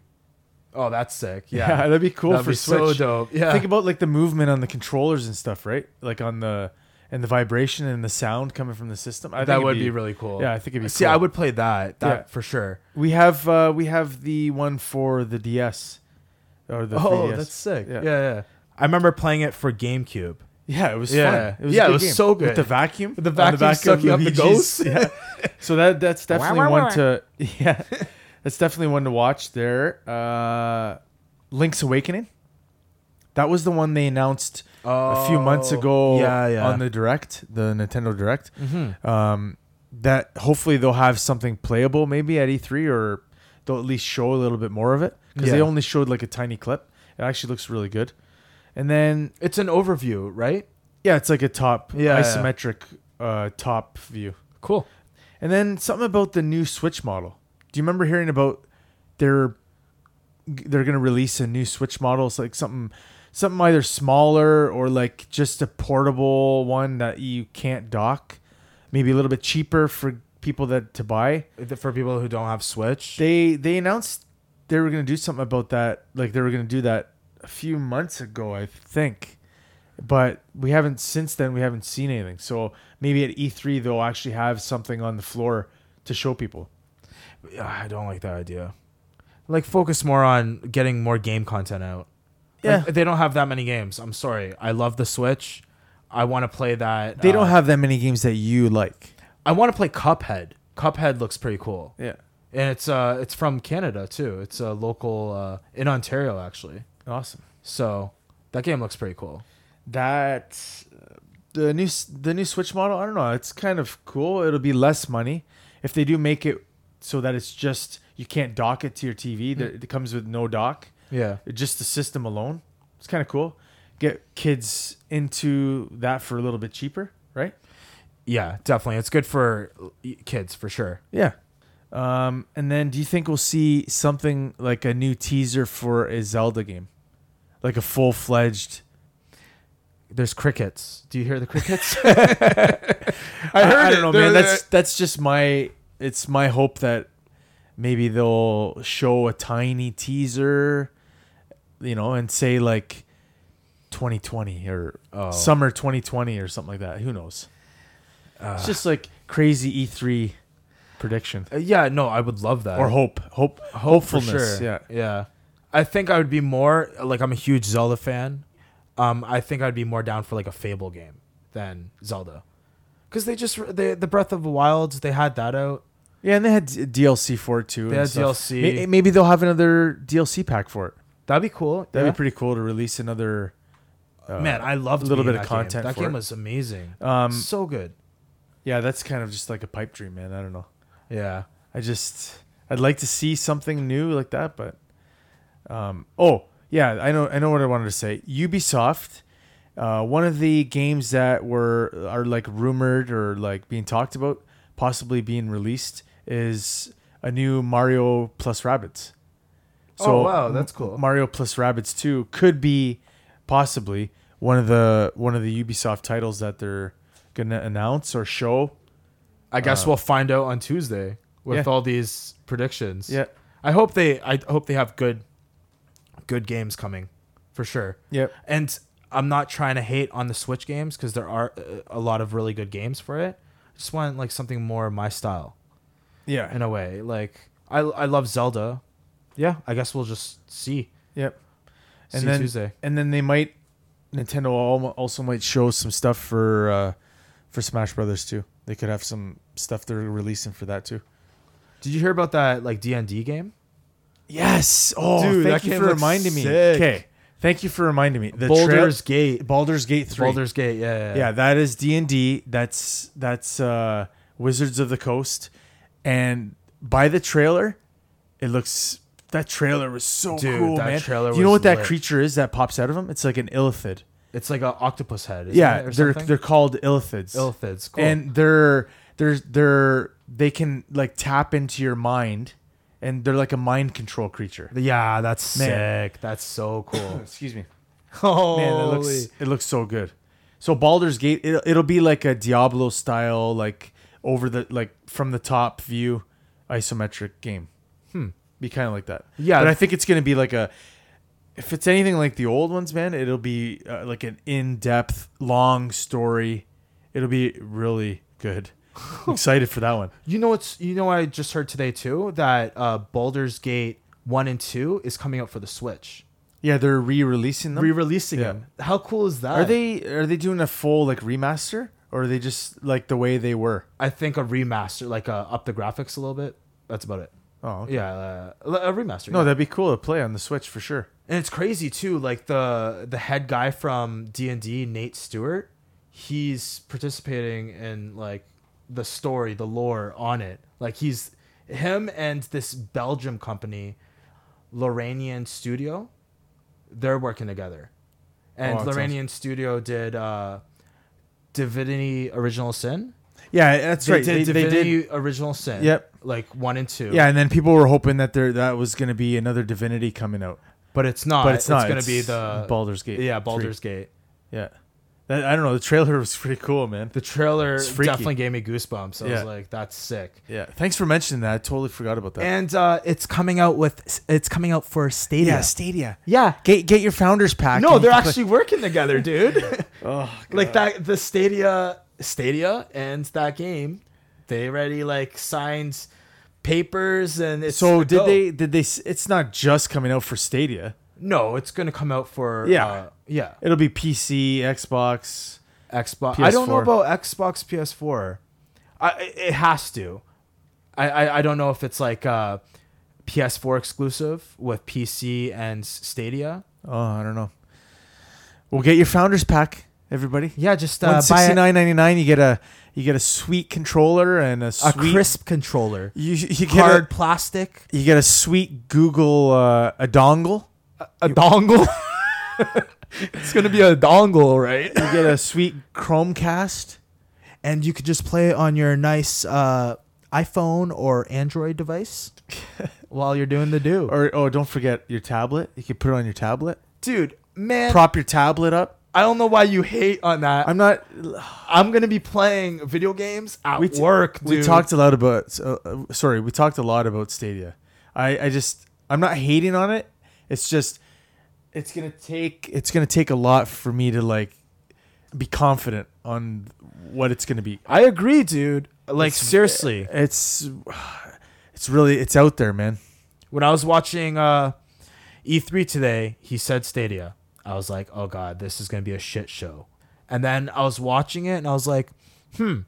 Speaker 2: Oh, that's sick.
Speaker 1: [LAUGHS]
Speaker 2: Yeah,
Speaker 1: that'd be cool
Speaker 2: That'd
Speaker 1: for
Speaker 2: be
Speaker 1: Switch.
Speaker 2: so dope. Yeah.
Speaker 1: Think about like the movement on the controllers and stuff, right? Like on the and the vibration and the sound coming from the system. I
Speaker 2: that
Speaker 1: think it'd
Speaker 2: would be, really cool.
Speaker 1: Yeah, I think it'd be.
Speaker 2: See,
Speaker 1: cool.
Speaker 2: I would play that. That
Speaker 1: Yeah.
Speaker 2: for sure.
Speaker 1: We have uh, we have the one for the DS or the
Speaker 2: oh,
Speaker 1: 3DS.
Speaker 2: that's sick.
Speaker 1: Yeah.
Speaker 2: Yeah. yeah, I remember playing it for GameCube.
Speaker 1: yeah, it was
Speaker 2: Yeah.
Speaker 1: fun. It was a
Speaker 2: Yeah, it
Speaker 1: good
Speaker 2: was
Speaker 1: game.
Speaker 2: so
Speaker 1: With
Speaker 2: good.
Speaker 1: the vacuum,
Speaker 2: Oh, The
Speaker 1: on
Speaker 2: vacuum
Speaker 1: back of
Speaker 2: sucking up the
Speaker 1: Luigi's-
Speaker 2: ghosts.
Speaker 1: [LAUGHS] Yeah. So that that's definitely
Speaker 2: wah,
Speaker 1: one
Speaker 2: wah.
Speaker 1: to [LAUGHS] yeah, that's definitely one to watch there. Uh, Link's Awakening. That was the one they announced a few months
Speaker 2: Oh,
Speaker 1: ago
Speaker 2: yeah, yeah. Mm-hmm.
Speaker 1: on the Direct, the Nintendo Direct. Um, that hopefully they'll have something playable maybe at E3 or they'll at least show a little bit more of it because they
Speaker 2: Yeah.
Speaker 1: only showed like a tiny clip. It actually looks really good. And then
Speaker 2: It's an overview, right?
Speaker 1: yeah, it's like a top
Speaker 2: Yeah, yeah.
Speaker 1: isometric Uh, top view.
Speaker 2: Cool.
Speaker 1: And then something about the new Switch model. Do you remember hearing about they're they're gonna release a new Switch model? It's like something something either smaller or like just a portable one that you can't dock. Maybe a little bit cheaper for people that to buy.
Speaker 2: For people who don't have Switch.
Speaker 1: They they announced they were gonna do something about that. Like they were gonna do that a few months ago, I think. But we haven't since then. We haven't seen anything. So maybe at E3 they'll actually have something on the floor to show people.
Speaker 2: Ugh, I don't like that idea. Like focus more on getting more game content out.
Speaker 1: Yeah.
Speaker 2: Like, they don't have that many games. I'm sorry. I love the Switch. I want to play that.
Speaker 1: They
Speaker 2: uh,
Speaker 1: don't have that many games that you like.
Speaker 2: I want to play Cuphead. Cuphead looks pretty cool,
Speaker 1: Yeah.
Speaker 2: and it's uh it's from Canada too. It's a local uh, in Ontario actually.
Speaker 1: Awesome.
Speaker 2: So that game looks pretty cool.
Speaker 1: That uh, the new s- the new Switch model, I don't know, it's kind of cool. It'll be less money if they do make it so that it's just you can't dock it to your TV. That it comes with no dock.
Speaker 2: Yeah.
Speaker 1: Just the system alone. It's kind of cool. Get kids into that for a little bit cheaper, right?
Speaker 2: Yeah, definitely. It's good for uh, kids for sure.
Speaker 1: Yeah. Um, and then do you think we'll see something like a new teaser for a Zelda game? Like a full-fledged
Speaker 2: There's crickets. Do you hear the [LAUGHS] crickets?
Speaker 1: I
Speaker 2: heard
Speaker 1: I, don't
Speaker 2: it. uh,
Speaker 1: know,
Speaker 2: They're-
Speaker 1: man. That's
Speaker 2: they're-
Speaker 1: that's just my. It's my hope that maybe they'll show a tiny teaser, you know, and say like 2020 or
Speaker 2: Oh.
Speaker 1: summer 2020 or something like that. Who knows? it's just like crazy E3 prediction
Speaker 2: Uh, yeah, no, I would love that.
Speaker 1: or hope, hope,
Speaker 2: Uh, for
Speaker 1: hopefulness.
Speaker 2: sure.
Speaker 1: Yeah.
Speaker 2: yeah. I think I would be more like I'm a huge Zelda fan. Um, I think I'd be more down for like a Fable game than Zelda, because they just they, the Breath of the Wilds they had that out.
Speaker 1: Yeah, and they had d- DLC for it too.
Speaker 2: They
Speaker 1: and
Speaker 2: had
Speaker 1: stuff.
Speaker 2: DLC.
Speaker 1: May- Maybe they'll have another DLC pack for it.
Speaker 2: That'd be cool.
Speaker 1: That'd
Speaker 2: yeah.
Speaker 1: be pretty cool to release another. uh,
Speaker 2: Man, I loved
Speaker 1: a little
Speaker 2: being
Speaker 1: bit of
Speaker 2: that game.
Speaker 1: content
Speaker 2: That
Speaker 1: for
Speaker 2: game
Speaker 1: it.
Speaker 2: was amazing.
Speaker 1: Um,
Speaker 2: so good.
Speaker 1: Yeah, that's kind of just like a pipe dream, man. I don't know.
Speaker 2: Yeah.
Speaker 1: I just I'd like to see something new like that, but um, oh yeah, I know I know what I wanted to say. Ubisoft, uh, one of the games that were are like rumored or like being talked about, possibly being released, is a new Mario plus Rabbits.
Speaker 2: Oh, wow, that's
Speaker 1: M-
Speaker 2: cool.
Speaker 1: Mario plus Rabbits two could be possibly one of the one of the Ubisoft titles that they're gonna announce or show.
Speaker 2: I guess we'll find out on Tuesday with
Speaker 1: uh, Yeah.
Speaker 2: all these predictions.
Speaker 1: Yeah.
Speaker 2: I hope they I hope they have good good games coming for sure.
Speaker 1: Yep.
Speaker 2: And I'm not trying to hate on the Switch games cuz there are uh, a lot of really good games for it. I just want like something more my style
Speaker 1: Yeah.
Speaker 2: in a way. Like I I love Zelda. Yeah, I guess we'll just see.
Speaker 1: Yep. And
Speaker 2: See
Speaker 1: then
Speaker 2: Tuesday.
Speaker 1: and then they might Nintendo al- also might show some stuff for uh, for Smash Brothers too. They could have some stuff they're releasing for that too.
Speaker 2: Did you hear about that like D and D game?
Speaker 1: Yes. Oh,
Speaker 2: Dude,
Speaker 1: thank
Speaker 2: that
Speaker 1: you
Speaker 2: game
Speaker 1: for
Speaker 2: looks
Speaker 1: reminding me.
Speaker 2: sick.
Speaker 1: Okay, thank you for reminding me. The
Speaker 2: Baldur's
Speaker 1: trail-
Speaker 2: Gate.
Speaker 1: Baldur's Gate three.
Speaker 2: Baldur's Gate. Yeah, yeah.
Speaker 1: Yeah, that is D and D. That's that's uh, Wizards of the Coast, and by the trailer, it looks. That trailer was so
Speaker 2: Dude,
Speaker 1: cool,
Speaker 2: that
Speaker 1: man.
Speaker 2: trailer
Speaker 1: Do you know
Speaker 2: was
Speaker 1: what that
Speaker 2: lit.
Speaker 1: creature is that pops out of him? It's like an illithid.
Speaker 2: It's like an octopus head. Isn't
Speaker 1: yeah,
Speaker 2: it, or
Speaker 1: they're
Speaker 2: something?
Speaker 1: they're called illithids.
Speaker 2: illithids. Cool.
Speaker 1: and they're they're they're they can like tap into your mind, and they're like a mind control creature.
Speaker 2: yeah, that's
Speaker 1: Man.
Speaker 2: sick. That's so cool.
Speaker 1: [LAUGHS] Excuse me.
Speaker 2: oh
Speaker 1: Man, it looks it looks so good. So Baldur's Gate, it'll, it'll be like a Diablo style, like over the like from the top view, isometric game. Hmm. Be kind of like that.
Speaker 2: Yeah.
Speaker 1: but I think it's gonna be like a. If it's anything like the old ones, man, it'll be uh, like an in-depth, long story. It'll be really
Speaker 2: [LAUGHS]
Speaker 1: good. I'm excited for that one.
Speaker 2: You know what's you know what I just heard today too that uh Baldur's Gate 1 and 2 is coming out for the Switch.
Speaker 1: Yeah, they're re-releasing them.
Speaker 2: Re-releasing
Speaker 1: Yeah.
Speaker 2: them. Ah. How cool is that?
Speaker 1: are they are they doing a full like remaster, or are they just like the way they were?
Speaker 2: I think a remaster like uh, up the graphics a little bit. That's about it.
Speaker 1: Oh, okay.
Speaker 2: Yeah, uh, a remaster.
Speaker 1: No,
Speaker 2: yeah.
Speaker 1: that'd be cool to play on the Switch for sure.
Speaker 2: and it's crazy too like the the head guy from d&d nate stewart he's participating in like the story the lore on it like he's him and this belgium company loranian studio they're working together and
Speaker 1: Oh, that sounds-
Speaker 2: loranian studio did uh divinity original sin
Speaker 1: Yeah, that's
Speaker 2: they
Speaker 1: right.
Speaker 2: did
Speaker 1: They, they
Speaker 2: divinity
Speaker 1: did.
Speaker 2: original sin
Speaker 1: Yep.
Speaker 2: like one and two
Speaker 1: Yeah, and then people were hoping that there that was going to be another Divinity coming out,
Speaker 2: but it's not
Speaker 1: but Uh, it's not.
Speaker 2: gonna be the
Speaker 1: Baldur's Gate.
Speaker 2: yeah
Speaker 1: three.
Speaker 2: baldur's gate
Speaker 1: Yeah, that, I don't know. The trailer [LAUGHS] was pretty cool, man.
Speaker 2: The trailer
Speaker 1: It's freaky.
Speaker 2: definitely gave me goosebumps. I
Speaker 1: Yeah.
Speaker 2: was like, "That's sick."
Speaker 1: Yeah, thanks for mentioning that. I totally forgot about that.
Speaker 2: And uh, it's coming out with it's coming out for Stadia.
Speaker 1: yeah, Stadia.
Speaker 2: Yeah.
Speaker 1: Get get your founders pack.
Speaker 2: No,
Speaker 1: and
Speaker 2: they're
Speaker 1: you can play-
Speaker 2: actually working together, [LAUGHS] dude.
Speaker 1: Oh,
Speaker 2: like that, the Stadia, Stadia, and that game, they already like signed papers and it's
Speaker 1: so did
Speaker 2: go.
Speaker 1: they? Did they? s- It's not just coming out for Stadia.
Speaker 2: No, it's gonna come out for
Speaker 1: Yeah.
Speaker 2: uh, yeah,
Speaker 1: It'll be PC, Xbox.
Speaker 2: Xbox. I don't know
Speaker 1: PS4.
Speaker 2: about Xbox PS4. I i- it has to. I I, I don't know if it's like uh PS4 exclusive with PC and Stadia.
Speaker 1: Oh, I don't know. We'll get your founders pack, everybody.
Speaker 2: Yeah, just
Speaker 1: One
Speaker 2: uh,
Speaker 1: sixty
Speaker 2: buy a,
Speaker 1: nine ninety nine. You get a you get a sweet controller and a
Speaker 2: a
Speaker 1: sweet
Speaker 2: crisp controller,
Speaker 1: You you get
Speaker 2: hard plastic,
Speaker 1: a you get a sweet Google uh, a dongle.
Speaker 2: a dongle. [LAUGHS] it's gonna be a dongle, right?
Speaker 1: You get a sweet Chromecast.
Speaker 2: And you could just play it on your nice uh, iPhone or Android [LAUGHS] device while you're doing the do.
Speaker 1: Or oh, don't forget your tablet. You can put it on your tablet.
Speaker 2: Dude, man,
Speaker 1: Prop your tablet up.
Speaker 2: I don't know why you hate on that.
Speaker 1: I'm not.
Speaker 2: I'm gonna be playing video games at
Speaker 1: We t-
Speaker 2: work, dude.
Speaker 1: We talked a lot about. so, uh, sorry, we talked a lot about Stadia. I I just I'm not hating on it. It's just it's gonna take it's gonna take a lot for me to like be confident on what it's gonna be.
Speaker 2: I agree, dude. Like
Speaker 1: It's-
Speaker 2: seriously,
Speaker 1: It's it's really it's out there, man.
Speaker 2: when I was watching uh, E3 today, he said Stadia. I was like, oh god, this is gonna be a shit show. And then I was watching it, and I was like, hmm,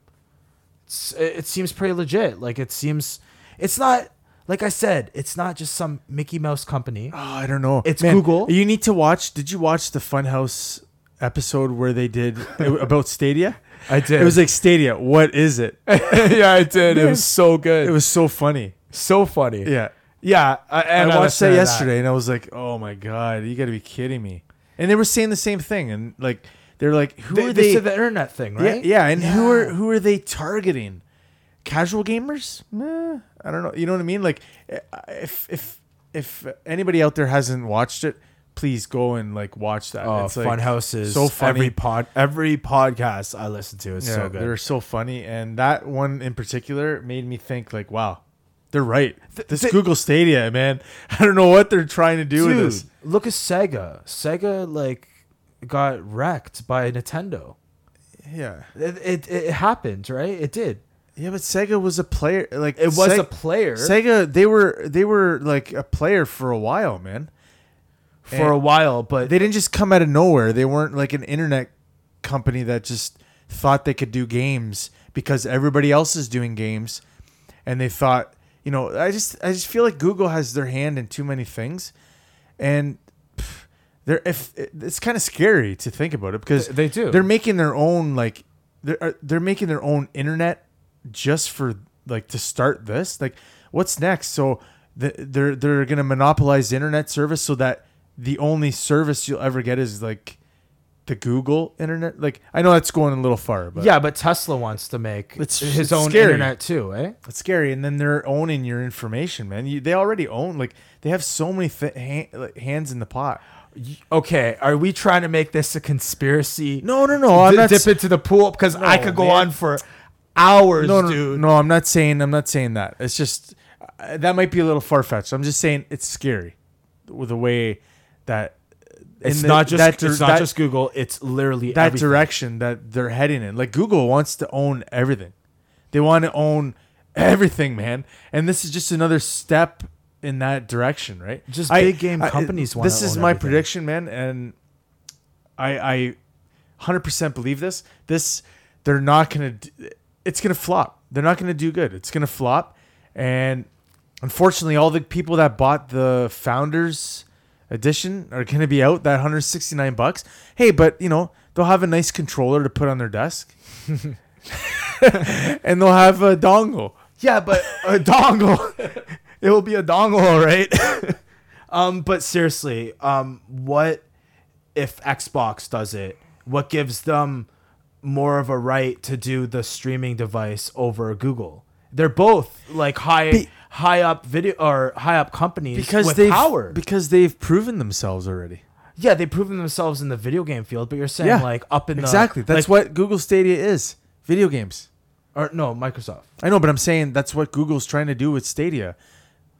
Speaker 2: it's, it, it seems pretty legit. Like it seems, it's not like I said, it's not just some Mickey Mouse company.
Speaker 1: Oh, I don't know.
Speaker 2: It's Google.
Speaker 1: You need to watch. Did you watch the Funhouse episode where they did about Stadia?
Speaker 2: I did.
Speaker 1: It was like Stadia. What is it?
Speaker 2: [LAUGHS] yeah, I did. [LAUGHS]
Speaker 1: It was
Speaker 2: so good.
Speaker 1: It was so funny.
Speaker 2: so funny.
Speaker 1: Yeah,
Speaker 2: yeah. I, and
Speaker 1: I watched that
Speaker 2: listened to
Speaker 1: yesterday and I was like, oh my god, you got to be kidding me. And they were saying the same thing, and like they're like, who
Speaker 2: They,
Speaker 1: are
Speaker 2: they
Speaker 1: they?
Speaker 2: said the internet thing, right?
Speaker 1: Yeah, yeah, and who
Speaker 2: Yeah.
Speaker 1: are who are they targeting? Casual gamers? Nah, I don't know. You know what I mean? Like, eh, if if if anybody out there hasn't watched it, please go and like watch that.
Speaker 2: Oh,
Speaker 1: it's like,
Speaker 2: Funhouse is
Speaker 1: so funny.
Speaker 2: Every pod, every podcast I listen to is
Speaker 1: yeah,
Speaker 2: so
Speaker 1: They're
Speaker 2: good.
Speaker 1: so funny, and that one in particular made me think like, wow, they're right. This
Speaker 2: th-
Speaker 1: Google Stadia, man. [LAUGHS] I don't know what they're trying to do with
Speaker 2: Dude,
Speaker 1: this.
Speaker 2: look at Sega. Sega like got wrecked by Nintendo.
Speaker 1: Yeah,
Speaker 2: It, it, it happened, right? It did.
Speaker 1: yeah, but Sega was a player. Like
Speaker 2: It was
Speaker 1: Seg-
Speaker 2: a player
Speaker 1: Sega, they were they were like a player for a while, man.
Speaker 2: for a while, but
Speaker 1: They didn't just come out of nowhere. They weren't like an internet company that just thought they could do games because everybody else is doing games and they thought, you know, I just I just feel like Google has their hand in too many things and pff, they're if it's kind of scary to think about it because
Speaker 2: They- they do.
Speaker 1: They're making their own like they're uh, they're making their own internet just for like to start this like what's next so the, they're they're gonna monopolize the internet service so that the only service you'll ever get is like the google internet like i know that's going a little far but
Speaker 2: yeah, but Tesla wants to make
Speaker 1: It's-
Speaker 2: his
Speaker 1: it's
Speaker 2: own
Speaker 1: scary.
Speaker 2: internet too, eh?
Speaker 1: it's scary and then they're owning your information man you, they already own like they have so many th- hand, like, hands in the pot
Speaker 2: Okay, are we trying to make this a conspiracy?
Speaker 1: no no no i'm
Speaker 2: Di-
Speaker 1: not
Speaker 2: dip into the pool because I
Speaker 1: No,
Speaker 2: could go
Speaker 1: man.
Speaker 2: on for hours,
Speaker 1: no, no,
Speaker 2: dude.
Speaker 1: no i'm not saying i'm not saying that it's just uh, that might be a little far-fetched i'm just saying it's scary with the way that
Speaker 2: It's
Speaker 1: in the-
Speaker 2: not just
Speaker 1: that-
Speaker 2: it's not
Speaker 1: that-
Speaker 2: just Google. It's literally
Speaker 1: that
Speaker 2: everything.
Speaker 1: direction that they're heading in. Like Google wants to own everything. They want to own everything, man. And this is just another step in that direction, right?
Speaker 2: Just big game companies wanna
Speaker 1: uh, This is
Speaker 2: own
Speaker 1: my
Speaker 2: everything.
Speaker 1: prediction, man, and I I 100% believe this. This they're not going to it's going to flop. They're not going to do good. It's going to flop and unfortunately all the people that bought the founders edition are going to be out that 169 bucks hey but you know they'll have a nice controller to put on their
Speaker 2: [LAUGHS]
Speaker 1: desk [LAUGHS] and they'll have a dongle
Speaker 2: Yeah, but a
Speaker 1: [LAUGHS]
Speaker 2: dongle. it will be a dongle, all right. um, but seriously, um, what if Xbox does it? What gives them more of a right to do the streaming device over Google? They're both like high,
Speaker 1: Be-
Speaker 2: high up video or high up companies
Speaker 1: because
Speaker 2: with
Speaker 1: they've
Speaker 2: power.
Speaker 1: because they've proven themselves already
Speaker 2: yeah, they've proven themselves in the video game field, but you're saying
Speaker 1: Yeah,
Speaker 2: like up in
Speaker 1: exactly
Speaker 2: the,
Speaker 1: that's
Speaker 2: like,
Speaker 1: what google stadia is video games
Speaker 2: or no Microsoft.
Speaker 1: i know but i'm saying that's what google's trying to do with stadia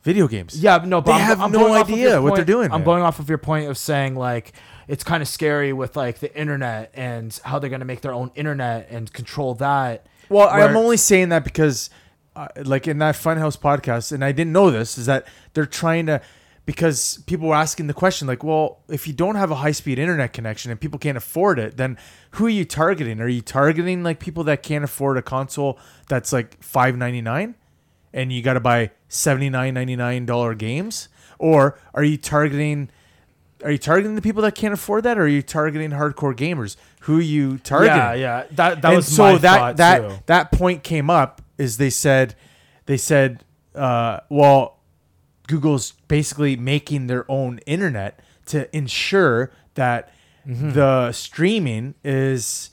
Speaker 1: video games
Speaker 2: Yeah, but no, but
Speaker 1: They
Speaker 2: I'm,
Speaker 1: have
Speaker 2: I'm
Speaker 1: no
Speaker 2: going off of
Speaker 1: idea
Speaker 2: your
Speaker 1: what they're
Speaker 2: point-
Speaker 1: doing,
Speaker 2: I'm
Speaker 1: man.
Speaker 2: going off of your point of saying like it's kind of scary with like the internet and how they're gonna make their own internet and control that.
Speaker 1: Well,
Speaker 2: where-
Speaker 1: I'm only saying that because, uh, like in that Funhouse podcast, and I didn't know this, is that they're trying to, because people were asking the question, like, well, if you don't have a high speed internet connection and people can't afford it, then who are you targeting? Are you targeting like people that can't afford a console that's like five ninety nine, and you got to buy seventy nine ninety nine dollar games, or are you targeting? Are you targeting the people that can't afford that, or are you targeting hardcore gamers? Who are you targeting?
Speaker 2: yeah, yeah, that that
Speaker 1: and
Speaker 2: was
Speaker 1: so
Speaker 2: my
Speaker 1: that
Speaker 2: thought
Speaker 1: that
Speaker 2: too.
Speaker 1: that point came up is they said they said uh, well Google's basically making their own internet to ensure that
Speaker 2: Mm-hmm.
Speaker 1: the streaming is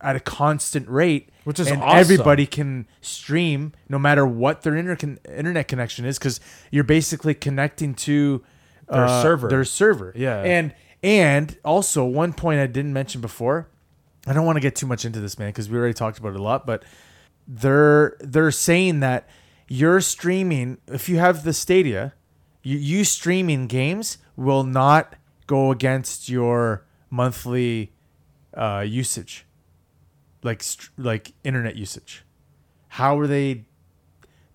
Speaker 1: at a constant rate
Speaker 2: Which is
Speaker 1: and
Speaker 2: awesome.
Speaker 1: everybody can stream no matter what their inter- internet connection is cuz you're basically connecting to uh,
Speaker 2: Their server.
Speaker 1: their server
Speaker 2: Yeah.
Speaker 1: and and also one point I didn't mention before. I don't want to get too much into this, man, because we already talked about it a lot. But they're they're saying that your streaming, if you have the Stadia, you, you streaming games will not go against your monthly uh, usage, like str- like internet usage. How are they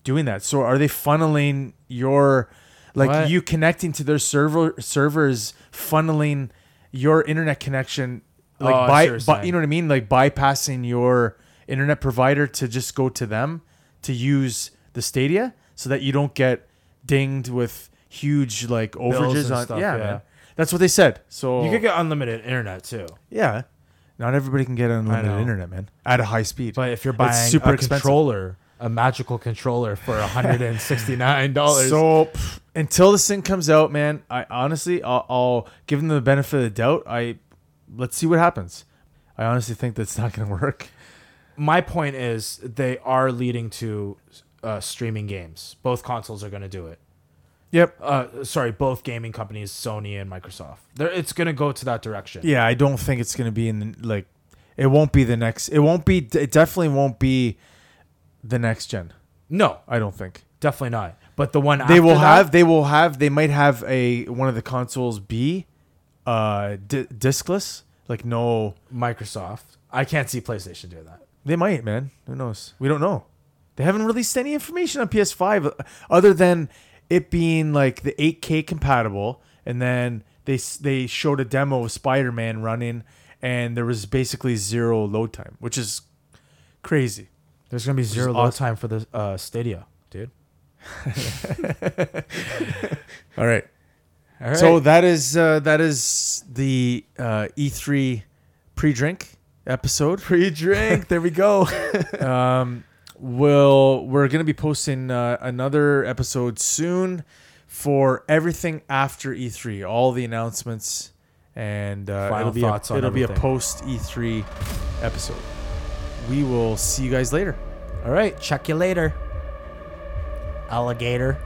Speaker 1: doing that? So are they funneling your like
Speaker 2: What?
Speaker 1: you connecting to their server servers funneling your internet connection like
Speaker 2: Oh, I see what
Speaker 1: by,
Speaker 2: you're
Speaker 1: by
Speaker 2: saying.
Speaker 1: you know what I mean like bypassing your internet provider to just go to them to use the Stadia so that you don't get dinged with huge like overages
Speaker 2: and
Speaker 1: on
Speaker 2: stuff,
Speaker 1: yeah,
Speaker 2: yeah.
Speaker 1: man. That's what they said. So
Speaker 2: you could get unlimited internet too,
Speaker 1: yeah. Not everybody can get unlimited
Speaker 2: know.
Speaker 1: internet, man. At a high speed.
Speaker 2: but if you're
Speaker 1: It's
Speaker 2: buying
Speaker 1: super
Speaker 2: a
Speaker 1: expensive.
Speaker 2: controller, a magical controller for [LAUGHS] 169 dollars,
Speaker 1: So pff, until this thing comes out, man, I honestly, I'll, I'll give them the benefit of the doubt. I let's see what happens. I honestly think that's not going to [LAUGHS] work.
Speaker 2: my point is they are leading to uh, streaming games. Both consoles are going to do it.
Speaker 1: Yep.
Speaker 2: Uh, sorry, both gaming companies, Sony and Microsoft. They're, it's going to go to that direction.
Speaker 1: Yeah, I don't think it's going to be in the, like it won't be the next. It won't be. It definitely won't be the next gen.
Speaker 2: No,
Speaker 1: I don't think
Speaker 2: definitely not. But the one
Speaker 1: they
Speaker 2: after
Speaker 1: will
Speaker 2: that-
Speaker 1: have. They will have. They might have a one of the consoles be uh di- discless. Like no,
Speaker 2: Microsoft. I can't see PlayStation doing that.
Speaker 1: They might, man. Who knows? We don't know. They haven't released any information on PS5 uh, other than it being like the 8K compatible and then they s- they showed a demo of Spider Man running, and there was basically zero load time, which is crazy.
Speaker 2: There's gonna be
Speaker 1: is
Speaker 2: zero load
Speaker 1: awesome.
Speaker 2: time for the uh, Stadia, dude.
Speaker 1: All right.
Speaker 2: All right.
Speaker 1: So that is uh, that is the uh, E3 pre-drink episode. Pre-drink. there we go. um, we'll we're gonna be posting uh, another episode soon for everything after E3, all the announcements, and uh,
Speaker 2: Final
Speaker 1: it'll be
Speaker 2: thoughts
Speaker 1: a,
Speaker 2: on
Speaker 1: it'll be a
Speaker 2: everything.
Speaker 1: post E3 episode. We will see you guys later.
Speaker 2: all right, check you later, alligator.